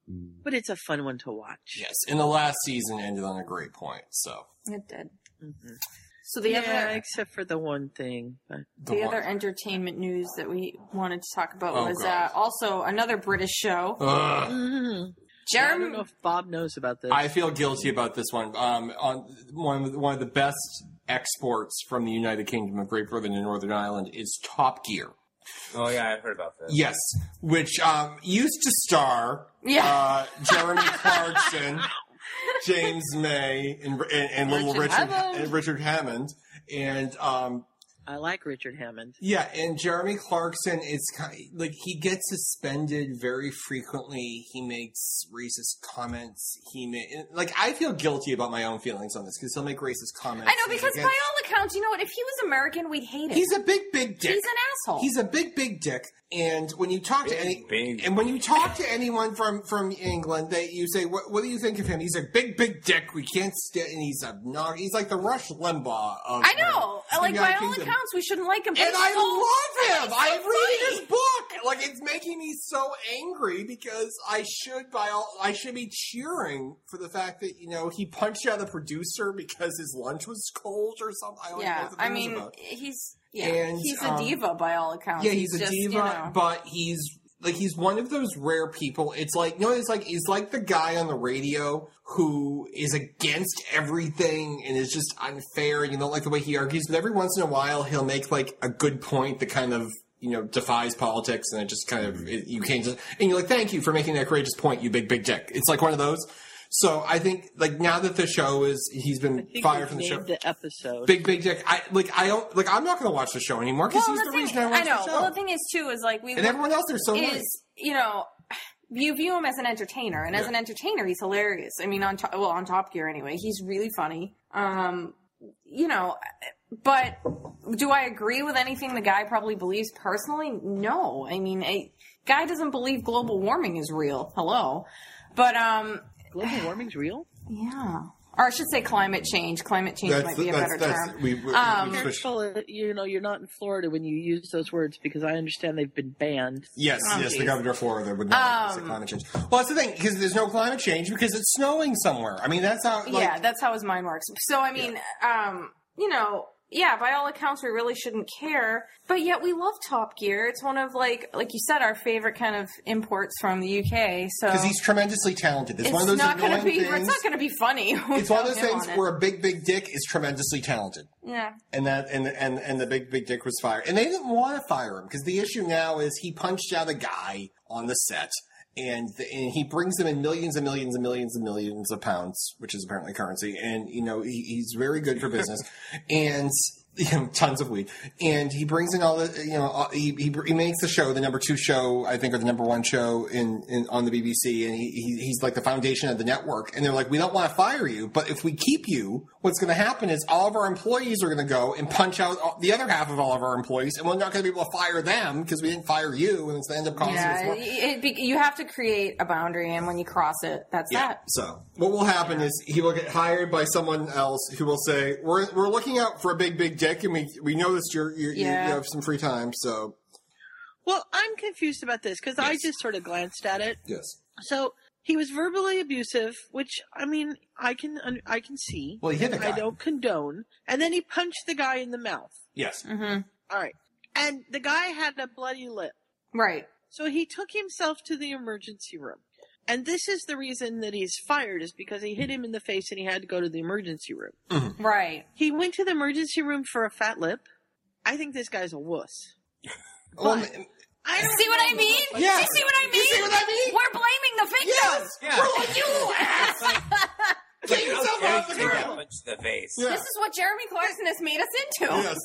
[SPEAKER 1] But it's a fun one to watch.
[SPEAKER 2] yes, and the last season ended on a great point. So
[SPEAKER 3] It did.
[SPEAKER 1] Mhm.
[SPEAKER 3] So the
[SPEAKER 1] Yeah,
[SPEAKER 3] other
[SPEAKER 1] except for the one thing. But
[SPEAKER 3] the
[SPEAKER 2] one-
[SPEAKER 3] other entertainment news that we wanted to talk about
[SPEAKER 2] Oh,
[SPEAKER 3] was uh,
[SPEAKER 2] God.
[SPEAKER 3] also another British show.
[SPEAKER 2] Ugh.
[SPEAKER 1] Mhm. I don't know
[SPEAKER 3] Jeremy.
[SPEAKER 1] if Bob knows about this.
[SPEAKER 2] I feel guilty about this one. Um, on one of, one of the best exports from the United Kingdom of Great Britain and Northern Ireland is Top Gear.
[SPEAKER 4] Oh yeah, I've heard about this.
[SPEAKER 2] Yes, which um, used to star
[SPEAKER 3] Yeah.
[SPEAKER 2] uh, Jeremy Clarkson, James May, and, and, and little
[SPEAKER 3] Richard
[SPEAKER 2] Richard
[SPEAKER 3] Hammond.
[SPEAKER 2] and Richard Hammond, and um,
[SPEAKER 1] I like Richard Hammond.
[SPEAKER 2] yeah, and Jeremy Clarkson is ki like he gets suspended very frequently. He makes racist comments. He ma- like I feel guilty about my own feelings on this because he'll make racist comments.
[SPEAKER 3] I know because by
[SPEAKER 2] against-
[SPEAKER 3] all accounts, you know what? If he was American, we'd hate him.
[SPEAKER 2] he's a big big dick.
[SPEAKER 3] He's an asshole.
[SPEAKER 2] He's a big, big dick, and when you talk to
[SPEAKER 4] Big,
[SPEAKER 2] any,
[SPEAKER 4] big.
[SPEAKER 2] and when you talk to anyone from from England, they you say, "What, what do you think of him?" He's a big, big dick. We can't stand, and he's obnoxious. He's like the Rush Limbaugh of.
[SPEAKER 3] I know.
[SPEAKER 2] the
[SPEAKER 3] Like by
[SPEAKER 2] United
[SPEAKER 3] all
[SPEAKER 2] Kingdom.
[SPEAKER 3] accounts, we shouldn't like him. but
[SPEAKER 2] and
[SPEAKER 3] he's
[SPEAKER 2] I
[SPEAKER 3] so-
[SPEAKER 2] love him.
[SPEAKER 3] he's so
[SPEAKER 2] I read
[SPEAKER 3] funny.
[SPEAKER 2] his book. like it's making me so angry because I should by all I should be cheering for the fact that you know he punched out the producer because his lunch was cold or something. I don't know
[SPEAKER 3] yeah,
[SPEAKER 2] what the
[SPEAKER 3] I
[SPEAKER 2] thing was
[SPEAKER 3] mean,
[SPEAKER 2] about.
[SPEAKER 3] he's yeah,
[SPEAKER 2] And,
[SPEAKER 3] he's a
[SPEAKER 2] um,
[SPEAKER 3] diva by all accounts.
[SPEAKER 2] yeah, he's, a
[SPEAKER 3] just,
[SPEAKER 2] diva,
[SPEAKER 3] you know,
[SPEAKER 2] but he's like he's one of those rare people. It's like no, it's like he's like the guy on the radio who is against everything and is just unfair and you don't like the way he argues. But every once in a while, he'll make like a good point that kind of you know defies politics and it just kind of it, you can't just and you're like thank you for making that courageous point, you big big dick. It's like one of those. So I think like now that the show is he's been
[SPEAKER 1] think
[SPEAKER 2] fired
[SPEAKER 1] we've
[SPEAKER 2] from the show.
[SPEAKER 1] named the episode.
[SPEAKER 2] Big big dick. I like. I don't like. I'm not going to watch the show anymore because
[SPEAKER 3] well,
[SPEAKER 2] he's
[SPEAKER 3] the
[SPEAKER 2] the,
[SPEAKER 3] thing,
[SPEAKER 2] reason I watch
[SPEAKER 3] I know.
[SPEAKER 2] the show
[SPEAKER 3] Well, the thing is too is like we
[SPEAKER 2] and everyone else there's so nice.
[SPEAKER 3] is you know you view him as an entertainer and as
[SPEAKER 2] Yeah.
[SPEAKER 3] an entertainer he's hilarious i mean on top well on top gear anyway he's really funny um you know but do i agree with anything the guy probably believes personally no i mean a guy doesn't believe global warming is real hello but um
[SPEAKER 1] Global warming's real.
[SPEAKER 3] yeah or i should say climate change climate change might be a better term
[SPEAKER 2] we, we,
[SPEAKER 3] Um,
[SPEAKER 2] we switched-
[SPEAKER 1] Careful, uh, you know, you're not in Florida when you use those words because I understand they've been banned.
[SPEAKER 2] yes,
[SPEAKER 3] Oh,
[SPEAKER 2] yes, the
[SPEAKER 3] geez.
[SPEAKER 2] governor of Florida would not
[SPEAKER 3] Um,
[SPEAKER 2] say climate change. Well, that's the thing because there's no climate change because it's snowing somewhere. I mean, that's how. Like,
[SPEAKER 3] yeah, that's how his mind works. So I mean, um, you know, yeah, by all accounts we really shouldn't care, but yet we love Top Gear. It's one of like like you said our favorite kind of imports from the UK. So
[SPEAKER 2] because he's tremendously talented. It's,
[SPEAKER 3] it's
[SPEAKER 2] one of those
[SPEAKER 3] not
[SPEAKER 2] annoying
[SPEAKER 3] gonna be
[SPEAKER 2] things.
[SPEAKER 3] it's not gonna be funny.
[SPEAKER 2] it's one of
[SPEAKER 3] without
[SPEAKER 2] those
[SPEAKER 3] him
[SPEAKER 2] things
[SPEAKER 3] on it.
[SPEAKER 2] where a big big dick is tremendously talented.
[SPEAKER 3] yeah.
[SPEAKER 2] and that and and and the big big dick was fired and they didn't want to fire him because the issue now is he punched out a guy on the set and, the, and he brings them in millions and millions and millions and millions of pounds which is apparently currency and you know he, he's very good for business and you know tons of weed and he brings in all the you know all, he, he he makes the show the number two show i think or the number one show in, in on the bbc and he, he he's like the foundation of the network and they're like we don't want to fire you but if we keep you what's going to happen is all of our employees are going to go and punch out all, the other half of all of our employees and we're not going to be able to fire them because we didn't fire you and it's going to end up costing us
[SPEAKER 3] Yeah,
[SPEAKER 2] more
[SPEAKER 3] it, be you have to create a boundary, and when you cross it, that's that.
[SPEAKER 2] so what will happen is he will get hired by someone else who will say, "We're we're looking out for a big big dick, and we we noticed you're, you're, you
[SPEAKER 3] Yeah.
[SPEAKER 2] you have some free time, so
[SPEAKER 1] Well, I'm confused about this because I
[SPEAKER 2] Yes.
[SPEAKER 1] just sort of glanced at it.
[SPEAKER 2] yes."
[SPEAKER 1] So he was verbally abusive, which I mean, I can I can see.
[SPEAKER 2] Well, he hit the guy.
[SPEAKER 1] I don't condone. And then he punched the guy in the mouth.
[SPEAKER 2] Yes,
[SPEAKER 1] Mm-hmm. All right, and the guy had a bloody lip.
[SPEAKER 3] Right.
[SPEAKER 1] So he took himself to the emergency room. And this is the reason that he's fired is because he hit him in the face and he had to go to the emergency room.
[SPEAKER 3] Right.
[SPEAKER 1] He went to the emergency room for a fat lip. I think this guy's a wuss.
[SPEAKER 2] Well,
[SPEAKER 1] But- I don't
[SPEAKER 3] See what I mean?
[SPEAKER 2] Yeah.
[SPEAKER 3] Do you see what I mean?
[SPEAKER 2] You see what I mean?
[SPEAKER 3] We're blaming the victims.
[SPEAKER 2] yes,
[SPEAKER 4] Yeah.
[SPEAKER 2] We're
[SPEAKER 3] Oh,
[SPEAKER 2] like, you ass, take yourself off the
[SPEAKER 4] Take that
[SPEAKER 2] ground.
[SPEAKER 4] punch to the face.
[SPEAKER 2] Yeah.
[SPEAKER 3] This is what Jeremy Clarkson has made us into.
[SPEAKER 2] Yes.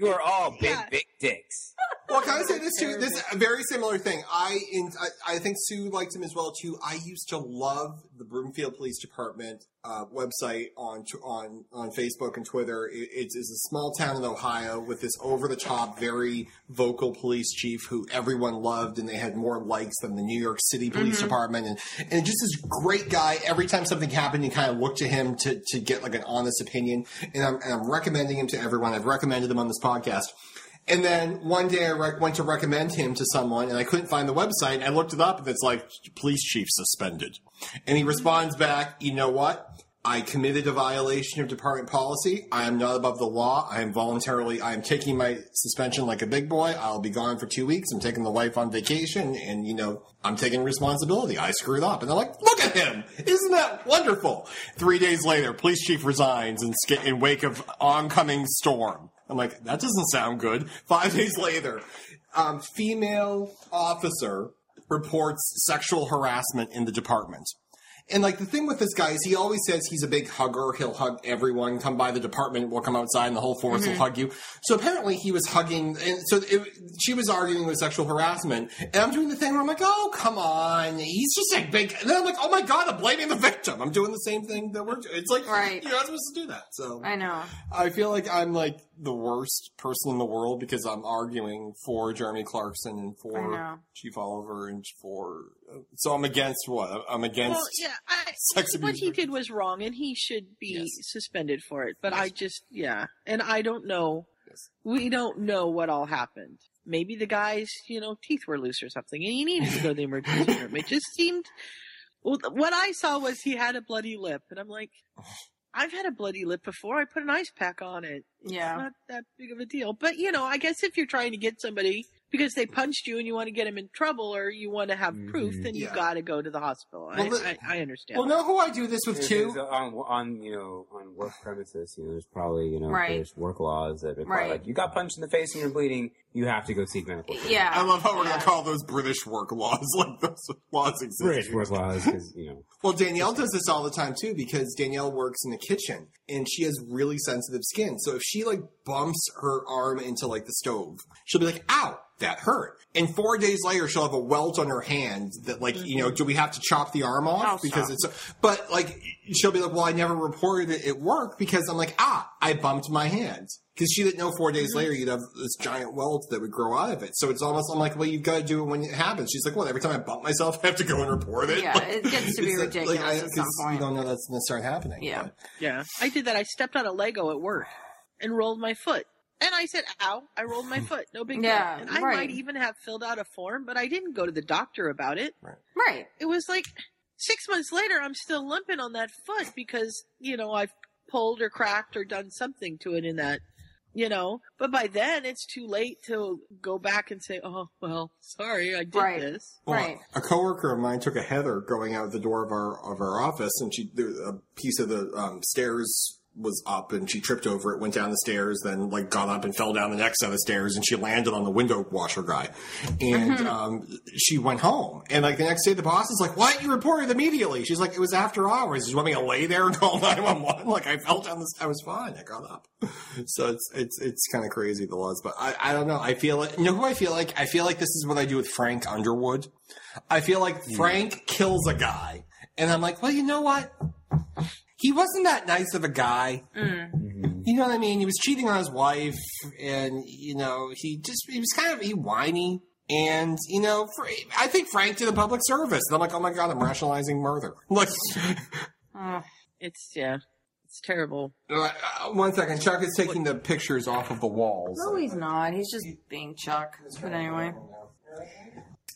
[SPEAKER 4] You are all big,
[SPEAKER 1] Yeah.
[SPEAKER 4] big dicks.
[SPEAKER 2] Well, can I say this too? This is a very similar thing. I, in, I I think Sue liked him as well too. I used to love the Broomfield Police Department uh, website on tw- on on Facebook and Twitter. It, it's, it's a small town in Ohio with this over the top, very vocal police chief who everyone loved, and they had more likes than the New York City Police Department, and and just this great guy. Every time something happened, you kind of looked to him to to get like an honest opinion, and I'm, and I'm recommending him to everyone. I've recommended him on this podcast. And then one day I rec- went to recommend him to someone and I couldn't find the website. I looked it up and it's like, police chief suspended. And he responds back, you know what? I committed a violation of department policy. I am not above the law. I am voluntarily, I am taking my suspension like a big boy. I'll be gone for two weeks. I'm taking the wife on vacation and, you know, I'm taking responsibility. I screwed up. And they're like, look at him. Isn't that wonderful? Three days later, police chief resigns in, sca- in wake of oncoming storm. I'm like, that doesn't sound good. Five days later, um, female officer reports sexual harassment in the department. And like the thing with this guy is he always says he's a big hugger. He'll hug everyone. Come by the department. We'll come outside and the whole force will hug you. So apparently he was hugging. And so it, she was arguing with sexual harassment. And I'm doing the thing where I'm like, oh, come on. He's just a big. And then I'm like, oh my God, I'm blaming the victim. I'm doing the same thing that we're doing. It's like,
[SPEAKER 3] Right.
[SPEAKER 2] you're not supposed to do that. So
[SPEAKER 3] I know.
[SPEAKER 2] I feel like I'm like the worst person in the world because I'm arguing for Jeremy Clarkson and
[SPEAKER 3] I
[SPEAKER 2] for
[SPEAKER 3] know.
[SPEAKER 2] Chief Oliver and for. So I'm against what? I'm against.
[SPEAKER 1] Well, yeah, I,
[SPEAKER 2] Sex
[SPEAKER 1] what
[SPEAKER 2] abuse
[SPEAKER 1] he
[SPEAKER 2] victims.
[SPEAKER 1] did was wrong, and he should be
[SPEAKER 2] Yes.
[SPEAKER 1] suspended for it. But I just, yeah, and I don't know. We don't know what all happened. maybe the guy's, you know, teeth were loose or something and he needed to go to the emergency room. It just seemed, well, what I saw was he had a bloody lip and I'm like, I've had a bloody lip before. I put an ice pack on it. It's
[SPEAKER 3] Yeah.
[SPEAKER 1] not that big of a deal. But, you know, I guess if you're trying to get somebody because they punched you and you want to get them in trouble or you want to have proof, then you
[SPEAKER 2] Mm-hmm. Yeah.
[SPEAKER 1] got to go to the hospital. I,
[SPEAKER 2] Well, the-
[SPEAKER 1] I, I understand.
[SPEAKER 2] Well, know who I do this with
[SPEAKER 4] It
[SPEAKER 2] too?
[SPEAKER 4] is on, um, on you know on work premises, you know, there's probably you know
[SPEAKER 3] Right.
[SPEAKER 4] there's work laws that require
[SPEAKER 3] Right.
[SPEAKER 4] like you got punched in the face and you're bleeding, you have to go seek medical. treatment.
[SPEAKER 3] Yeah.
[SPEAKER 2] I love how we're
[SPEAKER 3] yeah.
[SPEAKER 2] gonna call those British work laws like those laws exist.
[SPEAKER 4] British work laws, 'cause, you know.
[SPEAKER 2] Well, Danielle does this all the time too because Danielle works in the kitchen and she has really sensitive skin. So if she like bumps her arm into like the stove, she'll be like, "Ow, that hurt!" And four days later, she'll have a welt on her hand that like you know, do we have to chop the arm off
[SPEAKER 3] I'll
[SPEAKER 2] because it's? But like she'll be like, "Well, I never reported it at work because I'm like, ah, I bumped my hand." Because she didn't know four days later you'd have this giant welt that would grow out of it. So it's almost, I'm like, well, you've got to do it when it happens. She's like, well, every time I bump myself, I have to go and report it.
[SPEAKER 3] Yeah,
[SPEAKER 2] Like,
[SPEAKER 3] it gets to be
[SPEAKER 2] it's like-
[SPEAKER 3] ridiculous
[SPEAKER 2] I-
[SPEAKER 3] at some
[SPEAKER 2] 'cause
[SPEAKER 3] point.
[SPEAKER 2] You don't know that's going to start happening.
[SPEAKER 3] Yeah.
[SPEAKER 2] but-
[SPEAKER 1] Yeah, I did that. I stepped on a Lego at work and rolled my foot. And I said, ow, I rolled my foot. No big
[SPEAKER 3] Yeah,
[SPEAKER 1] deal. And I
[SPEAKER 3] right.
[SPEAKER 1] might even have filled out a form, but I didn't go to the doctor about it.
[SPEAKER 3] Right.
[SPEAKER 1] It was like six months later, I'm still limping on that foot because, you know, I've pulled or cracked or done something to it in that, you know. But by then, it's too late to go back and say, oh, well, sorry, I did
[SPEAKER 3] Right.
[SPEAKER 1] this.
[SPEAKER 2] Well,
[SPEAKER 3] Right.
[SPEAKER 2] A coworker of mine took a heather going out the door of our of our office, and she there, was a piece of the um, stairs was up, and she tripped over it, went down the stairs, then like got up and fell down the next set of stairs, and she landed on the window washer guy, and um, she went home. And like the next day, the boss is like, "What? You reported immediately?" She's like, "It was after hours. You want me to lay there and call nine one one? Like I fell down this. I was fine. I got up." So it's it's it's kind of crazy the laws, but I I don't know. I feel like you know who I feel like. I feel like this is what I do with Frank Underwood. I feel like Frank kills a guy. And I'm like, well, you know what? He wasn't that nice of a guy. You know what I mean? He was cheating on his wife, and, you know, he just, he was kind of, he whiny. And, you know, Fra I think Frank did a public service. And I'm like, oh my God, I'm rationalizing murder. Like,
[SPEAKER 3] Ugh.
[SPEAKER 1] It's, yeah, it's terrible.
[SPEAKER 2] uh, one second, Chuck is taking the pictures off of the walls.
[SPEAKER 3] No, he's not. He's just being Chuck. But anyway,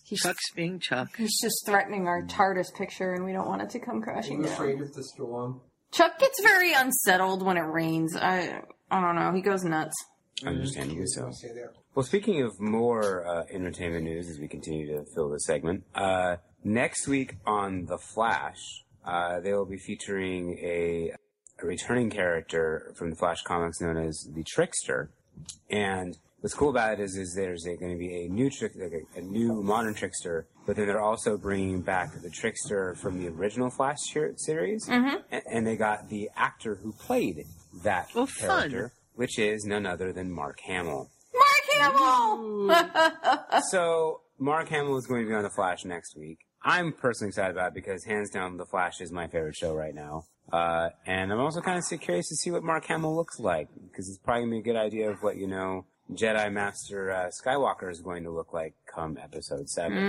[SPEAKER 3] he's
[SPEAKER 1] Chuck's being Chuck.
[SPEAKER 3] he's just threatening our TARDIS picture, and we don't want it to come crashing down.
[SPEAKER 2] of the storm.
[SPEAKER 3] Chuck gets very unsettled when it rains. I I don't know. He goes nuts.
[SPEAKER 2] Mm-hmm.
[SPEAKER 4] Understandably so. Well, speaking of more uh, entertainment news as we continue to fill this segment, uh, next week on The Flash, uh, they will be featuring a, a returning character from the Flash comics known as the Trickster. And what's cool about it is, is there's going to be a new trick, like a, a new modern trickster, but then they're also bringing back the trickster from the original Flash ser- series, and, and they got the actor who played that
[SPEAKER 1] Oh, fun.
[SPEAKER 4] character, which is none other than Mark Hamill.
[SPEAKER 3] Mark Hamill.
[SPEAKER 4] So Mark Hamill is going to be on the Flash next week. I'm personally excited about it because hands down, the Flash is my favorite show right now. Uh, and I'm also kind of curious to see what Mark Hamill looks like because it's probably gonna be a good idea of what you know Jedi Master uh, Skywalker is going to look like come Episode Seven.
[SPEAKER 1] Hmm.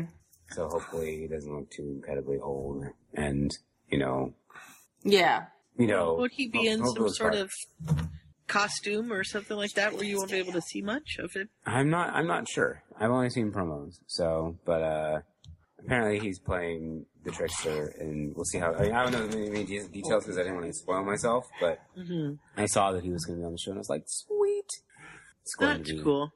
[SPEAKER 3] Mm.
[SPEAKER 4] So hopefully he doesn't look too incredibly old and you know
[SPEAKER 3] Yeah.
[SPEAKER 4] you know
[SPEAKER 1] Would he be
[SPEAKER 4] ho-
[SPEAKER 1] in
[SPEAKER 4] hope
[SPEAKER 1] some
[SPEAKER 4] those
[SPEAKER 1] sort
[SPEAKER 4] parts.
[SPEAKER 1] of costume or something like that where you won't be able to see much of it?
[SPEAKER 4] I'm not. I'm not sure. I've only seen promos. So, but uh, apparently he's playing the trickster, and we'll see how. I, mean, I don't know many, many de- details because I didn't want to spoil myself. But
[SPEAKER 1] Mhm.
[SPEAKER 4] I saw that he was going to be on the show, and I was like, sweet. It's going
[SPEAKER 1] That's
[SPEAKER 4] to be
[SPEAKER 1] cool.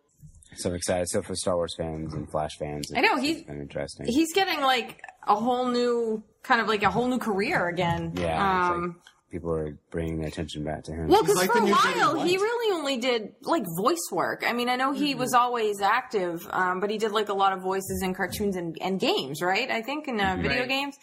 [SPEAKER 4] so excited. So for Star Wars fans and Flash fans,
[SPEAKER 3] I know,
[SPEAKER 4] it's-
[SPEAKER 3] he's-
[SPEAKER 4] it's been interesting.
[SPEAKER 3] He's getting like a whole new kind of like a whole new career again.
[SPEAKER 4] yeah, it's
[SPEAKER 3] Um.
[SPEAKER 4] like people are bringing their attention back to him.
[SPEAKER 3] Well, because
[SPEAKER 2] like
[SPEAKER 3] for
[SPEAKER 2] the
[SPEAKER 3] a
[SPEAKER 2] new Jenny
[SPEAKER 3] while he
[SPEAKER 2] White. Mm-hmm.
[SPEAKER 3] really only did like voice work. I mean, I know he was always active, um, but he did like a lot of voices in cartoons and, and games, right? I think in uh, video
[SPEAKER 1] Right.
[SPEAKER 3] games,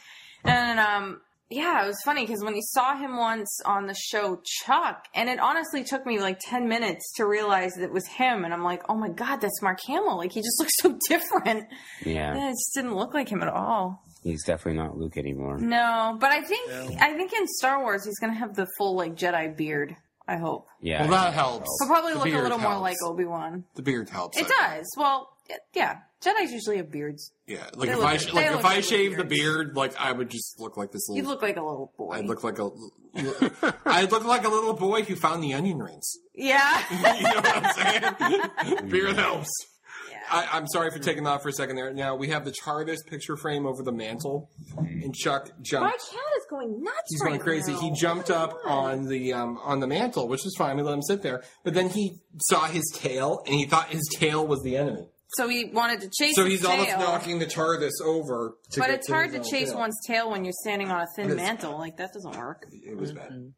[SPEAKER 3] and um, yeah, it was funny because when you saw him once on the show Chuck, and it honestly took me like ten minutes to realize that it was him, and I'm like, oh my god, that's Mark Hamill! Like he just looks so different.
[SPEAKER 4] yeah,
[SPEAKER 1] uh,
[SPEAKER 3] Yeah, it just didn't look like him at all.
[SPEAKER 4] he's definitely not Luke anymore.
[SPEAKER 1] Mm-hmm.
[SPEAKER 3] No, but I think I think in Star Wars he's gonna have the full like Jedi beard. I hope.
[SPEAKER 4] Yeah,
[SPEAKER 2] Well, that helps.
[SPEAKER 3] He'll probably
[SPEAKER 2] The
[SPEAKER 3] look a
[SPEAKER 2] beard
[SPEAKER 3] little more
[SPEAKER 2] helps.
[SPEAKER 3] like Obi Wan.
[SPEAKER 2] The beard helps.
[SPEAKER 3] It
[SPEAKER 2] I think.
[SPEAKER 3] does. Well, yeah, Jedi's usually have beards.
[SPEAKER 2] Yeah, like
[SPEAKER 3] They
[SPEAKER 2] if
[SPEAKER 3] look-
[SPEAKER 2] I sh-
[SPEAKER 3] they
[SPEAKER 2] like if
[SPEAKER 3] look
[SPEAKER 2] I shaved the
[SPEAKER 3] weird.
[SPEAKER 2] beard, like I would just look like this
[SPEAKER 3] You
[SPEAKER 2] little.
[SPEAKER 3] look like a little boy.
[SPEAKER 2] I'd look like a. I'd look like a little boy who found the onion rings.
[SPEAKER 3] yeah.
[SPEAKER 2] You know what I'm saying? Beard helps.
[SPEAKER 3] yeah.
[SPEAKER 2] I, I'm sorry for taking that for a second there. Now we have the TARDIS picture frame over the mantle, and Chuck
[SPEAKER 3] My
[SPEAKER 2] jumped.
[SPEAKER 3] cat is going nuts.
[SPEAKER 2] He's
[SPEAKER 3] right
[SPEAKER 2] going crazy.
[SPEAKER 3] now.
[SPEAKER 2] He jumped up on the um, on the mantle, which is fine. We let him sit there, but then he saw his tail, and he thought his tail was the enemy.
[SPEAKER 3] So he wanted to chase.
[SPEAKER 2] So
[SPEAKER 3] his
[SPEAKER 2] he's
[SPEAKER 3] tail,
[SPEAKER 2] almost knocking the TARDIS over. To
[SPEAKER 3] But
[SPEAKER 2] get
[SPEAKER 3] it's hard
[SPEAKER 2] his
[SPEAKER 3] to
[SPEAKER 2] own
[SPEAKER 3] chase
[SPEAKER 2] tail.
[SPEAKER 3] one's tail when you're standing on a
[SPEAKER 2] It
[SPEAKER 3] thin
[SPEAKER 2] is.
[SPEAKER 3] mantle. Like that doesn't work.
[SPEAKER 2] It was
[SPEAKER 1] Mm-hmm.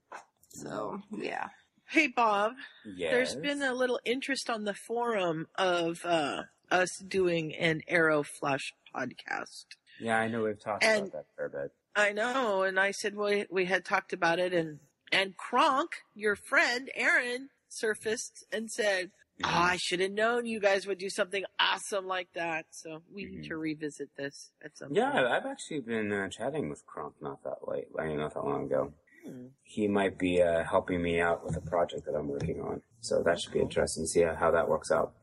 [SPEAKER 2] bad.
[SPEAKER 3] So yeah.
[SPEAKER 1] Hey, Bob.
[SPEAKER 4] Yes.
[SPEAKER 1] There's been a little interest on the forum of uh, us doing an Arrow Flash podcast.
[SPEAKER 4] Yeah, I know we've talked
[SPEAKER 1] And-
[SPEAKER 4] about that for a bit.
[SPEAKER 1] I know, and I said we we had talked about it, and and Kronk, your friend Aaron, surfaced and said, oh, "I should have known you guys would do something awesome like that." So we need to revisit this at some
[SPEAKER 4] Mm-hmm. Yeah,
[SPEAKER 1] point.
[SPEAKER 4] I've actually been uh, chatting with Kronk not that late, I mean, not that long ago.
[SPEAKER 1] Hmm.
[SPEAKER 4] He might be uh, helping me out with a project that I'm working on, so that should be interesting to see how that works out.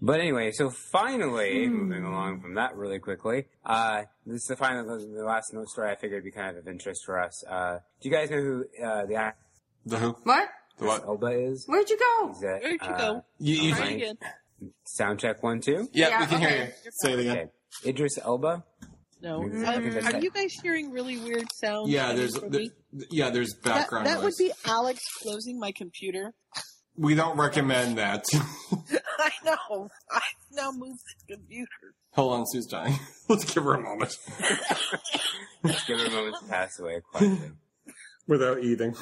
[SPEAKER 4] But anyway, so finally,
[SPEAKER 1] Hmm.
[SPEAKER 4] moving along from that really quickly, uh, this is the final, the last note story I figured would be kind of of interest for us. Uh, do you guys know who uh, the actress
[SPEAKER 2] The who?
[SPEAKER 3] What?
[SPEAKER 2] The what?
[SPEAKER 4] Elba is?
[SPEAKER 3] Where'd you go?
[SPEAKER 4] Is that,
[SPEAKER 1] Where'd you
[SPEAKER 4] uh,
[SPEAKER 1] go?
[SPEAKER 2] You, you,
[SPEAKER 1] Try
[SPEAKER 4] Frank.
[SPEAKER 1] again.
[SPEAKER 4] Sound check one, two.
[SPEAKER 2] yeah,
[SPEAKER 3] Yeah,
[SPEAKER 2] we can hear
[SPEAKER 3] okay.
[SPEAKER 2] you. Say it again.
[SPEAKER 4] Okay. Idris Elba.
[SPEAKER 1] No,
[SPEAKER 4] Mm.
[SPEAKER 1] Um, are you guys hearing really weird sounds?
[SPEAKER 2] Yeah,
[SPEAKER 1] coming
[SPEAKER 2] there's
[SPEAKER 1] from
[SPEAKER 2] there,
[SPEAKER 1] me?
[SPEAKER 2] yeah, there's
[SPEAKER 1] that,
[SPEAKER 2] background
[SPEAKER 1] that would
[SPEAKER 2] noise.
[SPEAKER 1] be Alex closing my computer.
[SPEAKER 2] We don't recommend that.
[SPEAKER 1] I know. I now moved the computer.
[SPEAKER 2] Hold on, Sue's dying. Let's give her a moment
[SPEAKER 4] Let's give her a moment to pass away quietly.
[SPEAKER 2] without eating.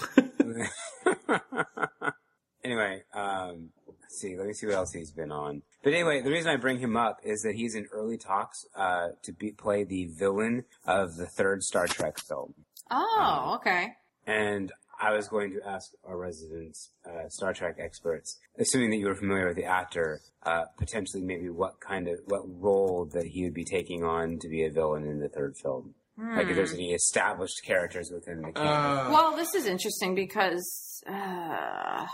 [SPEAKER 4] anyway, um, let's see. Let me see what else he's been on. But anyway, the reason I bring him up is that he's in early talks uh, to be, play the villain of the third Star Trek film.
[SPEAKER 2] Um,
[SPEAKER 3] Oh, okay.
[SPEAKER 4] And I was going to ask our resident uh, Star Trek experts, assuming that you were familiar with the actor, uh, potentially maybe what kind of what role that he would be taking on to be a villain in the third film. Like if there's any established characters within the canon.
[SPEAKER 2] Uh,
[SPEAKER 3] Well, this is interesting because uh,
[SPEAKER 4] I'll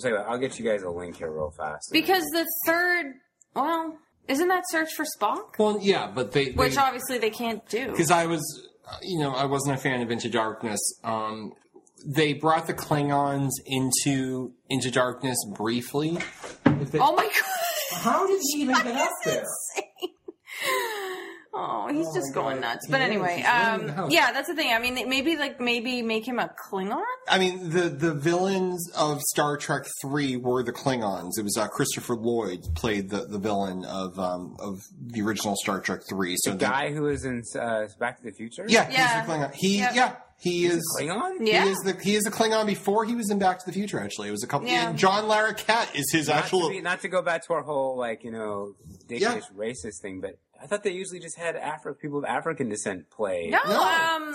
[SPEAKER 4] tell you what, I'll get you guys a link here real fast.
[SPEAKER 3] because the third. Well, isn't that Search for Spock?
[SPEAKER 2] well, yeah, but they
[SPEAKER 3] Which obviously they can't do.
[SPEAKER 2] because I was, uh, you know, I wasn't a fan of Into Darkness. Um, they brought the Klingons into Into Darkness briefly.
[SPEAKER 3] Oh my god!
[SPEAKER 2] How did he even get up there?
[SPEAKER 3] Oh, he's just going
[SPEAKER 2] God.
[SPEAKER 3] nuts. But
[SPEAKER 2] He is.
[SPEAKER 3] anyway,
[SPEAKER 2] He's running the
[SPEAKER 3] um,
[SPEAKER 2] house.
[SPEAKER 3] yeah, that's the thing. I mean, maybe like maybe make him a Klingon.
[SPEAKER 2] I mean, the the villains of Star Trek Three were the Klingons. It was uh, Christopher Lloyd played the, the villain of um, of the original Star Trek Three. So
[SPEAKER 4] the
[SPEAKER 2] the-
[SPEAKER 4] guy who was in uh, Back to the Future.
[SPEAKER 2] yeah,
[SPEAKER 3] Yeah.
[SPEAKER 2] he's the Klingon. He
[SPEAKER 3] Yep.
[SPEAKER 2] yeah, he
[SPEAKER 4] He's a
[SPEAKER 2] is.
[SPEAKER 4] Klingon.
[SPEAKER 2] He
[SPEAKER 3] Yeah.
[SPEAKER 2] is the he is the Klingon before he was in Back to the Future. Actually, it was a couple.
[SPEAKER 3] Yeah.
[SPEAKER 2] And John Larroquette is his
[SPEAKER 4] Not
[SPEAKER 2] actual.
[SPEAKER 4] to, be, not to go back to our whole like you know ridiculous
[SPEAKER 2] Yeah.
[SPEAKER 4] racist thing, but I thought they usually just had Afri- people of African descent play.
[SPEAKER 3] No,
[SPEAKER 2] No.
[SPEAKER 3] um,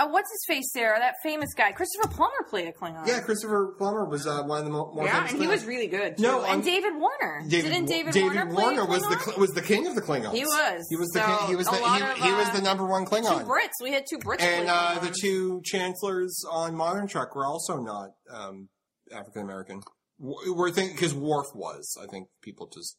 [SPEAKER 3] uh, what's his face there? That famous guy, Christopher Plummer, played a Klingon.
[SPEAKER 2] yeah, Christopher Plummer was uh, one of the mo- more.
[SPEAKER 3] yeah,
[SPEAKER 2] famous
[SPEAKER 3] and he
[SPEAKER 2] Klingons.
[SPEAKER 3] was really good. Too.
[SPEAKER 2] No,
[SPEAKER 3] and
[SPEAKER 2] I'm-
[SPEAKER 3] David Warner. Didn't David, Warner, play a
[SPEAKER 2] was the
[SPEAKER 3] Klingon?
[SPEAKER 2] Kl- was the king of the Klingons.
[SPEAKER 3] He was.
[SPEAKER 2] He was the
[SPEAKER 3] So,
[SPEAKER 2] king, he was
[SPEAKER 3] a
[SPEAKER 2] the, he,
[SPEAKER 3] lot of,
[SPEAKER 2] he was
[SPEAKER 3] uh,
[SPEAKER 2] the number one Klingon.
[SPEAKER 3] two Brits. We had two Brits.
[SPEAKER 2] and
[SPEAKER 3] play
[SPEAKER 2] uh,
[SPEAKER 3] Klingons.
[SPEAKER 2] the two chancellors on Modern Trek were also not um, African American. W- We're thinking because Worf was. I think people just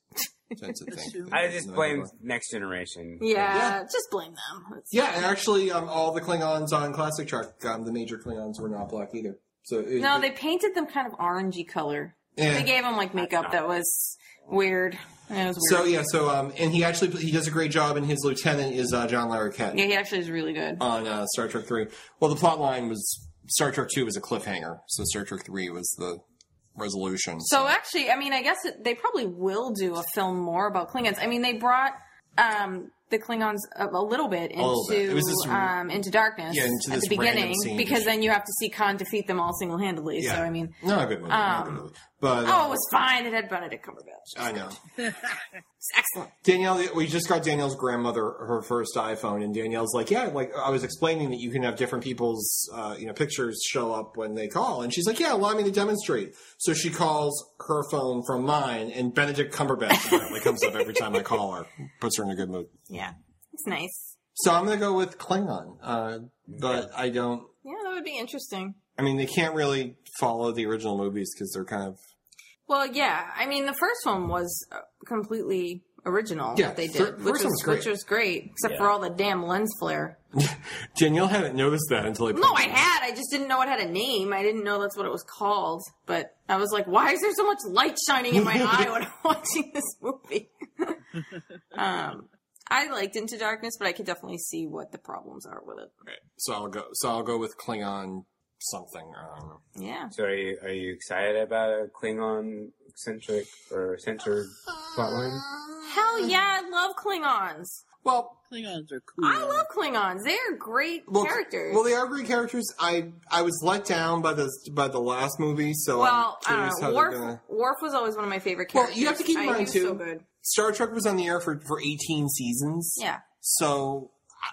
[SPEAKER 2] tend to think.
[SPEAKER 1] Assume.
[SPEAKER 2] that
[SPEAKER 4] I
[SPEAKER 2] he was
[SPEAKER 4] just
[SPEAKER 2] the
[SPEAKER 4] blame
[SPEAKER 2] number one.
[SPEAKER 4] Next Generation.
[SPEAKER 3] Yeah,
[SPEAKER 2] Yeah.
[SPEAKER 3] just blame them. It's-
[SPEAKER 2] Yeah, and actually, um, all the Klingons on Classic Trek, um, the major Klingons were not black either. So it,
[SPEAKER 3] No, they painted them kind of orangey color.
[SPEAKER 2] Yeah.
[SPEAKER 3] They gave them like makeup that was weird. It was
[SPEAKER 2] So
[SPEAKER 3] weird.
[SPEAKER 2] yeah, so um, and he actually he does a great job, and his lieutenant is uh, John Larroquette.
[SPEAKER 3] yeah, he actually is really good.
[SPEAKER 2] on uh, Star Trek Three. Well, the plot line was Star Trek Two was a cliffhanger, so Star Trek Three was the resolution.
[SPEAKER 3] So actually, I mean, I guess it, they probably will do a film more about Klingons. I mean, they brought um, the Klingons a, a little bit into
[SPEAKER 2] little bit. It was this-
[SPEAKER 3] um, into darkness
[SPEAKER 2] Yeah, into
[SPEAKER 3] at
[SPEAKER 2] this
[SPEAKER 3] the beginning
[SPEAKER 2] random scene.
[SPEAKER 3] because then you have to see Khan defeat them all single handedly. So
[SPEAKER 2] Yeah.
[SPEAKER 3] I mean,
[SPEAKER 2] not a good movie, not a good movie. but
[SPEAKER 3] oh, it
[SPEAKER 2] uh,
[SPEAKER 3] was fine. It had Benedict Cumberbatch.
[SPEAKER 2] I know
[SPEAKER 3] It's excellent.
[SPEAKER 2] Danielle. We just got Danielle's grandmother her first iPhone, and Danielle's like, "Yeah, like I was explaining that you can have different people's uh, you know pictures show up when they call," and she's like, "Yeah, allow me to demonstrate." So she calls her phone from mine, and Benedict Cumberbatch apparently comes up every time I call her, puts her in a good mood.
[SPEAKER 3] Yeah, it's nice.
[SPEAKER 2] So I'm gonna go with Klingon, uh, but I don't.
[SPEAKER 3] Yeah, that would be interesting.
[SPEAKER 2] I mean, they can't really follow the original movies because they're kind of
[SPEAKER 3] Well, yeah. I mean, the first one was uh, completely original
[SPEAKER 2] Yeah,
[SPEAKER 3] that they
[SPEAKER 2] fir-
[SPEAKER 3] did, which
[SPEAKER 2] first
[SPEAKER 3] was
[SPEAKER 2] one's great.
[SPEAKER 3] which was great, except for all the damn lens flare.
[SPEAKER 2] Danielle hadn't noticed that until I.
[SPEAKER 3] No, I had. I just didn't know it had a name. I didn't know that's what it was called. But I was like, why is there so much light shining in my eye when I'm watching this movie? um, I liked Into Darkness, but I could definitely see what the problems are with it.
[SPEAKER 2] Right. So I'll go. So I'll go with Klingon something. I don't know.
[SPEAKER 3] Yeah.
[SPEAKER 4] So are you are you excited about a Klingon centric or centered plotline?
[SPEAKER 3] Uh-huh. Hell yeah, I love Klingons.
[SPEAKER 2] Well,
[SPEAKER 1] Klingons are cool.
[SPEAKER 3] I love Klingons. They are great
[SPEAKER 2] well,
[SPEAKER 3] characters.
[SPEAKER 2] Well, they are great characters. I I was let down by the by the last movie. So
[SPEAKER 3] Well,
[SPEAKER 2] I'm
[SPEAKER 3] I
[SPEAKER 2] curious
[SPEAKER 3] don't know.
[SPEAKER 2] how
[SPEAKER 3] Worf,
[SPEAKER 2] they're gonna.
[SPEAKER 3] Worf was always one of my favorite
[SPEAKER 2] Well,
[SPEAKER 3] characters.
[SPEAKER 2] you have to keep in
[SPEAKER 3] I-
[SPEAKER 2] mind,
[SPEAKER 3] he was
[SPEAKER 2] too-
[SPEAKER 3] So good.
[SPEAKER 2] Star Trek was on the air for for 18 seasons.
[SPEAKER 3] Yeah.
[SPEAKER 2] So,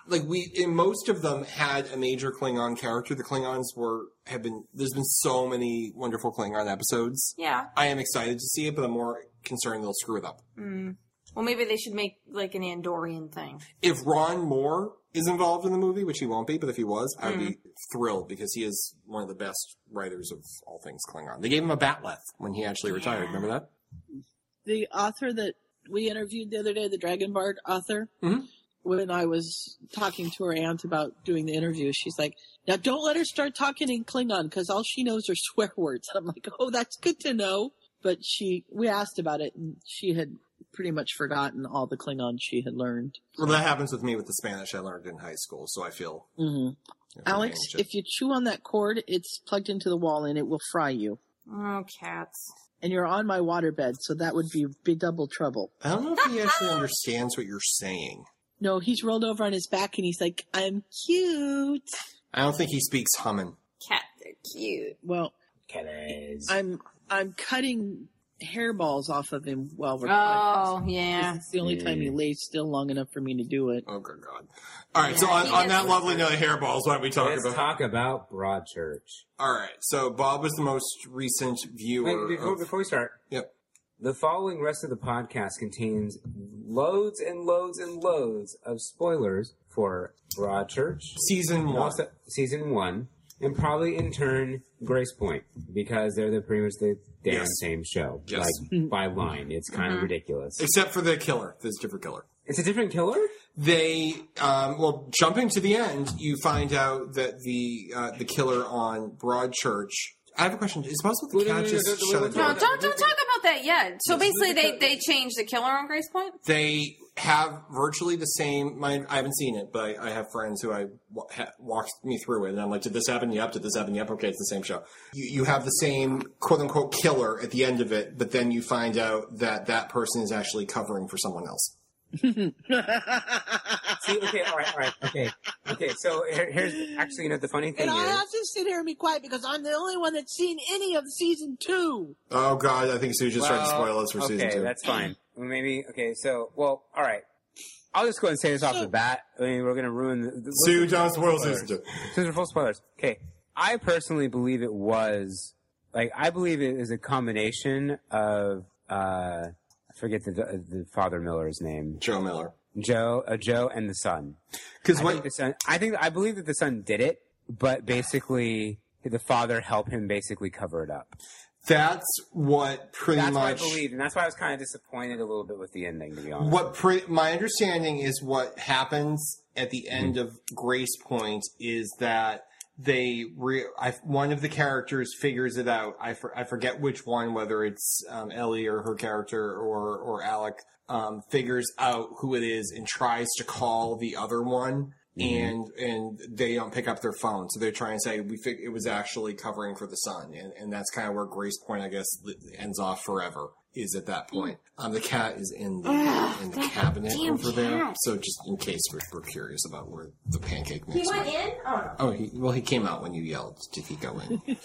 [SPEAKER 2] like we, in most of them had a major Klingon character. The Klingons were have been. There's been so many wonderful Klingon episodes.
[SPEAKER 3] Yeah.
[SPEAKER 2] I am excited to see it, but I'm more concerned they'll screw it up.
[SPEAKER 3] Mm. Well, maybe they should make like an Andorian thing.
[SPEAKER 2] If Ron Moore is involved in the movie, which he won't be, but if he was, I would be thrilled because he is one of the best writers of all things Klingon. They gave him a batleth when he actually retired. Remember that?
[SPEAKER 1] the author that we interviewed the other day, the Dragon Bard author,
[SPEAKER 2] Mhm.
[SPEAKER 1] when I was talking to her aunt about doing the interview, she's like, "Now don't let her start talking in Klingon because all she knows are swear words." I'm like, "Oh, that's good to know." But she, we asked about it, and she had pretty much forgotten all the Klingon she had learned.
[SPEAKER 2] Well, that happens with me with the Spanish I learned in high school, so I feel.
[SPEAKER 1] hmm
[SPEAKER 2] I feel
[SPEAKER 1] Alex,
[SPEAKER 2] ancient.
[SPEAKER 1] if you chew on that cord, it's plugged into the wall and it will fry you.
[SPEAKER 3] Oh, cats.
[SPEAKER 1] And you're on my waterbed, so that would be, be double trouble.
[SPEAKER 2] I don't know if he actually understands what you're saying.
[SPEAKER 1] No, he's rolled over on his back and he's like, "I'm cute."
[SPEAKER 2] I don't think he speaks Hummin.
[SPEAKER 3] Cat, they're cute.
[SPEAKER 1] Well,
[SPEAKER 4] Kenneth.
[SPEAKER 1] I'm I'm cutting hairballs off of him while we're podcasting.
[SPEAKER 3] Oh, yeah.
[SPEAKER 1] It's the only time he lays still long enough for me to do it.
[SPEAKER 2] Oh, good God. All right, so
[SPEAKER 3] Yeah,
[SPEAKER 2] on,
[SPEAKER 3] he
[SPEAKER 2] on
[SPEAKER 3] is-
[SPEAKER 2] that lovely note of hairballs, why don't we talk
[SPEAKER 4] Let's
[SPEAKER 2] about
[SPEAKER 4] talk about Broadchurch.
[SPEAKER 2] All right, so Bob was the most recent
[SPEAKER 4] Wait,
[SPEAKER 2] viewer.
[SPEAKER 4] before,
[SPEAKER 2] of-
[SPEAKER 4] before we start,
[SPEAKER 2] Yep.
[SPEAKER 4] the following rest of the podcast contains loads and loads and loads of spoilers for Broadchurch,
[SPEAKER 2] Season
[SPEAKER 4] and
[SPEAKER 2] one.
[SPEAKER 4] also season one, and probably in turn Grace Point because they're the pretty much the damn
[SPEAKER 2] Yes.
[SPEAKER 4] same show,
[SPEAKER 2] Yes.
[SPEAKER 1] Mm-hmm.
[SPEAKER 4] like by line. It's kind of ridiculous.
[SPEAKER 2] Except for the killer. There's a different killer.
[SPEAKER 4] It's a different killer.
[SPEAKER 2] They, um, well, jumping to the end, you find out that the uh, the killer on Broadchurch. I have a question. Is it possible the
[SPEAKER 4] Wait, wait,
[SPEAKER 2] cat
[SPEAKER 4] wait,
[SPEAKER 2] just
[SPEAKER 4] wait, wait,
[SPEAKER 2] shut
[SPEAKER 4] wait,
[SPEAKER 2] the door?
[SPEAKER 4] wait,
[SPEAKER 3] No,
[SPEAKER 4] Yeah,
[SPEAKER 3] don't
[SPEAKER 4] they-
[SPEAKER 3] don't talk about that yet. So basically, they they changed the killer on Grace Point.
[SPEAKER 2] they have virtually the same. My, I haven't seen it, but I, I have friends who I wa- ha, walked me through it, and I'm like, "Did this happen? Yep. Did this happen? Yep. Okay, it's the same show. You, you have the same quote unquote killer at the end of it, but then you find out that that person is actually covering for someone else.
[SPEAKER 4] See, okay, all right, all right, okay, okay. So here, here's actually, you know, the funny thing
[SPEAKER 1] and I
[SPEAKER 4] is,
[SPEAKER 1] have to sit here and be quiet because I'm the only one that's seen any of season two.
[SPEAKER 2] Oh God, I think Sue just tried to spoil us for
[SPEAKER 4] okay,
[SPEAKER 2] season two.
[SPEAKER 4] that's fine. Well, maybe okay. So, well, all right. I'll just go and say this off the bat. I mean, we're gonna ruin. The, the,
[SPEAKER 2] Sue, don't spoil season two.
[SPEAKER 4] These are full spoilers. Okay, I personally believe it was like I believe it is a combination of uh, I forget the the father Miller's name,
[SPEAKER 2] Joe Miller.
[SPEAKER 4] Joe, uh, Joe, and the son.
[SPEAKER 2] Because
[SPEAKER 4] I think
[SPEAKER 2] what?
[SPEAKER 4] the son. I think I believe that the son did it, but basically the father helped him basically cover it up.
[SPEAKER 2] That's what pretty
[SPEAKER 4] That's what I
[SPEAKER 2] much.
[SPEAKER 4] believe, and that's why I was kind of disappointed a little bit with the ending, to be honest.
[SPEAKER 2] What pre- my understanding is what happens at the end
[SPEAKER 4] Mm-hmm.
[SPEAKER 2] of Grace Point is that they re- I, one of the characters figures it out. I, for- I forget which one, whether it's um, Ellie or her character or or Alec um, figures out who it is and tries to call the other one. And and they don't pick up their phone, so they try and say we fig- it was actually covering for the sun, and, and that's kind of where Grace Point, I guess, li- ends off forever. Is at that point. Um, the cat is in the in the cabinet over there, so just in case we're, we're curious about where the pancake mix. went.
[SPEAKER 3] in.
[SPEAKER 2] Oh, he, well, he came out when you yelled. Did he go in?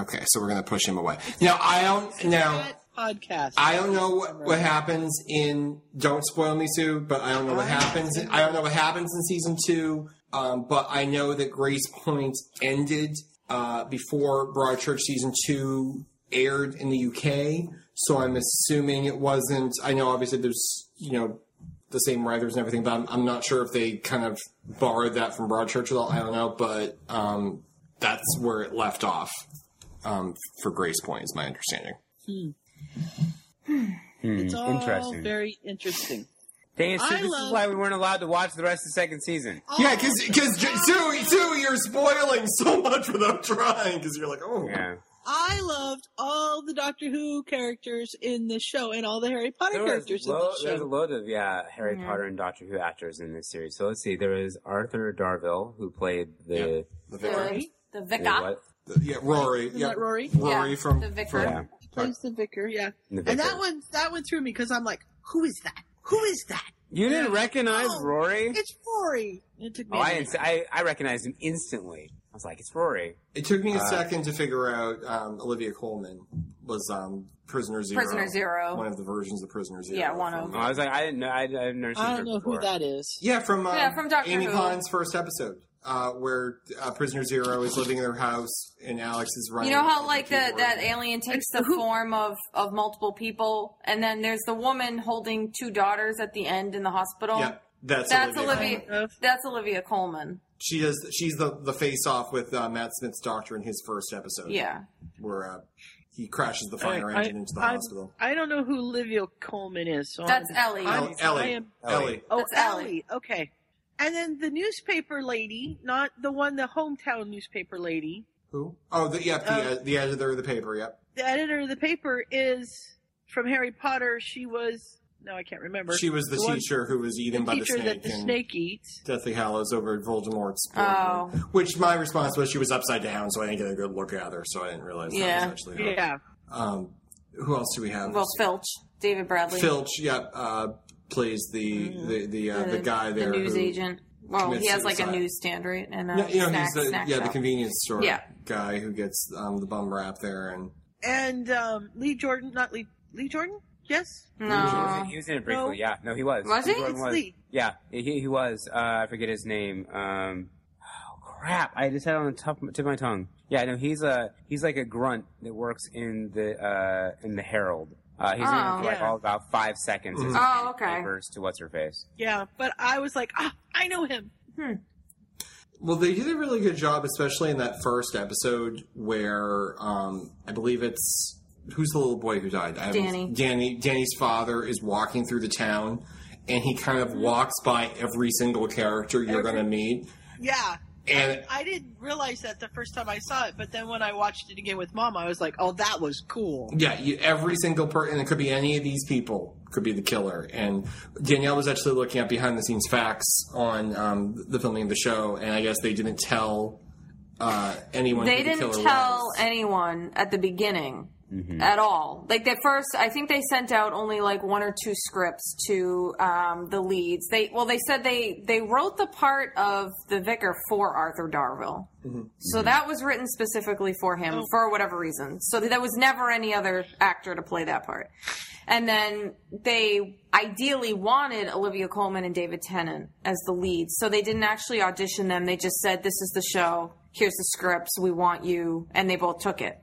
[SPEAKER 2] okay, so we're gonna push him away. Now I don't. Now
[SPEAKER 1] That podcast.
[SPEAKER 2] I don't know what, what happens in. Don't spoil me, Sue. But I don't know what happens. In, I don't know what happens in season two. Um, but I know that Grace Point ended uh, before Broadchurch season two aired in the UK. So I'm assuming it wasn't. I know obviously there's you know the same writers and everything, but I'm, I'm not sure if they kind of borrowed that from Broadchurch at all. I don't know, but um, that's where it left off um, for Grace Point, is my understanding.
[SPEAKER 1] It's all
[SPEAKER 4] Hmm, interesting.
[SPEAKER 1] very interesting.
[SPEAKER 4] Dang it, Sue,
[SPEAKER 1] I
[SPEAKER 4] this is
[SPEAKER 1] love- Oh,
[SPEAKER 4] why we weren't allowed to watch the rest of the second season.
[SPEAKER 3] Oh,
[SPEAKER 2] Yeah, because because Sue, Sue, you're spoiling so much without trying. Because you're like, oh,
[SPEAKER 4] Yeah.
[SPEAKER 1] I loved all the Doctor Who characters in this show and all the Harry Potter
[SPEAKER 4] There was,
[SPEAKER 1] characters
[SPEAKER 4] lo-
[SPEAKER 1] in
[SPEAKER 4] there
[SPEAKER 1] this
[SPEAKER 4] was a
[SPEAKER 1] show.
[SPEAKER 4] load of yeah Harry
[SPEAKER 3] Yeah.
[SPEAKER 4] Potter and Doctor Who actors in this series. So let's see. There was Arthur Darville who played the
[SPEAKER 2] the vicar.
[SPEAKER 3] The, the
[SPEAKER 4] the
[SPEAKER 3] vicar.
[SPEAKER 4] what?
[SPEAKER 2] The- yeah, Rory.
[SPEAKER 1] Isn't
[SPEAKER 2] Yeah,
[SPEAKER 1] that Rory?
[SPEAKER 2] Rory
[SPEAKER 3] Yeah,
[SPEAKER 2] from
[SPEAKER 3] the
[SPEAKER 2] from-
[SPEAKER 3] vicar.
[SPEAKER 4] Yeah.
[SPEAKER 1] Plays the vicar, yeah.
[SPEAKER 4] The
[SPEAKER 1] And that
[SPEAKER 4] vicar.
[SPEAKER 1] one, that one threw me because I'm like, who is that? Who is that?
[SPEAKER 4] You didn't recognize
[SPEAKER 1] Oh.
[SPEAKER 4] Rory?
[SPEAKER 1] It's Rory. It took me.
[SPEAKER 4] Oh,
[SPEAKER 1] a
[SPEAKER 4] I,
[SPEAKER 1] minute.
[SPEAKER 4] ins- I I recognized him instantly. I was like, it's Rory.
[SPEAKER 2] It took me a
[SPEAKER 4] Uh,
[SPEAKER 2] second to figure out um, Olivia Coleman was um, Prisoner Zero.
[SPEAKER 3] Prisoner Zero.
[SPEAKER 2] One of the versions of Prisoner Zero.
[SPEAKER 3] Yeah, one of
[SPEAKER 2] from,
[SPEAKER 4] Oh,
[SPEAKER 2] uh,
[SPEAKER 4] I was like, I didn't know. I, I've never seen
[SPEAKER 1] I
[SPEAKER 4] her
[SPEAKER 1] don't know
[SPEAKER 4] before.
[SPEAKER 1] who that is.
[SPEAKER 2] Yeah, from um,
[SPEAKER 3] Yeah, from Doctor
[SPEAKER 2] Amy
[SPEAKER 3] Who.
[SPEAKER 2] Pond's first episode, uh, where uh, Prisoner Zero is living in their house and Alex is running.
[SPEAKER 3] You know how
[SPEAKER 2] the
[SPEAKER 3] like the,
[SPEAKER 2] keyboard.
[SPEAKER 3] that alien takes the form of, of multiple people, and then there's the woman holding two daughters at the end in the hospital.
[SPEAKER 2] Yeah, that's,
[SPEAKER 3] That's
[SPEAKER 2] Olivia.
[SPEAKER 3] Olivia.
[SPEAKER 2] Colman.
[SPEAKER 1] Of-
[SPEAKER 3] That's Olivia Coleman.
[SPEAKER 2] She does. She's the the face off with uh, Matt Smith's doctor in his first episode.
[SPEAKER 3] Yeah,
[SPEAKER 2] where uh, he crashes the fire
[SPEAKER 1] I,
[SPEAKER 2] engine into the
[SPEAKER 1] I,
[SPEAKER 2] hospital.
[SPEAKER 1] I don't know who Olivia Coleman is. So
[SPEAKER 3] that's
[SPEAKER 1] I'm,
[SPEAKER 3] Ellie.
[SPEAKER 1] I'm-
[SPEAKER 2] Ellie, Ellie,
[SPEAKER 1] I am-
[SPEAKER 2] Ellie.
[SPEAKER 4] Ellie.
[SPEAKER 1] Oh,
[SPEAKER 3] That's Ellie.
[SPEAKER 1] Ellie. Okay. And then the newspaper lady, not the one, the hometown newspaper lady,
[SPEAKER 2] Who? Oh, the, yep, the, uh, the editor of the paper. Yep.
[SPEAKER 1] the editor of the paper is from Harry Potter. She was, no, I can't remember.
[SPEAKER 2] She was the,
[SPEAKER 1] one-
[SPEAKER 2] teacher who was eaten by the
[SPEAKER 1] teacher
[SPEAKER 2] snake.
[SPEAKER 1] that the
[SPEAKER 2] in
[SPEAKER 1] snake eats.
[SPEAKER 2] Deathly Hallows over at Voldemort's.
[SPEAKER 3] Oh.
[SPEAKER 2] boardroom. Which my response was she was upside down, so I didn't get a good look at her, so I didn't realize
[SPEAKER 3] Yeah.
[SPEAKER 2] that was actually her.
[SPEAKER 1] Yeah.
[SPEAKER 2] Um, who else do we have?
[SPEAKER 3] well, Filch, David Bradley,
[SPEAKER 2] Filch, yep, uh, plays the the the, uh, the, guy there.
[SPEAKER 3] the news
[SPEAKER 2] who-
[SPEAKER 3] agent. Well, he
[SPEAKER 2] commits
[SPEAKER 3] has like a
[SPEAKER 2] suicide.
[SPEAKER 3] newsstand, right? And a
[SPEAKER 2] No, you know,
[SPEAKER 3] snack,
[SPEAKER 2] he's the,
[SPEAKER 3] snack
[SPEAKER 2] yeah, the
[SPEAKER 3] shop.
[SPEAKER 2] convenience store
[SPEAKER 3] Yeah.
[SPEAKER 2] guy who gets um, the bum rap there and
[SPEAKER 1] And um, Lee Jordan, not Lee, Lee Jordan? Yes?
[SPEAKER 4] He was
[SPEAKER 3] No,
[SPEAKER 4] in- He was in it briefly.
[SPEAKER 1] No.
[SPEAKER 4] Yeah, no, he was.
[SPEAKER 3] Was he?
[SPEAKER 4] Jordan
[SPEAKER 1] It's Lee.
[SPEAKER 4] Yeah, he, he was. Uh, I forget his name. Um, oh crap! I just had it on the top tip of my tongue. Yeah, no, he's a he's like a grunt that works in the uh, in the Herald. Uh, he's in
[SPEAKER 3] Oh.
[SPEAKER 4] it for like
[SPEAKER 1] Yeah.
[SPEAKER 4] all about five seconds. as
[SPEAKER 2] Mhm.
[SPEAKER 4] he's
[SPEAKER 3] Oh,
[SPEAKER 4] reading
[SPEAKER 3] okay.
[SPEAKER 4] Papers to what's her face.
[SPEAKER 1] Yeah. But I was like, ah, I know him.
[SPEAKER 2] Well, they did a really good job, especially in that first episode where um, I believe it's who's the little boy who died. I haven't-
[SPEAKER 3] Danny.
[SPEAKER 2] Danny. Danny's father is walking through the town, and he kind of walks by every single character you're going to meet.
[SPEAKER 1] Yeah.
[SPEAKER 2] And
[SPEAKER 1] I didn't realize that the first time I saw it, but then when I watched it again with mom, I was like, oh, that was cool.
[SPEAKER 2] yeah, you, every single person. It could be any of these people. Could be the killer. And Danielle was actually looking at behind the scenes facts on um, the filming of the show, and I guess they didn't tell uh, anyone.
[SPEAKER 3] they
[SPEAKER 2] who the
[SPEAKER 3] didn't
[SPEAKER 2] killer
[SPEAKER 3] tell Mm-hmm.
[SPEAKER 2] was.
[SPEAKER 3] anyone at the beginning at all. Like at first, I think they sent out only like one or two scripts to um, the leads. They well, they said they they wrote the part of the vicar for Arthur Darville, so that was written specifically for him for whatever reason. So there was never any other actor to play that part. And then they ideally wanted Olivia Coleman and David Tennant as the leads. So they didn't actually audition them. They just said, This is the show. Here's the scripts. We want you. And they both took it.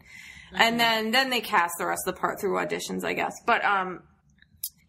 [SPEAKER 3] And then, then they cast the rest of the part through auditions, I guess. But, um,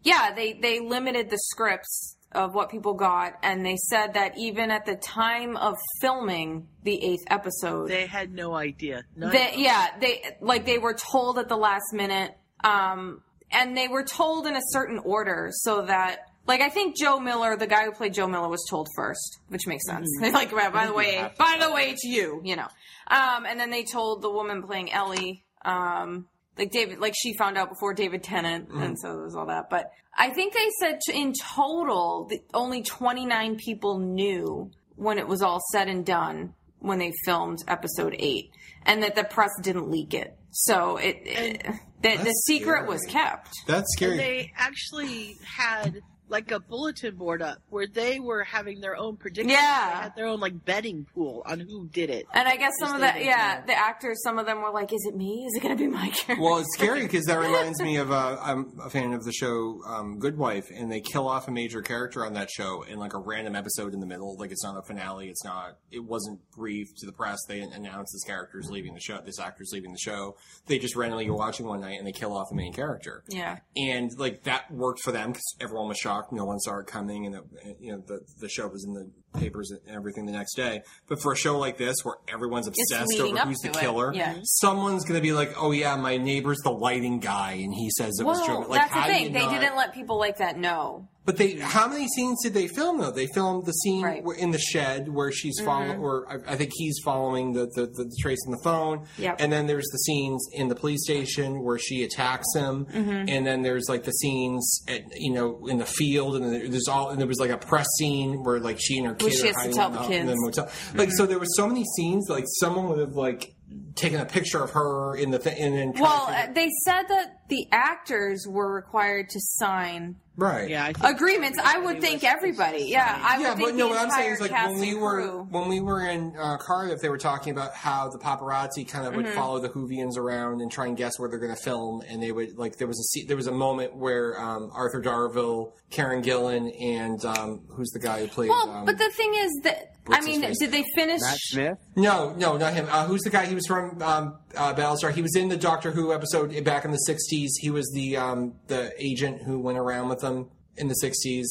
[SPEAKER 3] yeah, they, they limited the scripts of what people got. And they said that even at the time of filming the eighth episode,
[SPEAKER 1] They had no idea. None.
[SPEAKER 3] they, yeah, they like they were told at the last minute, um, and they were told in a certain order so that. Like I think Joe Miller, the guy who played Joe Miller, was told first, which makes sense. like, well, by the way, by the way, it's you, you know. Um, and then they told the woman playing Ellie, um, like David, like she found out before David Tennant, and so it was all that. But I think they said t- in total, that only 29 people knew when it was all said and done when they filmed episode eight, and that the press didn't leak it. So it, it that the
[SPEAKER 2] That's
[SPEAKER 3] secret was
[SPEAKER 2] scary.
[SPEAKER 3] kept.
[SPEAKER 2] That's scary.
[SPEAKER 1] And they actually had like a bulletin board up where they were having their own predictions.
[SPEAKER 3] Yeah.
[SPEAKER 1] They had their own like betting pool on who did it.
[SPEAKER 3] And I guess some of
[SPEAKER 1] they
[SPEAKER 3] the
[SPEAKER 1] didn't
[SPEAKER 3] yeah
[SPEAKER 1] know.
[SPEAKER 3] the actors, some of them were like, "Is it me? Is it going to be my character?"
[SPEAKER 2] Well, it's scary because that reminds me of uh, I'm a fan of the show um, Good Wife, and they kill off a major character on that show in like a random episode in the middle. Like it's not a finale. It's not. It wasn't briefed to the press. They didn't announce this character's leaving the show. This actor's leaving the show. They just randomly you're watching one night and they kill off the main character.
[SPEAKER 3] yeah,
[SPEAKER 2] And like that worked for them because everyone was shocked shock. No one saw it coming, and it, you know the the show was in the papers and everything the next day. But for a show like this, where everyone's obsessed
[SPEAKER 3] leading
[SPEAKER 2] over
[SPEAKER 3] up
[SPEAKER 2] who's the
[SPEAKER 3] to it,
[SPEAKER 2] killer,
[SPEAKER 3] yeah.
[SPEAKER 2] someone's gonna be like, "Oh yeah, my neighbor's the lighting guy, and he says it was Joe."
[SPEAKER 3] Well,
[SPEAKER 2] Like,
[SPEAKER 3] that's
[SPEAKER 2] how do
[SPEAKER 3] the thing.
[SPEAKER 2] you
[SPEAKER 3] They
[SPEAKER 2] not-
[SPEAKER 3] didn't let people like that know.
[SPEAKER 2] But they, how many scenes did they film though? They filmed the scene
[SPEAKER 3] Right. Mm-hmm.
[SPEAKER 2] where, in the shed where she's following, or I, I think he's following the the, the, trace on the phone.
[SPEAKER 3] Yep.
[SPEAKER 2] And then there's the scenes in the police station where she attacks him,
[SPEAKER 3] Mm-hmm.
[SPEAKER 2] and then there's like the scenes at you know in the field, and then there's all and there was like a press scene where like she and her
[SPEAKER 3] Where
[SPEAKER 2] kid
[SPEAKER 3] she
[SPEAKER 2] are
[SPEAKER 3] has to
[SPEAKER 2] hiding
[SPEAKER 3] tell
[SPEAKER 2] in
[SPEAKER 3] the
[SPEAKER 2] in
[SPEAKER 3] kids.
[SPEAKER 2] motel. Like so, there was so many scenes like someone would have like taken a picture of her in the thing, and then tried
[SPEAKER 3] Well,
[SPEAKER 2] to-
[SPEAKER 3] uh, they said that the actors were required to sign
[SPEAKER 2] right,
[SPEAKER 1] Yeah, I think
[SPEAKER 3] agreements. I would think everybody. Yeah, I
[SPEAKER 2] yeah,
[SPEAKER 3] would think
[SPEAKER 2] but no,
[SPEAKER 3] the
[SPEAKER 2] what I'm saying
[SPEAKER 3] entire
[SPEAKER 2] is like
[SPEAKER 3] cast
[SPEAKER 2] when we
[SPEAKER 3] and
[SPEAKER 2] were
[SPEAKER 3] crew.
[SPEAKER 2] when we were in uh, Cardiff, they were talking about how the paparazzi kind of
[SPEAKER 3] Mm-hmm.
[SPEAKER 2] would follow the Hoovians around and try and guess where they're going to film, and they would like there was a se- there was a moment where um, Arthur Darville, Karen Gillan, and um, who's the guy who played?
[SPEAKER 3] Well,
[SPEAKER 2] um,
[SPEAKER 3] but the thing is that I
[SPEAKER 2] what's his
[SPEAKER 3] mean,
[SPEAKER 2] face?
[SPEAKER 3] did they finish?
[SPEAKER 4] Matt Smith.
[SPEAKER 2] no, no, not him. Uh, who's the guy? He was from um, uh, Battlestar. He was in the Doctor Who episode back in the '60s. He was the um, the agent who went around with them in the '60s.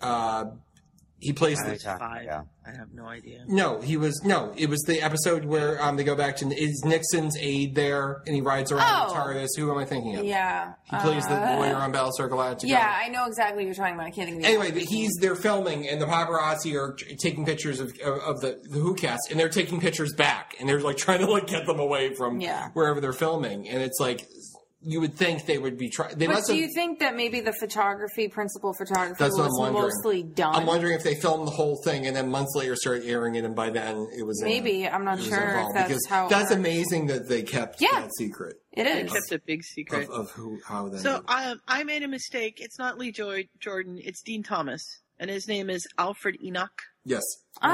[SPEAKER 2] Uh, he plays the,
[SPEAKER 1] five. I have no idea.
[SPEAKER 2] No, he was no. It was the episode where um, they go back to is Nixon's aide there, and he rides around
[SPEAKER 3] Oh.
[SPEAKER 2] with TARDIS. Who am I thinking of?
[SPEAKER 3] Yeah,
[SPEAKER 2] he plays the
[SPEAKER 3] uh,
[SPEAKER 2] lawyer on Battlestar Galactica.
[SPEAKER 3] Yeah, I know exactly what you're talking about. I can't think of the
[SPEAKER 2] Anyway, the- he's they're filming, and the paparazzi are t- taking pictures of, of, of the, the Who cast, and they're taking pictures back, and they're like trying to like get them away from
[SPEAKER 3] Yeah.
[SPEAKER 2] wherever they're filming, and it's like you would think they would be trying. They
[SPEAKER 3] But
[SPEAKER 2] must
[SPEAKER 3] do
[SPEAKER 2] have.
[SPEAKER 3] you think that maybe the photography, principal photography,
[SPEAKER 2] That's what
[SPEAKER 3] was
[SPEAKER 2] I'm wondering.
[SPEAKER 3] mostly done?
[SPEAKER 2] I'm wondering if they filmed the whole thing and then months later started airing it, and by then it was in-
[SPEAKER 3] Maybe I'm not
[SPEAKER 2] was
[SPEAKER 3] sure if
[SPEAKER 2] involved,
[SPEAKER 3] that's
[SPEAKER 2] because
[SPEAKER 3] how. it
[SPEAKER 2] that's
[SPEAKER 3] works.
[SPEAKER 2] amazing that they kept
[SPEAKER 3] Yeah.
[SPEAKER 2] that secret
[SPEAKER 3] It
[SPEAKER 1] I
[SPEAKER 3] is.
[SPEAKER 1] kept a big secret.
[SPEAKER 2] of, of who how that
[SPEAKER 1] So um, I made a mistake. It's not Lee Joy- Jordan. It's Dean Thomas, and his name is Alfred Enoch.
[SPEAKER 2] yes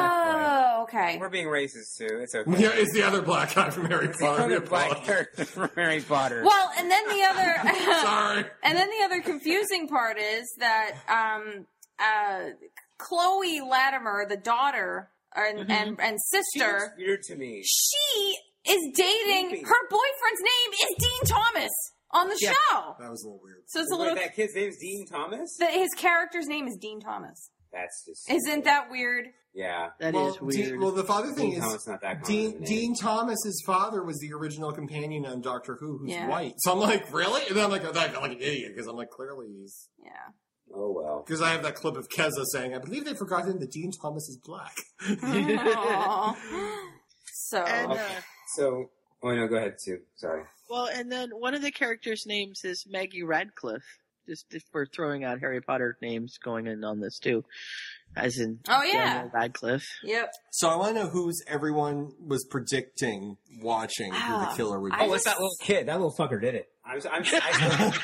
[SPEAKER 3] Oh, okay.
[SPEAKER 4] We're being racist too. It's okay.
[SPEAKER 2] yeah, it's the other black guy from Harry
[SPEAKER 4] It's the
[SPEAKER 2] Potter.
[SPEAKER 4] other black character from Harry Potter.
[SPEAKER 3] Well, and then the other,
[SPEAKER 2] Sorry.
[SPEAKER 3] and then the other confusing part is that um, uh, Chloe Latimer, the daughter and
[SPEAKER 2] Mm-hmm.
[SPEAKER 3] and, and
[SPEAKER 4] She looks
[SPEAKER 3] sister,
[SPEAKER 4] weird to me.
[SPEAKER 3] she is dating.
[SPEAKER 4] Creepy.
[SPEAKER 3] Her boyfriend's name is Dean Thomas on the
[SPEAKER 1] Yeah.
[SPEAKER 3] show.
[SPEAKER 2] That was a little weird.
[SPEAKER 3] So it's a
[SPEAKER 4] Wait,
[SPEAKER 3] little.
[SPEAKER 4] that kid's name's Dean Thomas.
[SPEAKER 3] that his character's name is Dean Thomas.
[SPEAKER 4] That's just
[SPEAKER 3] Isn't that weird?
[SPEAKER 4] yeah.
[SPEAKER 1] That is
[SPEAKER 2] well, Dean-
[SPEAKER 1] weird.
[SPEAKER 2] well, the father thing
[SPEAKER 4] Dean
[SPEAKER 2] is
[SPEAKER 4] Thomas not that common of a
[SPEAKER 2] Dean,
[SPEAKER 4] name.
[SPEAKER 2] Dean Thomas's father was the original companion on Doctor Who, who's
[SPEAKER 3] Yeah.
[SPEAKER 2] white. So I'm like, really? And then I'm like, I feel like an idiot because I'm like, clearly he's
[SPEAKER 3] Yeah.
[SPEAKER 4] Oh well.
[SPEAKER 2] because I have that clip of Keza saying, I believe they forgot him that Dean Thomas is black.
[SPEAKER 3] Mm-hmm. Aw. so
[SPEAKER 1] and, uh,
[SPEAKER 4] So oh no, go ahead too. Sorry.
[SPEAKER 1] well, and then one of the characters' names is Maggie Radcliffe. Just if we're throwing out Harry Potter names going in on this too, as in
[SPEAKER 3] Oh, yeah.
[SPEAKER 1] Daniel Radcliffe.
[SPEAKER 3] yep.
[SPEAKER 2] so I want to know who's everyone was predicting watching who the
[SPEAKER 3] Ah,
[SPEAKER 2] killer would be.
[SPEAKER 3] I Oh, it's that
[SPEAKER 4] little kid. That little fucker did it. I'm, I'm, I'm,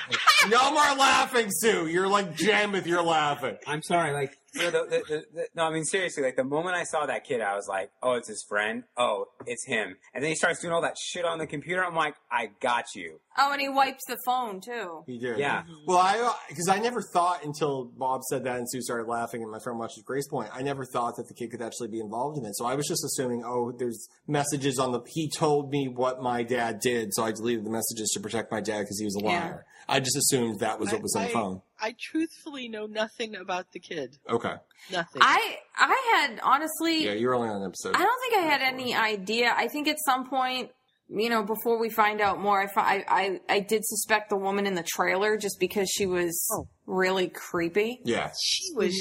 [SPEAKER 2] no more laughing, Sue. You're like Jamith. You're laughing.
[SPEAKER 4] I'm sorry. Like you know, the, the, the, the, no, I mean seriously. Like the moment I saw that kid, I was like, oh, it's his friend. Oh, it's him. And then he starts doing all that shit on the computer. I'm like, I got you.
[SPEAKER 3] Oh, and he wipes the phone too.
[SPEAKER 2] He did.
[SPEAKER 4] Yeah.
[SPEAKER 2] Well, I because I never thought until Bob said that and Sue started laughing and my friend watches Grace Point. I never thought that the kid could actually be involved in it. So I was just assuming, oh, there's messages on the. He told me what my dad did, so I deleted the messages to protect my dad because he was a
[SPEAKER 3] Yeah.
[SPEAKER 2] liar. I just assumed that was what was on
[SPEAKER 1] I-
[SPEAKER 2] the phone.
[SPEAKER 1] I truthfully know nothing about the kid.
[SPEAKER 2] Okay.
[SPEAKER 1] Nothing.
[SPEAKER 3] I I had honestly
[SPEAKER 2] Yeah, you're only on an episode.
[SPEAKER 3] I don't think I had any idea. I think at some point, you know, before we find out more, I fi- I I, I did suspect the woman in the trailer just because she was
[SPEAKER 1] Oh.
[SPEAKER 3] really creepy.
[SPEAKER 2] yeah.
[SPEAKER 1] she was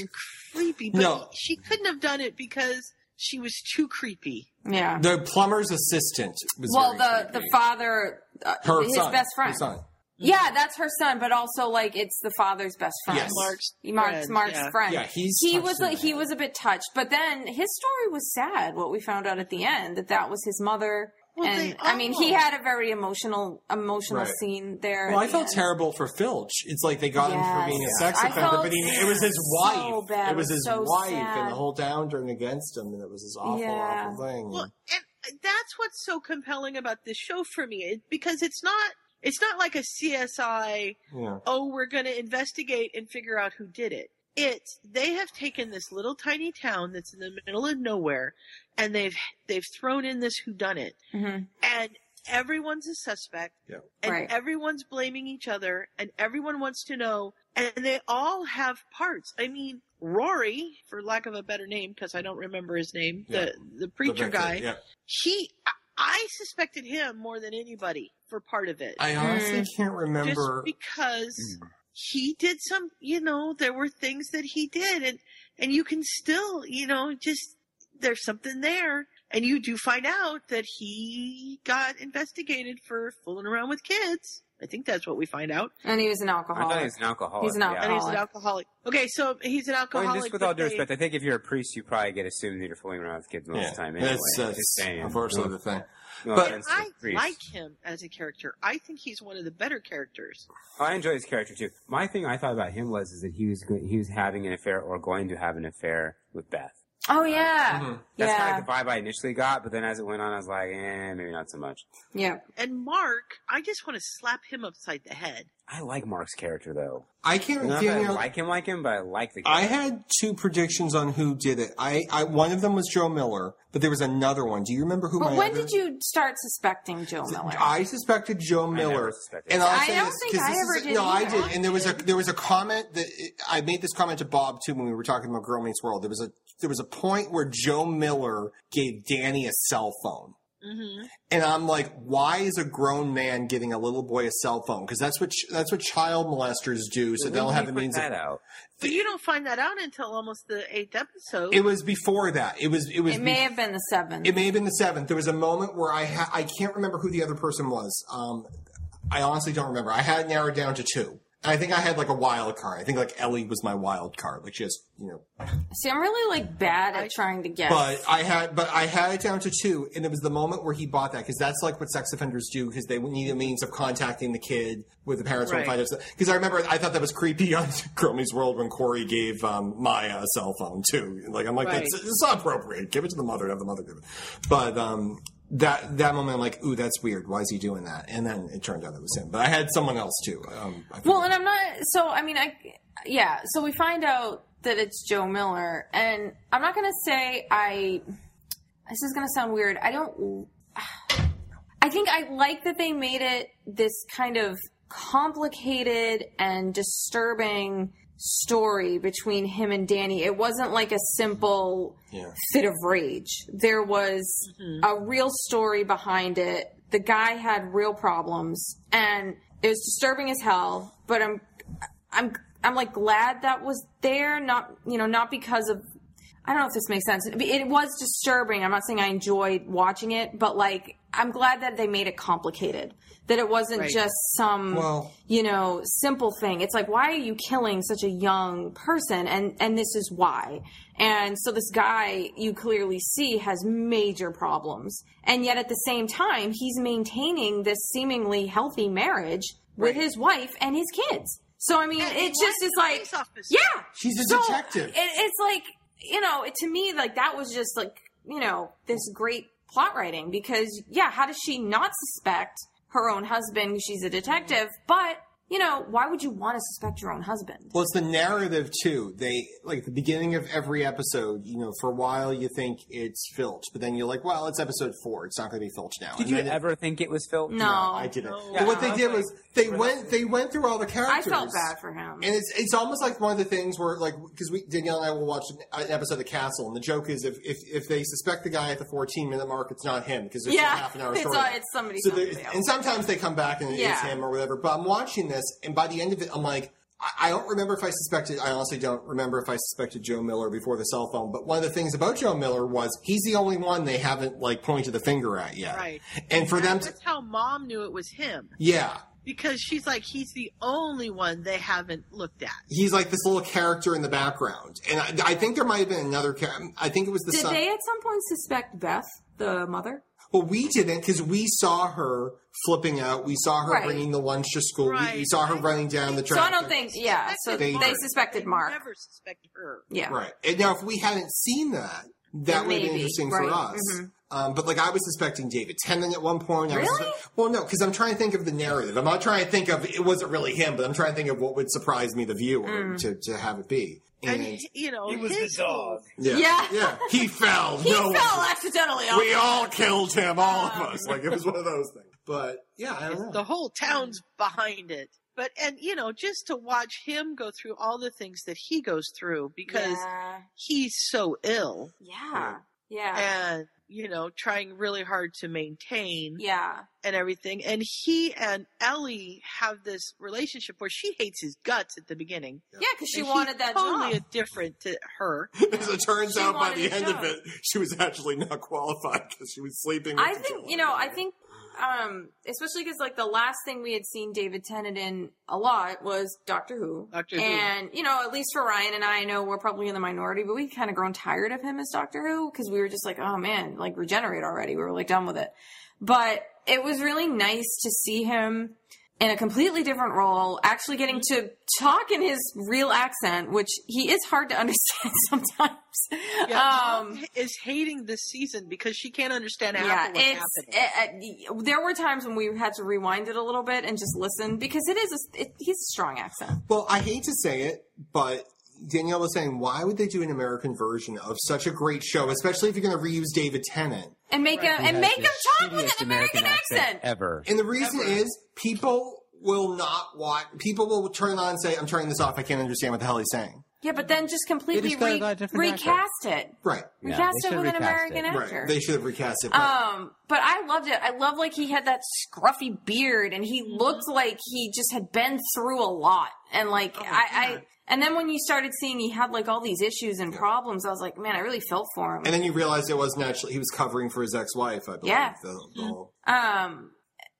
[SPEAKER 1] creepy, but
[SPEAKER 2] No.
[SPEAKER 1] she couldn't have done it because she was too creepy.
[SPEAKER 3] Yeah.
[SPEAKER 2] The plumber's assistant was
[SPEAKER 3] well,
[SPEAKER 2] very
[SPEAKER 3] the
[SPEAKER 2] creepy.
[SPEAKER 3] the father, uh,
[SPEAKER 2] her
[SPEAKER 3] his
[SPEAKER 2] son,
[SPEAKER 3] best friend.
[SPEAKER 2] Her son.
[SPEAKER 3] Yeah, that's her son, but also like it's the father's best friend.
[SPEAKER 2] Yes.
[SPEAKER 1] Mark's
[SPEAKER 3] Mark's
[SPEAKER 1] friend,
[SPEAKER 3] Mark's
[SPEAKER 1] yeah.
[SPEAKER 3] friend.
[SPEAKER 2] Yeah, he's
[SPEAKER 3] he
[SPEAKER 2] touched
[SPEAKER 3] was
[SPEAKER 2] in
[SPEAKER 3] a, he
[SPEAKER 2] that.
[SPEAKER 3] was a bit touched, but then his story was sad. What we found out at the end that that was his mother,
[SPEAKER 1] Well,
[SPEAKER 3] and
[SPEAKER 1] they
[SPEAKER 3] I mean
[SPEAKER 1] all-
[SPEAKER 3] he had a very emotional emotional
[SPEAKER 2] Right.
[SPEAKER 3] scene there.
[SPEAKER 2] Well,
[SPEAKER 3] at
[SPEAKER 2] I
[SPEAKER 3] the
[SPEAKER 2] felt
[SPEAKER 3] end.
[SPEAKER 2] terrible for Filch. It's like they got him for
[SPEAKER 3] Yes.
[SPEAKER 2] being a
[SPEAKER 3] Yeah.
[SPEAKER 2] sex
[SPEAKER 3] I
[SPEAKER 2] offender,
[SPEAKER 3] felt
[SPEAKER 2] but he, it was his
[SPEAKER 3] so
[SPEAKER 2] wife.
[SPEAKER 3] bad.
[SPEAKER 2] It was his
[SPEAKER 3] So
[SPEAKER 2] wife,
[SPEAKER 3] sad.
[SPEAKER 2] and the whole down turned against him, and it was this awful,
[SPEAKER 3] Yeah.
[SPEAKER 2] awful thing.
[SPEAKER 1] Well, and uh, that's what's so compelling about this show for me, it, because it's not it's not like a CSI.
[SPEAKER 2] yeah.
[SPEAKER 1] Oh, we're going to investigate and figure out who did it. It's they have taken this little tiny town that's in the middle of nowhere, and they've they've thrown in this whodunit,
[SPEAKER 3] Mhm.
[SPEAKER 1] and everyone's a suspect
[SPEAKER 2] Yeah.
[SPEAKER 1] and
[SPEAKER 3] Right.
[SPEAKER 1] everyone's blaming each other and everyone wants to know and they all have parts. I mean, Rory, for lack of a better name, because I don't remember his name,
[SPEAKER 2] Yeah.
[SPEAKER 1] the, the preacher
[SPEAKER 2] Eventually,
[SPEAKER 1] guy,
[SPEAKER 2] Yeah.
[SPEAKER 1] he, I- I suspected him more than anybody for part of it.
[SPEAKER 2] I honestly
[SPEAKER 3] Mm.
[SPEAKER 2] can't
[SPEAKER 1] just
[SPEAKER 2] remember.
[SPEAKER 1] because
[SPEAKER 4] Hmm.
[SPEAKER 1] he did some, you know, there were things that he did and, and you can still, you know, just, there's something there. And you do find out that he got investigated for fooling around with kids. I think that's what we find out.
[SPEAKER 3] And he was an
[SPEAKER 4] I thought he
[SPEAKER 3] alcoholic.
[SPEAKER 4] was an alcoholic.
[SPEAKER 3] He's an
[SPEAKER 4] yeah.
[SPEAKER 1] And he's an
[SPEAKER 3] Alcoholic.
[SPEAKER 1] alcoholic. Okay, so he's an
[SPEAKER 4] I
[SPEAKER 1] alcoholic.
[SPEAKER 4] mean, just with
[SPEAKER 1] but
[SPEAKER 4] all due
[SPEAKER 1] they-
[SPEAKER 4] respect, I think if you're a priest, you probably get assumed that you're fooling around with kids most
[SPEAKER 2] Yeah.
[SPEAKER 4] of the time. Anyway.
[SPEAKER 2] That's, that's
[SPEAKER 4] Just saying.
[SPEAKER 2] unfortunately
[SPEAKER 4] No-
[SPEAKER 2] the thing.
[SPEAKER 4] no
[SPEAKER 2] but-
[SPEAKER 4] offense to
[SPEAKER 1] I
[SPEAKER 4] priests.
[SPEAKER 1] like him as a character. I think he's one of the better characters.
[SPEAKER 4] Oh, I enjoy his character too. My thing I thought about him was is that he was go- he was having an affair or going to have an affair with Beth.
[SPEAKER 3] Oh yeah,
[SPEAKER 2] Mm-hmm.
[SPEAKER 4] That's
[SPEAKER 3] yeah,
[SPEAKER 4] kind of the vibe I initially got, but then as it went on, I was like, eh, maybe not so much.
[SPEAKER 3] yeah.
[SPEAKER 1] And Mark, I just want to slap him upside the head.
[SPEAKER 4] I like Mark's character though.
[SPEAKER 2] I can't.
[SPEAKER 4] Not that I
[SPEAKER 2] Daniel,
[SPEAKER 4] like him, like him, but I like the
[SPEAKER 2] I
[SPEAKER 4] character.
[SPEAKER 2] had two predictions on who did it. I, I one of them was Joe Miller, but there was another one. Do you remember who?
[SPEAKER 3] But
[SPEAKER 2] Oh my
[SPEAKER 3] when
[SPEAKER 2] other-
[SPEAKER 3] did you start suspecting Joe Miller?
[SPEAKER 2] I suspected Joe Miller,
[SPEAKER 4] never suspected
[SPEAKER 2] and
[SPEAKER 4] him.
[SPEAKER 2] I'll
[SPEAKER 3] I
[SPEAKER 2] say
[SPEAKER 3] don't
[SPEAKER 2] this,
[SPEAKER 3] think
[SPEAKER 2] 'cause
[SPEAKER 3] I
[SPEAKER 2] this
[SPEAKER 3] ever
[SPEAKER 2] is,
[SPEAKER 3] did
[SPEAKER 2] No, I
[SPEAKER 3] either.
[SPEAKER 2] did, and there was a there was a comment that I made this comment to Bob too when we were talking about Girl Meets World. There was a there was a point where Joe Miller gave Danny a cell phone.
[SPEAKER 3] Mm-hmm.
[SPEAKER 1] hmm
[SPEAKER 2] And I'm like, why is a grown man giving a little boy a cell phone? Because that's what ch- that's what child molesters do. So
[SPEAKER 4] When
[SPEAKER 2] they'll
[SPEAKER 4] did
[SPEAKER 2] have
[SPEAKER 4] he
[SPEAKER 2] the
[SPEAKER 4] put
[SPEAKER 2] means.
[SPEAKER 4] that
[SPEAKER 2] Of,
[SPEAKER 4] out.
[SPEAKER 1] But you don't find that out until almost the eighth episode.
[SPEAKER 2] it was before that. It was it was
[SPEAKER 3] it may have been the seventh.
[SPEAKER 2] It may have been the seventh. There was a moment where I ha- I can't remember who the other person was. Um, I honestly don't remember. I had it narrowed down to two. And I think I had like a wild card. I think like Ellie was my wild card. Like she has, you know.
[SPEAKER 3] See, I'm really like bad at trying to guess.
[SPEAKER 2] But I had, but I had it down to two, and it was the moment where he bought that because that's like what sex offenders do because they need a means of contacting the kid with the parents won't
[SPEAKER 1] Right.
[SPEAKER 2] find out. Because I remember I thought that was creepy on Cromie's World when Corey gave um, Maya a cell phone too. Like I'm like
[SPEAKER 1] Right.
[SPEAKER 2] that's it's not appropriate. Give it to the mother and have the mother give it. But um, that that moment, I'm like, ooh, that's weird. Why is he doing that? And then it turned out it was him. But I had someone else too. Um, I
[SPEAKER 3] well,
[SPEAKER 2] forget.
[SPEAKER 3] and I'm not. So I mean, I yeah. So we find out that it's Joe Miller, and I'm not gonna say I. This is gonna sound weird. I don't. I think I like that they made it this kind of complicated and disturbing story between him and Danny. It wasn't like a simple
[SPEAKER 2] Yeah.
[SPEAKER 3] fit of rage. There was a real story behind it. The guy had real problems and it was disturbing as hell, but I'm I'm I'm like glad that was there, not you know, not because of I don't know if this makes sense. It- It was disturbing. I'm not saying I enjoyed watching it, but like I'm glad that they made it complicated. That it wasn't
[SPEAKER 1] Right.
[SPEAKER 3] just some
[SPEAKER 2] Well-
[SPEAKER 3] you know simple thing. It's like why are you killing such a young person and and this is why. And so this guy you clearly see has major problems. And yet at the same time he's maintaining this seemingly healthy marriage with his wife and his kids. So I mean
[SPEAKER 1] And
[SPEAKER 3] it
[SPEAKER 1] his
[SPEAKER 3] just
[SPEAKER 1] wife's
[SPEAKER 3] is
[SPEAKER 1] a
[SPEAKER 3] like
[SPEAKER 1] police officer.
[SPEAKER 3] yeah
[SPEAKER 2] she's a
[SPEAKER 3] so
[SPEAKER 2] detective.
[SPEAKER 3] It, it's like you know, it, to me, like that was just like you know this great plot writing because yeah, how does she not suspect her own husband? She's a detective, but you know, why would you want to suspect your own husband?
[SPEAKER 2] Well, it's the narrative too. They like at the beginning of every episode. You know, for a while you think it's Filch, but then you're like, well, it's episode four. It's not going to be Filch now.
[SPEAKER 4] Did
[SPEAKER 2] And
[SPEAKER 4] you
[SPEAKER 2] then it-
[SPEAKER 4] ever think it was Phil?
[SPEAKER 3] No,
[SPEAKER 2] I didn't.
[SPEAKER 1] No.
[SPEAKER 2] But what they
[SPEAKER 4] Yeah.
[SPEAKER 2] did was they went they went through all the
[SPEAKER 3] I
[SPEAKER 2] characters.
[SPEAKER 3] felt bad for him.
[SPEAKER 2] And it's it's almost like one of the things where like because we Danielle and I will watch an- an episode of Castle, and the joke is if if, if they suspect the guy at the 14 minute mark, it's not him because it's
[SPEAKER 3] yeah,
[SPEAKER 2] a half an hour
[SPEAKER 3] it's,
[SPEAKER 2] story.
[SPEAKER 3] uh, it's somebody.
[SPEAKER 2] So there-
[SPEAKER 3] somebody else.
[SPEAKER 2] and sometimes they come back and it's
[SPEAKER 3] Yeah.
[SPEAKER 2] him or whatever. But I'm watching this, and by the end of it, I'm like, I, I don't remember if I suspected. I honestly don't remember if I suspected Joe Miller before the cell phone. But one of the things about Joe Miller was he's the only one they haven't like pointed the finger at yet.
[SPEAKER 1] Right.
[SPEAKER 2] And for them, to,
[SPEAKER 1] That's how mom knew it was him.
[SPEAKER 2] yeah,
[SPEAKER 1] Because she's like, he's the only one they haven't looked at.
[SPEAKER 2] he's like this little character in the background. And I, I think there might have been another. Char- I think it was the
[SPEAKER 3] Did
[SPEAKER 2] son.
[SPEAKER 3] they at some point suspect Beth, the mother?
[SPEAKER 2] Well, we didn't because we saw her flipping out. We saw her
[SPEAKER 3] Right.
[SPEAKER 2] bringing the lunch to school. We, we
[SPEAKER 1] Right.
[SPEAKER 2] saw her running down the
[SPEAKER 3] So
[SPEAKER 2] traffic.
[SPEAKER 3] I don't think. Yeah, so
[SPEAKER 2] They-
[SPEAKER 3] they,
[SPEAKER 1] They
[SPEAKER 3] suspected Mark.
[SPEAKER 1] Never suspected her.
[SPEAKER 3] yeah,
[SPEAKER 2] Right. And now, if we hadn't seen that, that
[SPEAKER 3] Then
[SPEAKER 2] would have been
[SPEAKER 3] maybe,
[SPEAKER 2] interesting for
[SPEAKER 3] right,
[SPEAKER 2] us.
[SPEAKER 3] mhm.
[SPEAKER 2] Um, but like I was suspecting David Tennant at one point. I was
[SPEAKER 3] Really?
[SPEAKER 2] suspe- well, no, because I'm trying to think of the narrative. I'm not trying to think of it wasn't really him, but I'm trying to think of what would surprise me, the viewer,
[SPEAKER 3] Mm.
[SPEAKER 2] to, to have it be.
[SPEAKER 1] And,
[SPEAKER 2] And
[SPEAKER 1] you know,
[SPEAKER 9] It was the
[SPEAKER 1] his
[SPEAKER 9] dog.
[SPEAKER 1] move.
[SPEAKER 2] yeah,
[SPEAKER 3] Yeah.
[SPEAKER 2] he fell.
[SPEAKER 3] He
[SPEAKER 2] no one-
[SPEAKER 3] fell accidentally off.
[SPEAKER 2] we all killed him, all
[SPEAKER 3] Uh,
[SPEAKER 2] of us. Like it was one of those things. But yeah, I don't know.
[SPEAKER 1] The whole town's behind it. But and you know, just to watch him go through all the things that he goes through because
[SPEAKER 3] yeah.
[SPEAKER 1] he's so ill
[SPEAKER 3] Yeah. Yeah.
[SPEAKER 1] and you know, trying really hard to maintain
[SPEAKER 3] Yeah.
[SPEAKER 1] and everything. And he and Ellie have this relationship where she hates his guts at the beginning.
[SPEAKER 3] Yeah, because she
[SPEAKER 1] And
[SPEAKER 3] wanted
[SPEAKER 1] he's
[SPEAKER 3] that
[SPEAKER 1] totally
[SPEAKER 3] job.
[SPEAKER 1] different to her.
[SPEAKER 2] As it turns
[SPEAKER 3] She
[SPEAKER 2] out, by
[SPEAKER 3] wanted
[SPEAKER 2] the
[SPEAKER 3] a
[SPEAKER 2] end
[SPEAKER 3] job.
[SPEAKER 2] of it, she was actually not qualified because she was sleeping. With
[SPEAKER 3] I
[SPEAKER 2] the
[SPEAKER 3] think
[SPEAKER 2] gentleman.
[SPEAKER 3] you know. I think, um, especially because like the last thing we had seen David Tennant in a lot was Doctor Who.
[SPEAKER 1] Doctor Who.
[SPEAKER 3] and you know, at least for Ryan and I, I know we're probably in the minority, but we kind of grown tired of him as Doctor Who because we were just like, oh man, like regenerate already. We were like done with it. But it was really nice to see him in a completely different role, actually getting to talk in his real accent, which he is hard to understand sometimes.
[SPEAKER 1] Yeah,
[SPEAKER 3] um,
[SPEAKER 1] Tom is hating this season because she can't understand half
[SPEAKER 3] yeah,
[SPEAKER 1] of what's
[SPEAKER 3] it's
[SPEAKER 1] happening.
[SPEAKER 3] it, it, there were times when we had to rewind it a little bit and just listen because it is a, it, he's a strong accent.
[SPEAKER 2] Well, I hate to say it, but Danielle was saying, why would they do an American version of such a great show, especially if you're going to reuse David Tennant?
[SPEAKER 3] And make him and
[SPEAKER 4] Has
[SPEAKER 3] make
[SPEAKER 4] the
[SPEAKER 3] him talk with
[SPEAKER 4] shittiest
[SPEAKER 3] an American, accent.
[SPEAKER 4] ever.
[SPEAKER 2] And the reason is people will not watch. People will turn it on and say, "I'm turning this off. I can't understand what the hell he's saying."
[SPEAKER 3] Yeah, but then just completely
[SPEAKER 4] just gotta
[SPEAKER 3] re-
[SPEAKER 4] go a different actor.
[SPEAKER 3] recast it.
[SPEAKER 2] Right.
[SPEAKER 4] Yeah,
[SPEAKER 3] Recast
[SPEAKER 4] they
[SPEAKER 3] it
[SPEAKER 4] should
[SPEAKER 3] with an
[SPEAKER 4] recast
[SPEAKER 3] American
[SPEAKER 4] it.
[SPEAKER 3] actor.
[SPEAKER 2] Right. They should have recast it. but-
[SPEAKER 3] Um, but I loved it. I love like he had that scruffy beard and he
[SPEAKER 4] Mm-hmm.
[SPEAKER 3] looked like he just had been through a lot. And like
[SPEAKER 4] Oh
[SPEAKER 3] I, I and then when you started seeing he had like all these issues and problems, I was like, man, I really felt for him.
[SPEAKER 2] and then you realize it wasn't actually he was covering for his ex-wife. I believe.
[SPEAKER 3] Yeah.
[SPEAKER 2] The, the whole-
[SPEAKER 3] Um,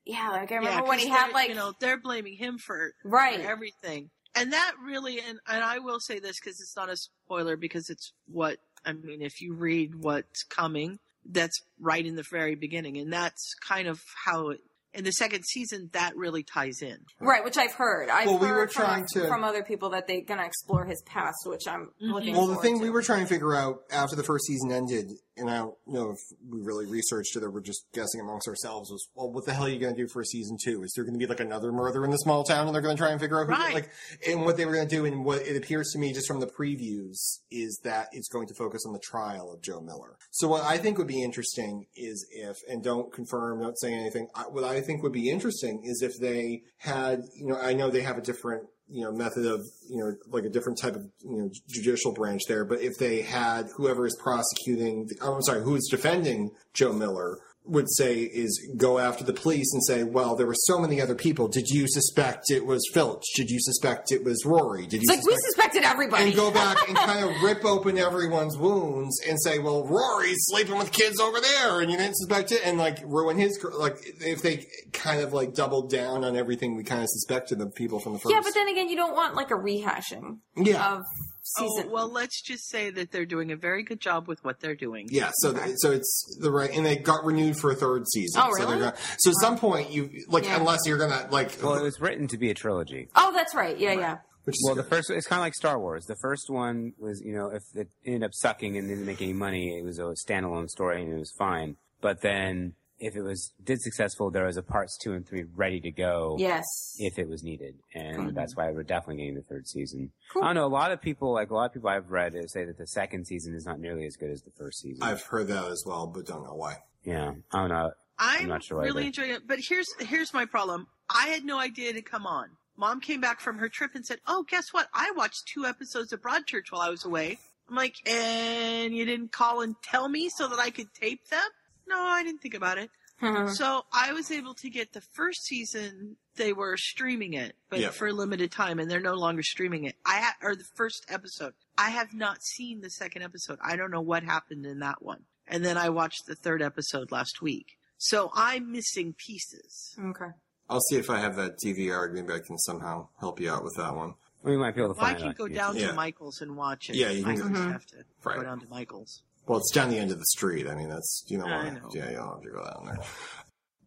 [SPEAKER 3] yeah, like I remember
[SPEAKER 1] Yeah,
[SPEAKER 3] when he
[SPEAKER 1] 'cause
[SPEAKER 3] had
[SPEAKER 1] they're,
[SPEAKER 3] like
[SPEAKER 1] you know they're blaming him for
[SPEAKER 3] right,
[SPEAKER 1] for everything, and that really and and I will say this because it's not a spoiler because it's what I mean. If you read what's coming, that's right in the very beginning, and that's kind of how it, in the second season that really ties in.
[SPEAKER 3] right, which I've heard. I've
[SPEAKER 2] Well, we
[SPEAKER 3] heard
[SPEAKER 2] were
[SPEAKER 3] from,
[SPEAKER 2] trying to-
[SPEAKER 3] from other people that they're gonna explore his past, which I'm
[SPEAKER 1] Mm-hmm.
[SPEAKER 3] looking.
[SPEAKER 2] Well, the
[SPEAKER 3] forward
[SPEAKER 2] thing
[SPEAKER 3] to.
[SPEAKER 2] we were trying to figure out after the first season ended, and I don't know if we really researched it or we're just guessing amongst ourselves, was well, what the hell are you going to do for season two? Is there going to be like another murder in the small town, and they're going to try and figure out who,
[SPEAKER 1] Right.
[SPEAKER 2] like, and what they were going to do? And what it appears to me, just from the previews, is that it's going to focus on the trial of Joe Miller. So what I think would be interesting is if, and don't confirm, don't say anything. I, what I think would be interesting is if they had, you know, I know they have a different you know method of you know like a different type of you know judicial branch there but if they had whoever is prosecuting oh, i'm sorry who is defending joe miller would say is go after the police and say well there were so many other people did you suspect it was filch did you suspect it was rory did you
[SPEAKER 3] It's like we suspected everybody.
[SPEAKER 2] and go back and kind of rip open everyone's wounds and say, "Well, Rory's sleeping with kids over there, and you didn't suspect it," and like ruin his cr- like if they kind of like doubled down on everything we kind of suspected of people from the first.
[SPEAKER 3] yeah, but then again, you don't want like a rehashing
[SPEAKER 2] yeah,
[SPEAKER 3] of season.
[SPEAKER 1] Oh, well, let's just say that they're doing a very good job with what they're doing.
[SPEAKER 2] Yeah, so th- so it's the right, and they got renewed for a third season.
[SPEAKER 3] Oh,
[SPEAKER 2] So,
[SPEAKER 3] really?
[SPEAKER 2] they're gonna, so at some point, you like
[SPEAKER 3] Yeah.
[SPEAKER 2] unless you're gonna like,
[SPEAKER 4] Well, it was written to be a trilogy.
[SPEAKER 3] oh, that's right. Yeah, yeah.
[SPEAKER 2] which is
[SPEAKER 4] Well, the
[SPEAKER 2] good.
[SPEAKER 4] first it's kind of like Star Wars. The first one was, you know, if it ended up sucking and didn't make any money, it was a standalone story and it was fine. But then if it was did successful, there was a parts two and three ready to go.
[SPEAKER 3] Yes.
[SPEAKER 4] If it was needed, and that's why we're definitely getting the third season.
[SPEAKER 3] Cool.
[SPEAKER 4] I don't know. A lot of people, like a lot of people I've read, uh, say that the second season is not nearly as good as the first season.
[SPEAKER 2] I've heard that as well, but don't know why.
[SPEAKER 4] yeah, I don't know.
[SPEAKER 1] I'm,
[SPEAKER 4] not sure
[SPEAKER 1] really
[SPEAKER 4] either.
[SPEAKER 1] enjoying it. But here's here's my problem. I had no idea it'd come on. Mom came back from her trip and said, "Oh, guess what? I watched two episodes of Broadchurch while I was away." I'm like, "And you didn't call and tell me so that I could tape them?" No, I didn't think about it.
[SPEAKER 2] Uh-huh.
[SPEAKER 3] Mhm.
[SPEAKER 1] So I was able to get the first season. They were streaming it, but
[SPEAKER 2] Yeah.
[SPEAKER 1] for a limited time, and they're no longer streaming it. I ha- or the first episode. I have not seen the second episode. I don't know what happened in that one. And then I watched the third episode last week. So I'm missing pieces.
[SPEAKER 3] okay.
[SPEAKER 2] I'll see if I have that DVR. Maybe I can somehow help you out with that one.
[SPEAKER 4] We might be able to
[SPEAKER 1] Well, I
[SPEAKER 4] find.
[SPEAKER 1] can
[SPEAKER 4] out.
[SPEAKER 1] go down
[SPEAKER 2] Yeah.
[SPEAKER 1] to Michael's and watch it.
[SPEAKER 2] Yeah, you can
[SPEAKER 1] I
[SPEAKER 2] go-
[SPEAKER 1] just have to
[SPEAKER 2] Right.
[SPEAKER 1] go down to Michael's.
[SPEAKER 2] Well, it's down the end of the street. I mean, that's you know,
[SPEAKER 1] I
[SPEAKER 2] why-
[SPEAKER 1] know.
[SPEAKER 2] yeah, you don't have to go down there.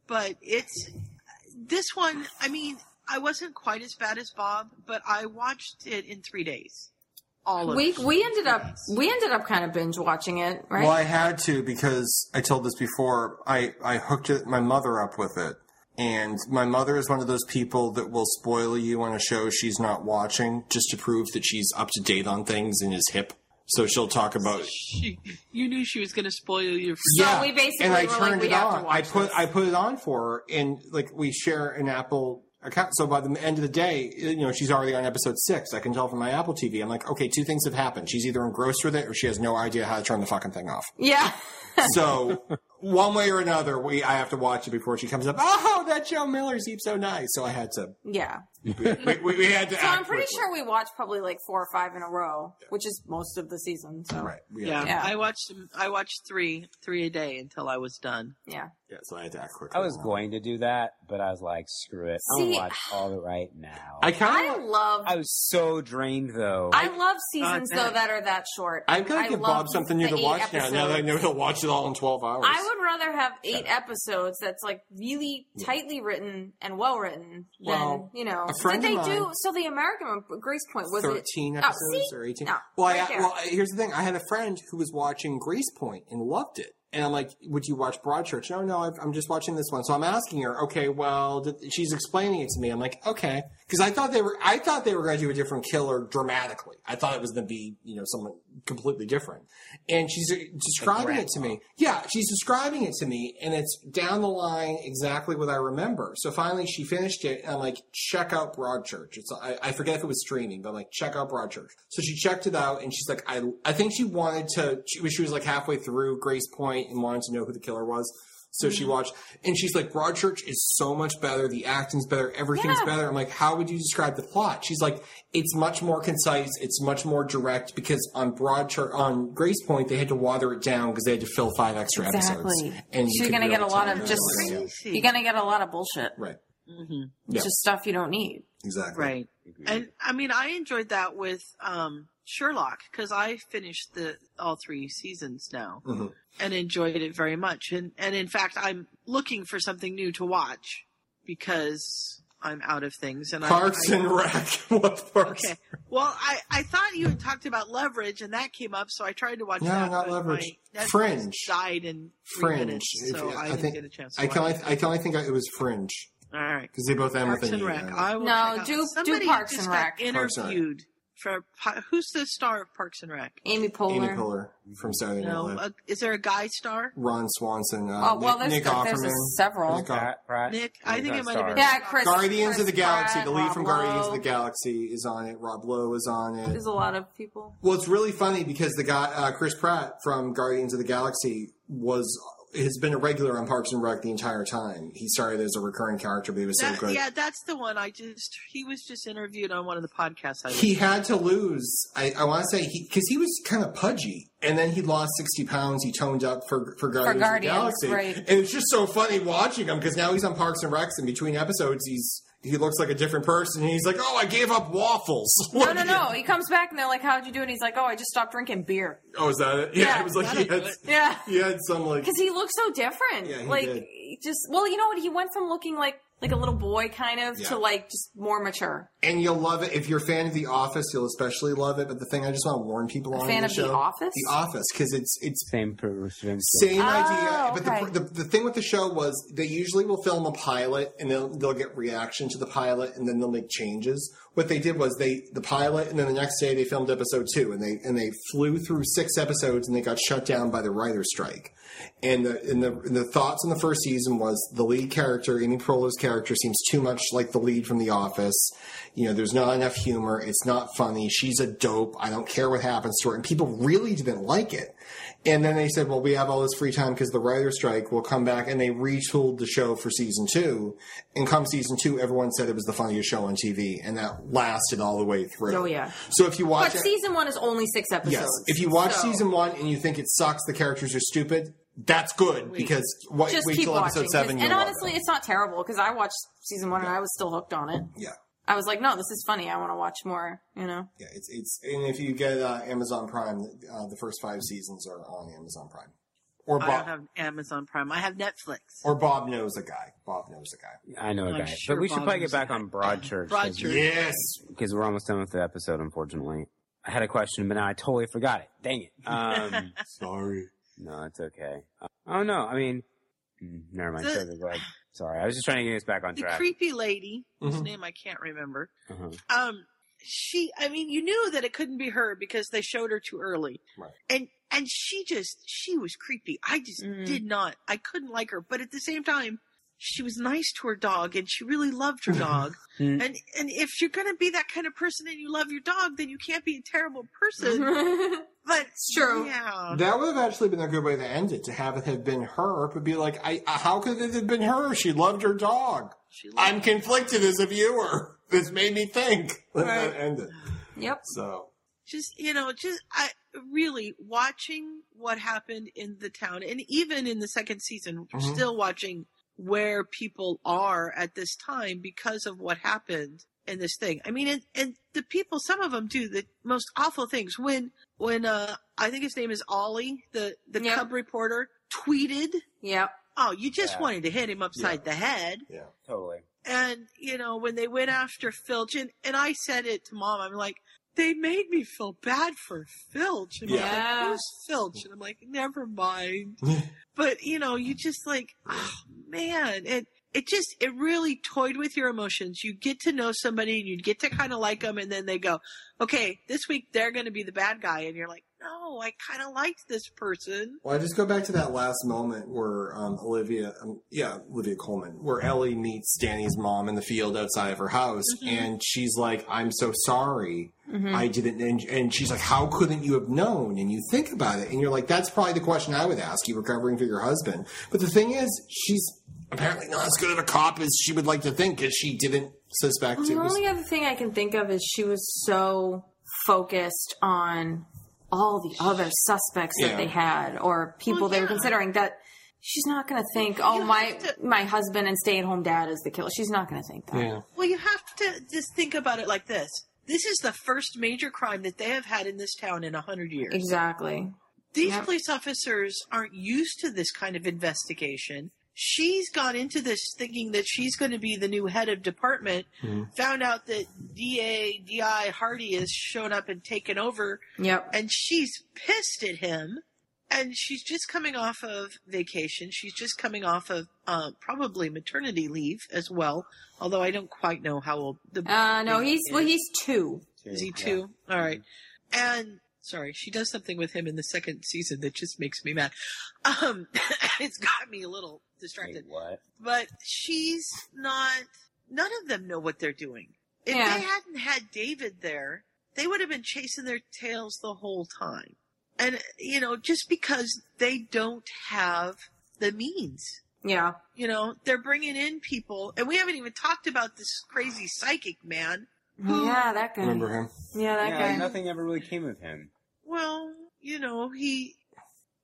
[SPEAKER 1] but it's this one. I mean, I wasn't quite as bad as Bob, but I watched it in three days. all of
[SPEAKER 3] We
[SPEAKER 1] it.
[SPEAKER 3] we ended up we ended up kind of binge watching it, right?
[SPEAKER 2] Well, I had to because I told this before. I I hooked it, my mother up with it, and my mother is one of those people that will spoil you on a show she's not watching just to prove that she's up to date on things and is hip. So she'll talk about
[SPEAKER 1] She, you knew she was going to spoil you for
[SPEAKER 3] So we basically
[SPEAKER 2] and I
[SPEAKER 3] were like,
[SPEAKER 2] turned
[SPEAKER 3] we
[SPEAKER 2] it
[SPEAKER 3] have to
[SPEAKER 2] on.
[SPEAKER 3] watch
[SPEAKER 2] I put
[SPEAKER 3] this.
[SPEAKER 2] I put it on for her, and like we share an Apple account. So by the end of the day, you know, she's already on episode six. I can tell from my Apple TV. I'm like, okay, two things have happened. She's either engrossed with it, or she has no idea how to turn the fucking thing off.
[SPEAKER 3] yeah.
[SPEAKER 2] So one way or another, we I have to watch it before she comes up. Oh, that Joe Miller seems so nice. So I had to.
[SPEAKER 3] Yeah.
[SPEAKER 2] We, we, we had to.
[SPEAKER 3] So I'm pretty sure we watched probably like four or five in a row, which is most of the season. So
[SPEAKER 2] Right. We
[SPEAKER 1] Yeah,
[SPEAKER 2] Had to,
[SPEAKER 3] Yeah.
[SPEAKER 1] I watched. I watched three, three a day until I was done.
[SPEAKER 3] yeah.
[SPEAKER 2] yeah. So I had to act quickly.
[SPEAKER 4] I was going to do that, but I was like, screw it. I'm
[SPEAKER 3] See,
[SPEAKER 4] gonna watch all of it right now.
[SPEAKER 2] I
[SPEAKER 4] I,
[SPEAKER 2] kind
[SPEAKER 3] I
[SPEAKER 2] of.
[SPEAKER 3] love
[SPEAKER 4] was so drained though.
[SPEAKER 3] I love
[SPEAKER 2] Oh,
[SPEAKER 3] seasons
[SPEAKER 1] Uh,
[SPEAKER 3] though that are that short.
[SPEAKER 2] I'm gonna
[SPEAKER 3] I
[SPEAKER 2] give
[SPEAKER 3] love
[SPEAKER 2] Bob something new
[SPEAKER 3] the
[SPEAKER 2] to
[SPEAKER 3] eight
[SPEAKER 2] watch now. Now that I know he'll watch it all in 12 hours.
[SPEAKER 3] I would rather have eight episodes that's like really tightly written and well written than
[SPEAKER 2] Well,
[SPEAKER 3] you know.
[SPEAKER 2] a friend
[SPEAKER 3] Did they
[SPEAKER 2] of
[SPEAKER 3] do
[SPEAKER 2] mine-
[SPEAKER 3] so? The American Grace Point was it
[SPEAKER 2] 13
[SPEAKER 3] oh,
[SPEAKER 2] episodes
[SPEAKER 3] see?
[SPEAKER 2] or 18
[SPEAKER 3] No,
[SPEAKER 2] well,
[SPEAKER 3] right
[SPEAKER 2] I,
[SPEAKER 3] there.
[SPEAKER 2] well here's the thing i had a friend who was watching grace point and loved it and i'm like would you watch broadchurch no no I've- i'm just watching this one so i'm asking her okay well did, she's explaining it to me i'm like okay because i thought they were i thought they were going to do a different killer dramatically i thought it was going to be you know someone completely different and she's uh, describing it to me yeah she's describing it to me and it's down the line exactly what i remember so finally she finished it and i'm like check out broadchurch it's i, I forget if it was streaming but I'm like check out broadchurch so she checked it out and she's like i i think she wanted to she, was- she was like halfway through grace point and wanted to know who the killer was so
[SPEAKER 3] Mm.
[SPEAKER 2] she watched and she's like broadchurch is so much better the acting's better everything's
[SPEAKER 3] Yeah.
[SPEAKER 2] better i'm like how would you describe the plot she's like it's much more concise it's much more direct because on broadchurch on grace point they had to water it down because they had to fill five extra
[SPEAKER 3] Exactly.
[SPEAKER 2] episodes and you
[SPEAKER 3] So you're
[SPEAKER 2] could
[SPEAKER 3] gonna get
[SPEAKER 2] really
[SPEAKER 3] a lot
[SPEAKER 2] tell
[SPEAKER 3] of
[SPEAKER 2] it
[SPEAKER 3] just
[SPEAKER 2] was- yeah.
[SPEAKER 1] Crazy.
[SPEAKER 3] you're gonna get a lot of bullshit.
[SPEAKER 2] right
[SPEAKER 1] hmm
[SPEAKER 2] Yeah. Mm-hmm.
[SPEAKER 3] Just stuff you don't need.
[SPEAKER 2] exactly
[SPEAKER 1] Right. And I mean, I enjoyed that with um, Sherlock because I finished the all three seasons now
[SPEAKER 2] Mhm.
[SPEAKER 1] and enjoyed it very much. And and in fact, I'm looking for something new to watch because I'm out of things. And
[SPEAKER 2] parks
[SPEAKER 1] I, I,
[SPEAKER 2] and rec what parks
[SPEAKER 1] Okay. Well, I, I thought you had talked about leverage, and that came up, so I tried to watch
[SPEAKER 2] No,
[SPEAKER 1] that.
[SPEAKER 2] not
[SPEAKER 1] but
[SPEAKER 2] Leverage.
[SPEAKER 1] my Netflix
[SPEAKER 2] Fringe.
[SPEAKER 1] died in three
[SPEAKER 2] Fringe.
[SPEAKER 1] minutes,
[SPEAKER 2] If-
[SPEAKER 1] so I, didn't
[SPEAKER 2] think
[SPEAKER 1] get a chance. To
[SPEAKER 2] I
[SPEAKER 1] watch
[SPEAKER 2] can only,
[SPEAKER 1] it.
[SPEAKER 2] I can only think it was Fringe
[SPEAKER 1] All right.
[SPEAKER 2] because they both end
[SPEAKER 1] Parks
[SPEAKER 2] with an
[SPEAKER 1] and
[SPEAKER 2] E,
[SPEAKER 1] Rec.
[SPEAKER 2] yeah.
[SPEAKER 1] I will
[SPEAKER 3] No,
[SPEAKER 1] check out.
[SPEAKER 3] do- do
[SPEAKER 1] Somebody
[SPEAKER 3] Parks
[SPEAKER 1] just
[SPEAKER 3] and
[SPEAKER 1] got
[SPEAKER 3] Rec.
[SPEAKER 2] Parks and Rec.
[SPEAKER 1] Interviewed for po- who's the star of Parks and Rec?
[SPEAKER 3] Amy Poehler.
[SPEAKER 2] Amy Poehler from Saturday Night
[SPEAKER 1] No,
[SPEAKER 2] Live.
[SPEAKER 1] uh, is there a guy star?
[SPEAKER 2] Ron Swanson. Uh,
[SPEAKER 3] Oh well, there's
[SPEAKER 2] Nick, Nick
[SPEAKER 3] there's-
[SPEAKER 2] Offerman.
[SPEAKER 3] there's several.
[SPEAKER 2] Nick Offerman.
[SPEAKER 4] Pratt, Pratt,
[SPEAKER 1] Nick, I think it might have been-
[SPEAKER 3] Yeah, Chris.
[SPEAKER 2] Guardians
[SPEAKER 3] Chris
[SPEAKER 2] of the Galaxy.
[SPEAKER 3] Pratt,
[SPEAKER 2] the lead from
[SPEAKER 3] Rob
[SPEAKER 2] Guardians of
[SPEAKER 3] Lowe.
[SPEAKER 2] the Galaxy is on it. Rob Lowe is on it.
[SPEAKER 3] There's a lot of people.
[SPEAKER 2] Well, it's really funny because the guy uh, Chris Pratt from Guardians of the Galaxy was has been a regular on Parks and Rec the entire time. He started as a recurring character, but he was so
[SPEAKER 1] That-
[SPEAKER 2] good.
[SPEAKER 1] yeah, that's the one. I just he was just interviewed on one of the podcasts. I
[SPEAKER 2] He had to lose. I, I want to say he because he was kind of pudgy, and then he lost sixty pounds. He toned up for for Guardians,
[SPEAKER 3] Guardians,
[SPEAKER 2] of the Galaxy,
[SPEAKER 3] right.
[SPEAKER 2] and it's just so funny watching him because now he's on Parks and Recs, and between episodes, he's he looks like a different person. And he's like, "Oh, I gave up waffles."
[SPEAKER 3] No, no, no. He comes back and they're like, "How'd you do?" And he's like, "Oh, I just stopped drinking beer."
[SPEAKER 2] Oh, is that it? Yeah,
[SPEAKER 3] Yeah,
[SPEAKER 2] it was like he
[SPEAKER 1] that'll
[SPEAKER 2] had,
[SPEAKER 1] do it.
[SPEAKER 3] Yeah.
[SPEAKER 2] he had some like
[SPEAKER 3] because he looked so different.
[SPEAKER 2] Yeah, he
[SPEAKER 3] like
[SPEAKER 2] did.
[SPEAKER 3] he just well, you know what? He went from looking like like a little boy kind of
[SPEAKER 2] Yeah.
[SPEAKER 3] to like just more mature.
[SPEAKER 2] And you'll love it if you're a fan of The Office. You'll especially love it. But the thing I just want to warn people on
[SPEAKER 3] fan
[SPEAKER 2] the
[SPEAKER 3] of The
[SPEAKER 2] show,
[SPEAKER 3] Office?
[SPEAKER 2] The Office, because it's it's
[SPEAKER 4] Same person.
[SPEAKER 2] same idea. But
[SPEAKER 3] okay.
[SPEAKER 2] the, the the thing with the show was they usually will film a pilot and they'll they'll get reaction to the pilot and then they'll make changes. What they did was they the pilot and then the next day they filmed episode two and they and they flew through six episodes and they got shut down by the writer's strike. And the and the and the thoughts in the first season was the lead character Amy Prolo's character seems too much like the lead from The Office. You know, there's not enough humor. It's not funny. She's a dope. I don't care what happens to her. And people really didn't like it. And then they said, well, we have all this free time because the writer strike will come back and they retooled the show for season two. And come season two, everyone said it was the funniest show on TV. And that lasted all the way through.
[SPEAKER 3] Oh, yeah.
[SPEAKER 2] So if you watch
[SPEAKER 3] But season one is only six episodes.
[SPEAKER 2] yes, if you watch
[SPEAKER 3] So,
[SPEAKER 2] season one and you think it sucks, the characters are stupid, that's good because wait,
[SPEAKER 3] just
[SPEAKER 2] wait
[SPEAKER 3] keep
[SPEAKER 2] till
[SPEAKER 3] watching.
[SPEAKER 2] episode
[SPEAKER 3] 'cause-
[SPEAKER 2] seven.
[SPEAKER 3] and
[SPEAKER 2] you'll love
[SPEAKER 3] honestly,
[SPEAKER 2] it.
[SPEAKER 3] it's not terrible because I watched season one and I was still hooked on it.
[SPEAKER 2] yeah.
[SPEAKER 3] I was like, no, this is funny. I want to watch more. You know.
[SPEAKER 2] Yeah, it's it's and if you get uh, Amazon Prime, uh, the first five seasons are on Amazon Prime. Or
[SPEAKER 1] I don't
[SPEAKER 2] Bob,
[SPEAKER 1] have Amazon Prime. I have Netflix.
[SPEAKER 2] or Bob knows a guy. Bob knows a guy.
[SPEAKER 4] I know a
[SPEAKER 1] I'm
[SPEAKER 4] guy,
[SPEAKER 1] sure
[SPEAKER 4] but we should
[SPEAKER 1] Bob
[SPEAKER 4] probably
[SPEAKER 1] was
[SPEAKER 4] get back
[SPEAKER 1] there.
[SPEAKER 4] on Broadchurch
[SPEAKER 1] Broadchurch.
[SPEAKER 2] Yes,
[SPEAKER 4] because we're almost done with the episode, unfortunately. I had a question, but now I totally forgot it. Dang it. Um,
[SPEAKER 2] Sorry.
[SPEAKER 4] no, it's okay. Uh, oh no, I mean, mm, never mind.
[SPEAKER 1] The-
[SPEAKER 4] So the glove. Sorry, I was just trying to get us back on
[SPEAKER 1] The
[SPEAKER 4] track.
[SPEAKER 1] creepy lady, whose
[SPEAKER 2] Mhm.
[SPEAKER 1] name I can't remember.
[SPEAKER 4] Uh-huh.
[SPEAKER 1] Um, she, I mean, you knew that it couldn't be her because they showed her too early.
[SPEAKER 2] Right.
[SPEAKER 1] And, and she just, she was creepy. I just
[SPEAKER 3] Mm.
[SPEAKER 1] did not, I couldn't like her. But at the same time, she was nice to her dog and she really loved her dog.
[SPEAKER 4] Mm.
[SPEAKER 1] and, and if you're going to be that kind of person and you love your dog, then you can't be a terrible person. But
[SPEAKER 3] Mm-hmm. It's true.
[SPEAKER 1] Yeah.
[SPEAKER 2] That would have actually been a good way to end it. To have it have been her, but be like, I, I- how could it have been her? She loved her dog.
[SPEAKER 1] She
[SPEAKER 2] I'm
[SPEAKER 1] loved
[SPEAKER 2] conflicted as a viewer. This made me think. Let
[SPEAKER 3] Right.
[SPEAKER 2] that end it.
[SPEAKER 3] yep.
[SPEAKER 2] So
[SPEAKER 1] just you know just i really watching what happened in the town and even in the second season we're
[SPEAKER 4] Mm-hmm.
[SPEAKER 2] Mhm.
[SPEAKER 1] still watching where people are at this time because of what happened in this thing i mean and, and the people some of them do the most awful things when when uh i think his name is ollie the the
[SPEAKER 3] Yeah.
[SPEAKER 1] cub reporter tweeted
[SPEAKER 3] Yep.
[SPEAKER 1] oh you just
[SPEAKER 4] Yeah.
[SPEAKER 1] wanted to hit him upside the head
[SPEAKER 4] Totally.
[SPEAKER 1] and you know when they went after Filch, and, and I said it to mom. I'm like, they made me feel bad for Filch. And Mom's like,
[SPEAKER 3] Yeah.
[SPEAKER 1] Who's Filch? And I'm like, never mind. but you know, you just like, oh man, it it just it really toyed with your emotions. You get to know somebody, and you get to kind of like them, and then they go, okay, this week they're going to be the bad guy, and you're like, no, I kind of liked this person.
[SPEAKER 2] Well, I just go back to that last moment where um, Olivia, um, yeah, Olivia Coleman, where Ellie meets Danny's mom in the field outside of her house, and she's like, "I'm so sorry, I didn't," and, and she's like, "How couldn't you have known?" And you think about it, and you're like, "That's probably the question I would ask you, recovering for your husband." But the thing is, she's apparently not as good of a cop as she would like to think, because she didn't suspect
[SPEAKER 3] The
[SPEAKER 2] it was.
[SPEAKER 3] only other thing I can think of is she was so focused on all the other suspects
[SPEAKER 2] Yeah.
[SPEAKER 3] that they had or people
[SPEAKER 1] Well,
[SPEAKER 3] they were
[SPEAKER 1] yeah.
[SPEAKER 3] considering that she's not going to think, oh,
[SPEAKER 1] have
[SPEAKER 3] my
[SPEAKER 1] to-
[SPEAKER 3] my husband and stay at home dad is the killer. She's not going to think that.
[SPEAKER 2] Yeah.
[SPEAKER 1] Well, you have to just think about it like this. This is the first major crime that they have had in this town in a hundred years.
[SPEAKER 3] Exactly.
[SPEAKER 1] These
[SPEAKER 3] Yep.
[SPEAKER 1] police officers aren't used to this kind of investigation. She's gone into this thinking that she's going to be the new head of department. Found out that DA DI Hardy has shown up and taken over,
[SPEAKER 3] Yep.
[SPEAKER 1] and she's pissed at him. And she's just coming off of vacation. She's just coming off of uh, probably maternity leave as well. Although I don't quite know how old the
[SPEAKER 3] Uh, no, he's well,
[SPEAKER 1] Yeah.
[SPEAKER 3] he's two.
[SPEAKER 1] is he two? All right. And sorry, she does something with him in the second season that just makes me mad. Um, it's got me a little distracted.
[SPEAKER 4] Wait, what?
[SPEAKER 1] But she's not. None of them know what they're doing. If
[SPEAKER 3] Yeah.
[SPEAKER 1] they hadn't had David there, they would have been chasing their tails the whole time. And you know, just because they don't have the means.
[SPEAKER 3] Yeah.
[SPEAKER 1] You know, they're bringing in people, and we haven't even talked about this crazy psychic man
[SPEAKER 3] Yeah, that guy.
[SPEAKER 2] Remember him?
[SPEAKER 3] Yeah, that
[SPEAKER 4] Yeah,
[SPEAKER 3] guy.
[SPEAKER 4] nothing ever really came of him.
[SPEAKER 1] Well, you know, he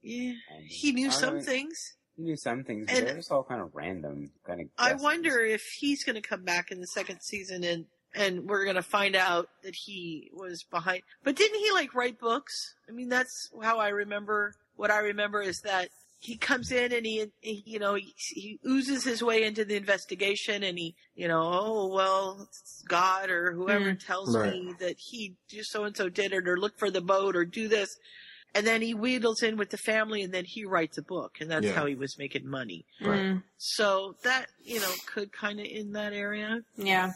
[SPEAKER 1] yeah,
[SPEAKER 4] And
[SPEAKER 1] he knew
[SPEAKER 4] Um, I
[SPEAKER 1] some
[SPEAKER 4] don't-
[SPEAKER 1] things.
[SPEAKER 4] He knew some things, but
[SPEAKER 1] And-
[SPEAKER 4] they're just all kind of random. Kind of.
[SPEAKER 1] I wonder if he's going to come back in the second season and and we're going to find out that he was behind. But didn't he like write books? I mean, that's how I remember. What I remember is that he comes in and he, he you know, he, he oozes his way into the investigation and he, you know, oh, well, it's God or whoever tells
[SPEAKER 2] Hmm. Right.
[SPEAKER 1] me that he just so and so did it or look for the boat or do this. And then he wheedles in with the family and then he writes a book and that's
[SPEAKER 2] Yeah.
[SPEAKER 1] how he was making money.
[SPEAKER 3] Mm,
[SPEAKER 1] So that, you know, could kind of in that area.
[SPEAKER 3] yeah.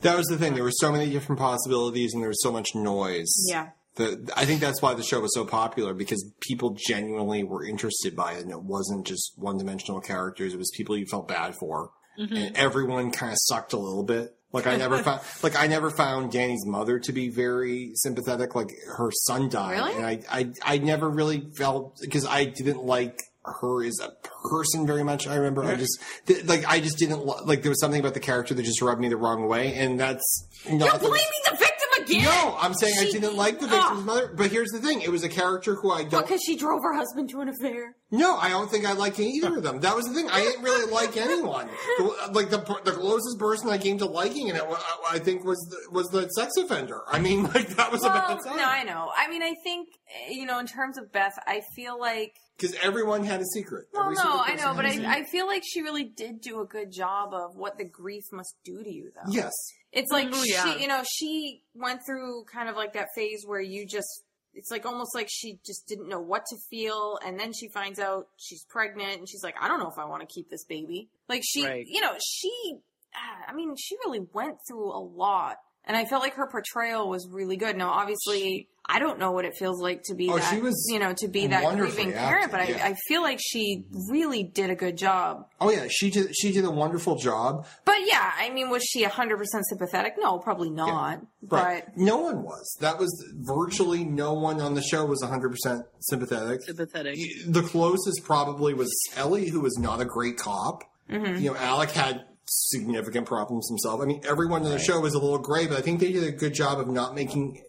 [SPEAKER 2] That was the thing. There were so many different possibilities, and there was so much noise.
[SPEAKER 3] Yeah.
[SPEAKER 2] The, I think that's why the show was so popular because people genuinely were interested by it, and it wasn't just one-dimensional characters. It was people you felt bad for,
[SPEAKER 3] Mm-hmm.
[SPEAKER 2] and everyone kind of sucked a little bit. Like I never found, like I never found Danny's mother to be very sympathetic. Like her son died,
[SPEAKER 3] Really?
[SPEAKER 2] and I, I, I never really felt because I didn't like her as a person very much. I remember I just th- like I just didn't li- like there was something about the character that just rubbed me the wrong way, and that's not
[SPEAKER 3] You're
[SPEAKER 2] the-
[SPEAKER 3] blaming the victim again.
[SPEAKER 2] no, I'm saying I
[SPEAKER 3] She- Ah.
[SPEAKER 2] didn't like the
[SPEAKER 3] Ugh.
[SPEAKER 2] victim's mother. But here's the thing: it was a character who I don't.
[SPEAKER 3] Because she drove her husband to an affair.
[SPEAKER 2] No, I don't think I liked either of them. That was the thing. I didn't really like anyone. The- Like the per- the closest person I came to liking it, I- I think was the, was the sex offender. I mean, like that was
[SPEAKER 3] Well,
[SPEAKER 2] about
[SPEAKER 3] no, I
[SPEAKER 2] time
[SPEAKER 3] know. I mean, I think eh, you know, in terms of Beth, I feel like.
[SPEAKER 2] because everyone had a secret.
[SPEAKER 3] Well,
[SPEAKER 2] Every
[SPEAKER 3] no,
[SPEAKER 2] single
[SPEAKER 3] I
[SPEAKER 2] person
[SPEAKER 3] know, but
[SPEAKER 2] had a secret.
[SPEAKER 3] I, I feel like she really did do a good job of what the grief must do to you, though.
[SPEAKER 2] yes,
[SPEAKER 3] It's like
[SPEAKER 8] Oh, yeah.
[SPEAKER 3] she, you know, she went through kind of like that phase where you just, it's like almost like she just didn't know what to feel. And then she finds out she's pregnant and she's like, I don't know if I want to keep this baby. Like she,
[SPEAKER 4] Right.
[SPEAKER 3] you know, she, ah, I mean, she really went through a lot. And I felt like her portrayal was really good. Now, obviously, I don't know what it feels like to be
[SPEAKER 2] Oh,
[SPEAKER 3] that,
[SPEAKER 2] she was
[SPEAKER 3] you know, to be that
[SPEAKER 2] wonderfully
[SPEAKER 3] grieving
[SPEAKER 2] acted,
[SPEAKER 3] parent, but I,
[SPEAKER 2] yeah. Mm-hmm.
[SPEAKER 3] I feel like she really did a good job.
[SPEAKER 2] oh yeah, she did she did a wonderful job.
[SPEAKER 3] But yeah, I mean, was she 100% sympathetic? No, probably not.
[SPEAKER 2] Right.
[SPEAKER 3] But
[SPEAKER 2] no one was. That was virtually no one on the show was 100% sympathetic.
[SPEAKER 1] Sympathetic.
[SPEAKER 2] The closest probably was Ellie, who was not a great cop.
[SPEAKER 3] Mm-hmm.
[SPEAKER 2] You know, Alec had significant problems himself. I mean, everyone on the show was a little gray, but I think they did a good job of not making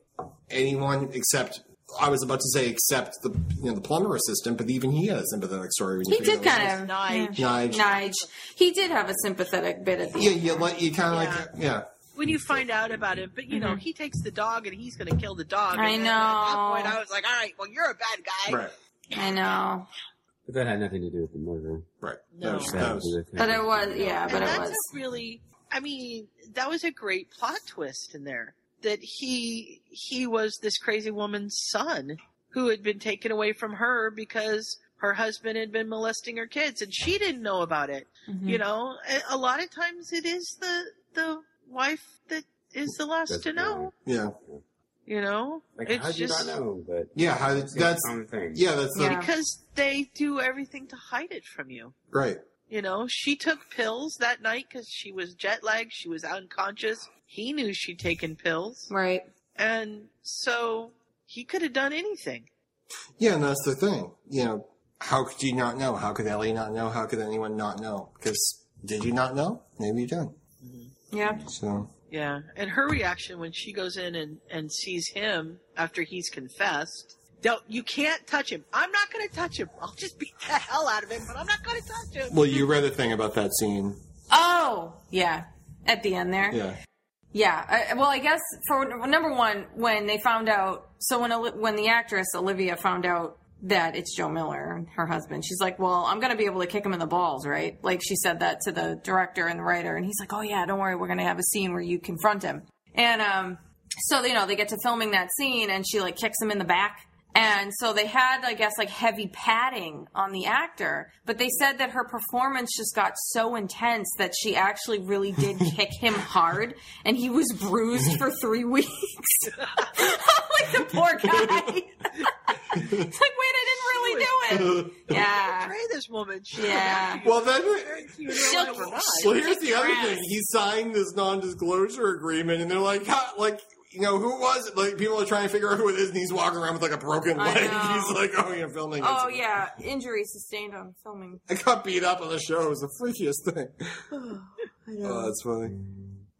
[SPEAKER 2] anyone except. I was about to say except the you know the plumber assistant, but even he had a sympathetic story.
[SPEAKER 3] he did kind of.
[SPEAKER 1] Nige.
[SPEAKER 2] Nige.
[SPEAKER 3] Nige. He did have a sympathetic bit at the
[SPEAKER 2] Yeah,
[SPEAKER 3] end.
[SPEAKER 2] you like you kind of
[SPEAKER 1] Yeah.
[SPEAKER 2] like yeah.
[SPEAKER 1] When you find out about it, but you know, he takes the dog and he's going to kill the dog.
[SPEAKER 3] I
[SPEAKER 1] And then At
[SPEAKER 3] know.
[SPEAKER 1] that point, I was like, all right, well, you're a bad guy.
[SPEAKER 2] Right.
[SPEAKER 3] I know.
[SPEAKER 4] But that had nothing to do with the murder.
[SPEAKER 2] Right.
[SPEAKER 1] No.
[SPEAKER 2] That was- that was-
[SPEAKER 3] But it was, yeah,
[SPEAKER 1] And
[SPEAKER 3] but it
[SPEAKER 1] that's
[SPEAKER 3] was.
[SPEAKER 1] a really, I mean, that was a great plot twist in there that he he was this crazy woman's son who had been taken away from her because her husband had been molesting her kids and she didn't know about it.
[SPEAKER 3] Mm-hmm.
[SPEAKER 1] You know, A- a lot of times it is the the wife that is the last
[SPEAKER 4] That's
[SPEAKER 1] to know.
[SPEAKER 4] right.
[SPEAKER 2] yeah.
[SPEAKER 1] You know,
[SPEAKER 4] Like,
[SPEAKER 1] it's
[SPEAKER 4] how did you
[SPEAKER 1] just
[SPEAKER 4] not know? But
[SPEAKER 2] Yeah. How did, that's
[SPEAKER 4] the common thing.
[SPEAKER 2] yeah. That's the,
[SPEAKER 3] Yeah.
[SPEAKER 1] because they do everything to hide it from you.
[SPEAKER 2] right.
[SPEAKER 1] You know, she took pills that night because she was jet lagged. She was unconscious. He knew she'd taken pills.
[SPEAKER 3] Right.
[SPEAKER 1] And so he could have done anything.
[SPEAKER 2] Yeah, and that's the thing. You know, how could you not know? How could Ellie not know? How could anyone not know? Because did you not know? Maybe you don't.
[SPEAKER 3] Yeah.
[SPEAKER 2] So
[SPEAKER 1] Yeah. And her reaction when she goes in and, and sees him after he's confessed. Don't, you can't touch him. I'm not going to touch him. I'll just beat the hell out of him, but I'm not going to touch him.
[SPEAKER 2] Well, you read a thing about that scene.
[SPEAKER 3] Oh, yeah. At the end there.
[SPEAKER 2] Yeah.
[SPEAKER 3] Yeah. I, well, I guess for number one, when they found out, so when Oli- when the actress Olivia found out that it's Joe Miller, her husband, she's like, "Well, I'm going to be able to kick him in the balls, right?" Like she said that to the director and the writer, and he's like, "Oh yeah, don't worry, we're going to have a scene where you confront him." And um, so you know they get to filming that scene, and she like kicks him in the back. And so they had, I guess, like heavy padding on the actor, but they said that her performance just got so intense that she actually really did kick him hard, and he was bruised for three weeks. like the poor guy. it's like, wait, I didn't really do it. Yeah.
[SPEAKER 1] Betray this woman. She
[SPEAKER 3] Yeah.
[SPEAKER 2] Well, then.
[SPEAKER 1] You know,
[SPEAKER 3] She'll-
[SPEAKER 1] overnight.
[SPEAKER 2] Well, here's the other
[SPEAKER 3] Grass.
[SPEAKER 2] thing. He signed this non-disclosure agreement, and they're like, "Huh," like. You know who was it? Like people are trying to figure out who it is, and he's walking around with like a broken
[SPEAKER 3] I
[SPEAKER 2] leg.
[SPEAKER 3] know.
[SPEAKER 2] He's like, "Oh, you're filming."
[SPEAKER 3] Oh,
[SPEAKER 2] It's-
[SPEAKER 3] yeah. Injury sustained on filming.
[SPEAKER 2] I got beat up on the show. It was the freakiest thing. Oh, that's funny.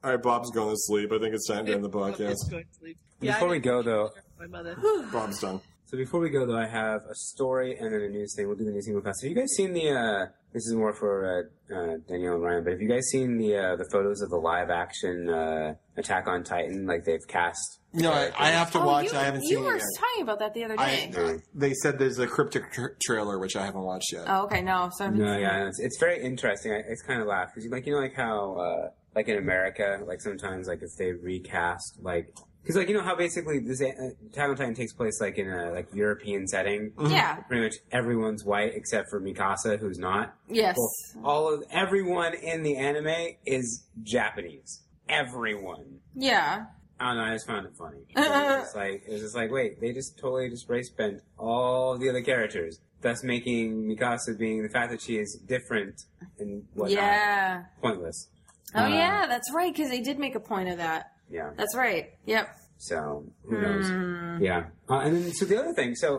[SPEAKER 2] All right, Bob's going to sleep. I think it's time to end the podcast.
[SPEAKER 1] Just go to sleep. Yeah, I
[SPEAKER 4] Before we
[SPEAKER 1] didn't
[SPEAKER 4] go, though,
[SPEAKER 1] care for My mother.
[SPEAKER 2] Bob's done.
[SPEAKER 4] So before we go, though, I have a story and then a news thing. We'll do the news thing real fast. Have you guys seen the? uh This is more for uh, uh, Danielle and Ryan, but have you guys seen the uh, the photos of the live action uh, Attack on Titan? Like they've cast. uh,
[SPEAKER 2] No, I, I have to
[SPEAKER 3] Oh,
[SPEAKER 2] watch.
[SPEAKER 3] you,
[SPEAKER 2] I haven't
[SPEAKER 3] you
[SPEAKER 2] seen
[SPEAKER 3] were
[SPEAKER 2] it yet.
[SPEAKER 3] talking about that the other day.
[SPEAKER 2] I, they said there's a cryptic tr trailer which I haven't watched yet.
[SPEAKER 3] oh, okay. No. So I haven't
[SPEAKER 4] No,
[SPEAKER 3] seen
[SPEAKER 4] yeah,
[SPEAKER 3] it.
[SPEAKER 4] it's, it's very interesting. I, it's kind of laugh because like you know like how uh, like in America like sometimes like if they recast like because like you know how basically this uh, Attack on Titan takes place like in a like European setting.
[SPEAKER 3] Yeah.
[SPEAKER 4] Pretty much everyone's white except for Mikasa, who's not.
[SPEAKER 3] Yes.
[SPEAKER 4] Well, all of everyone in the anime is Japanese. Everyone.
[SPEAKER 3] Yeah.
[SPEAKER 4] I don't know. I just found it funny. It was just like it was just like wait, they just totally just race bent all of the other characters, thus making Mikasa being the fact that she is different and whatnot
[SPEAKER 3] Yeah.
[SPEAKER 4] pointless.
[SPEAKER 3] Oh,
[SPEAKER 4] Uh,
[SPEAKER 3] yeah. That's right. Because they did make a point of that.
[SPEAKER 4] Yeah.
[SPEAKER 3] That's right. Yep.
[SPEAKER 4] So
[SPEAKER 3] Hmm.
[SPEAKER 4] who knows? Yeah. Uh, and then so the other thing. So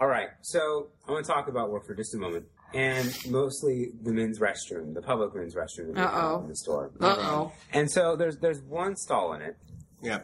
[SPEAKER 4] all right. So I want to talk about work for just a moment, and mostly the men's restroom, the public men's restroom that they have
[SPEAKER 3] Uh-oh. Oh,
[SPEAKER 4] in the store.
[SPEAKER 3] Uh oh.
[SPEAKER 4] And so there's there's one stall in it
[SPEAKER 2] Yeah.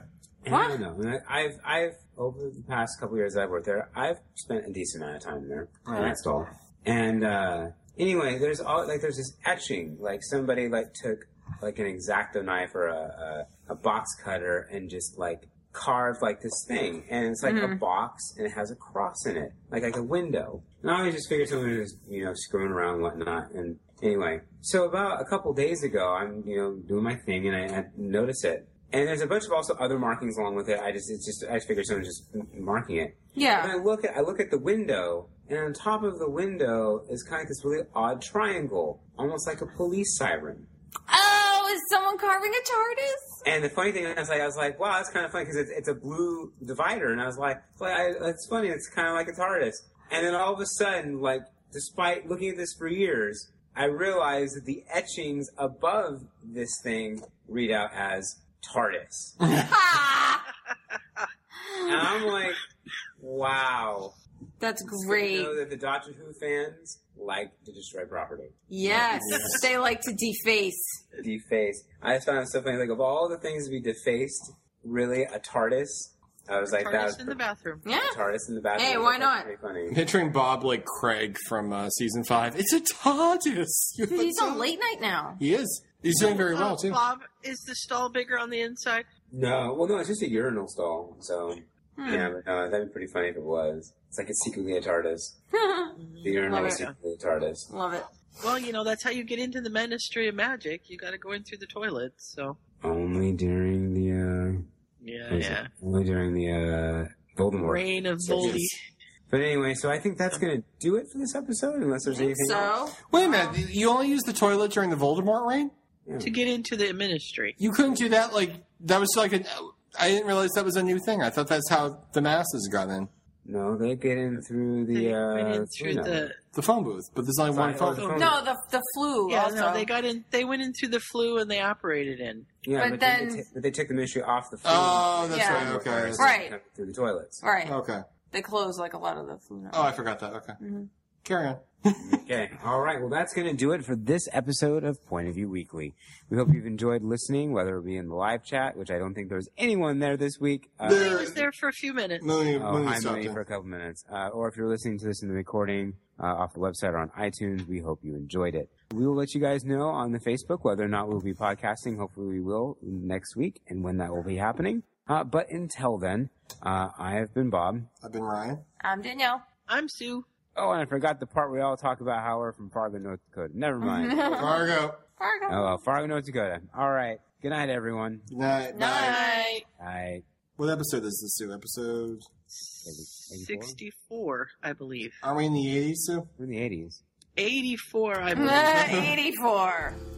[SPEAKER 4] And I don't know. And I- I've I've over the past couple years I've worked there, I've spent a decent amount of time there. in that stall. And uh, anyway, there's all like there's this etching, like somebody like took like an exacto knife or a, a, a box cutter and just like carved like this thing, and it's like a box and it has a cross in it, like like a window. And I always just figured someone was you know screwing around and whatnot. And anyway, so about a couple days ago, I'm you know doing my thing and I, I notice it. And there's a bunch of also other markings along with it. I just it's just I just figured someone was just m- marking it. And I
[SPEAKER 3] Yeah.
[SPEAKER 4] look at I look at the window, and on top of the window is kind of this really odd triangle, almost like a police siren.
[SPEAKER 3] Oh, is someone carving a TARDIS?
[SPEAKER 4] And the funny thing is, like, I was like, wow, that's kind of funny because it's, it's a blue divider, and I was like, it's like, I, it's funny, it's kind of like a TARDIS. And then all of a sudden, like, despite looking at this for years, I realized that the etchings above this thing read out as TARDIS.
[SPEAKER 3] Ah,
[SPEAKER 4] And I'm like, wow.
[SPEAKER 3] that's
[SPEAKER 4] You
[SPEAKER 3] great.
[SPEAKER 4] know that the Doctor Who fans like to destroy property.
[SPEAKER 3] Yes, they like to deface.
[SPEAKER 4] defaced. I just found it so funny. Like of all the things to be defaced, really a TARDIS. I was like, that was
[SPEAKER 1] TARDIS in the bathroom.
[SPEAKER 3] Yeah.
[SPEAKER 4] TARDIS in the bathroom.
[SPEAKER 3] Hey,
[SPEAKER 4] I was
[SPEAKER 3] why
[SPEAKER 4] like,
[SPEAKER 3] not?
[SPEAKER 4] That's pretty funny.
[SPEAKER 2] Picturing Bob like Craig from uh, season five. It's a TARDIS. You
[SPEAKER 3] He's
[SPEAKER 2] thought
[SPEAKER 3] on
[SPEAKER 2] so?
[SPEAKER 3] late night now.
[SPEAKER 2] He is. He's doing very well
[SPEAKER 1] Oh,
[SPEAKER 2] too.
[SPEAKER 1] Bob, is the stall bigger on the inside?
[SPEAKER 4] No, well, no, it's just a urinal stall. So
[SPEAKER 3] Hmm.
[SPEAKER 4] yeah, but no, that'd be pretty funny if it was. It's like it's secretly a TARDIS. The urinal is
[SPEAKER 3] Love
[SPEAKER 4] secretly a TARDIS.
[SPEAKER 3] Love it.
[SPEAKER 1] Well, you know that's how you get into the Ministry of Magic. You got to go in through the toilet. So
[SPEAKER 4] Only during the
[SPEAKER 1] yeah,
[SPEAKER 4] uh,
[SPEAKER 1] yeah.
[SPEAKER 4] only during the uh, Voldemort.
[SPEAKER 1] Reign of Voldy.
[SPEAKER 4] But anyway, so I think that's gonna do it for this episode, unless there's anything else.
[SPEAKER 3] So,
[SPEAKER 2] Wait a minute. You only used the toilet during the Voldemort reign?
[SPEAKER 1] to get into the Ministry.
[SPEAKER 2] You couldn't do that. Like that was like an. I didn't realize that was a new thing. I thought that's how the masses got in
[SPEAKER 4] No, they get in through
[SPEAKER 1] They
[SPEAKER 4] the uh,
[SPEAKER 1] went in through
[SPEAKER 4] window.
[SPEAKER 1] the
[SPEAKER 2] the phone booth, but there's only one
[SPEAKER 4] Sorry,
[SPEAKER 2] phone.
[SPEAKER 4] oh, the phone
[SPEAKER 3] no, the the flu.
[SPEAKER 1] yeah.
[SPEAKER 3] also.
[SPEAKER 1] No, they got in. They went in through the flu and they operated in.
[SPEAKER 4] Yeah,
[SPEAKER 3] But
[SPEAKER 4] but, then,
[SPEAKER 3] then-
[SPEAKER 4] they, t- but they took the ministry off the phone.
[SPEAKER 2] Oh, that's
[SPEAKER 3] Yeah.
[SPEAKER 2] right. Okay.
[SPEAKER 3] Right.
[SPEAKER 4] Through the toilets.
[SPEAKER 3] All right.
[SPEAKER 2] Okay.
[SPEAKER 3] They close like a lot of the flu.
[SPEAKER 2] Oh, I forgot that. Okay.
[SPEAKER 3] Mm-hmm.
[SPEAKER 2] Carry on.
[SPEAKER 4] Okay. All right. Well, that's going to do it for this episode of Point of View Weekly. We hope you've enjoyed listening, whether it be in the live chat, which I don't think there was anyone there this week. Uh,
[SPEAKER 1] He was there for a few minutes.
[SPEAKER 2] Mooney,
[SPEAKER 4] oh,
[SPEAKER 2] Mooney
[SPEAKER 4] hi,
[SPEAKER 2] stopped
[SPEAKER 4] Mooney,
[SPEAKER 2] in.
[SPEAKER 4] for a couple minutes. Uh, or if you're listening to this in the recording uh, off the website or on iTunes, we hope you enjoyed it. We will let you guys know on the Facebook whether or not we'll be podcasting. Hopefully, we will next week and when that will be happening. Uh, but until then, uh, I have been Bob.
[SPEAKER 2] I've been Ryan.
[SPEAKER 3] I'm Danielle.
[SPEAKER 1] I'm Sue.
[SPEAKER 4] Oh, and I forgot the part where we all talk about how we're from Fargo, North Dakota. Never mind. oh,
[SPEAKER 2] Fargo.
[SPEAKER 3] Fargo.
[SPEAKER 4] well, Fargo, North Dakota. All right. Good night, everyone.
[SPEAKER 2] Good night. Bye.
[SPEAKER 3] Night.
[SPEAKER 4] I
[SPEAKER 2] What episode is this, Sue? Episode?
[SPEAKER 4] Eighty-four?
[SPEAKER 1] Sixty-four, I believe.
[SPEAKER 2] Are we in the 80s, Sue?
[SPEAKER 4] we're in the eighties.
[SPEAKER 1] Eighty-four, I believe.
[SPEAKER 3] 84.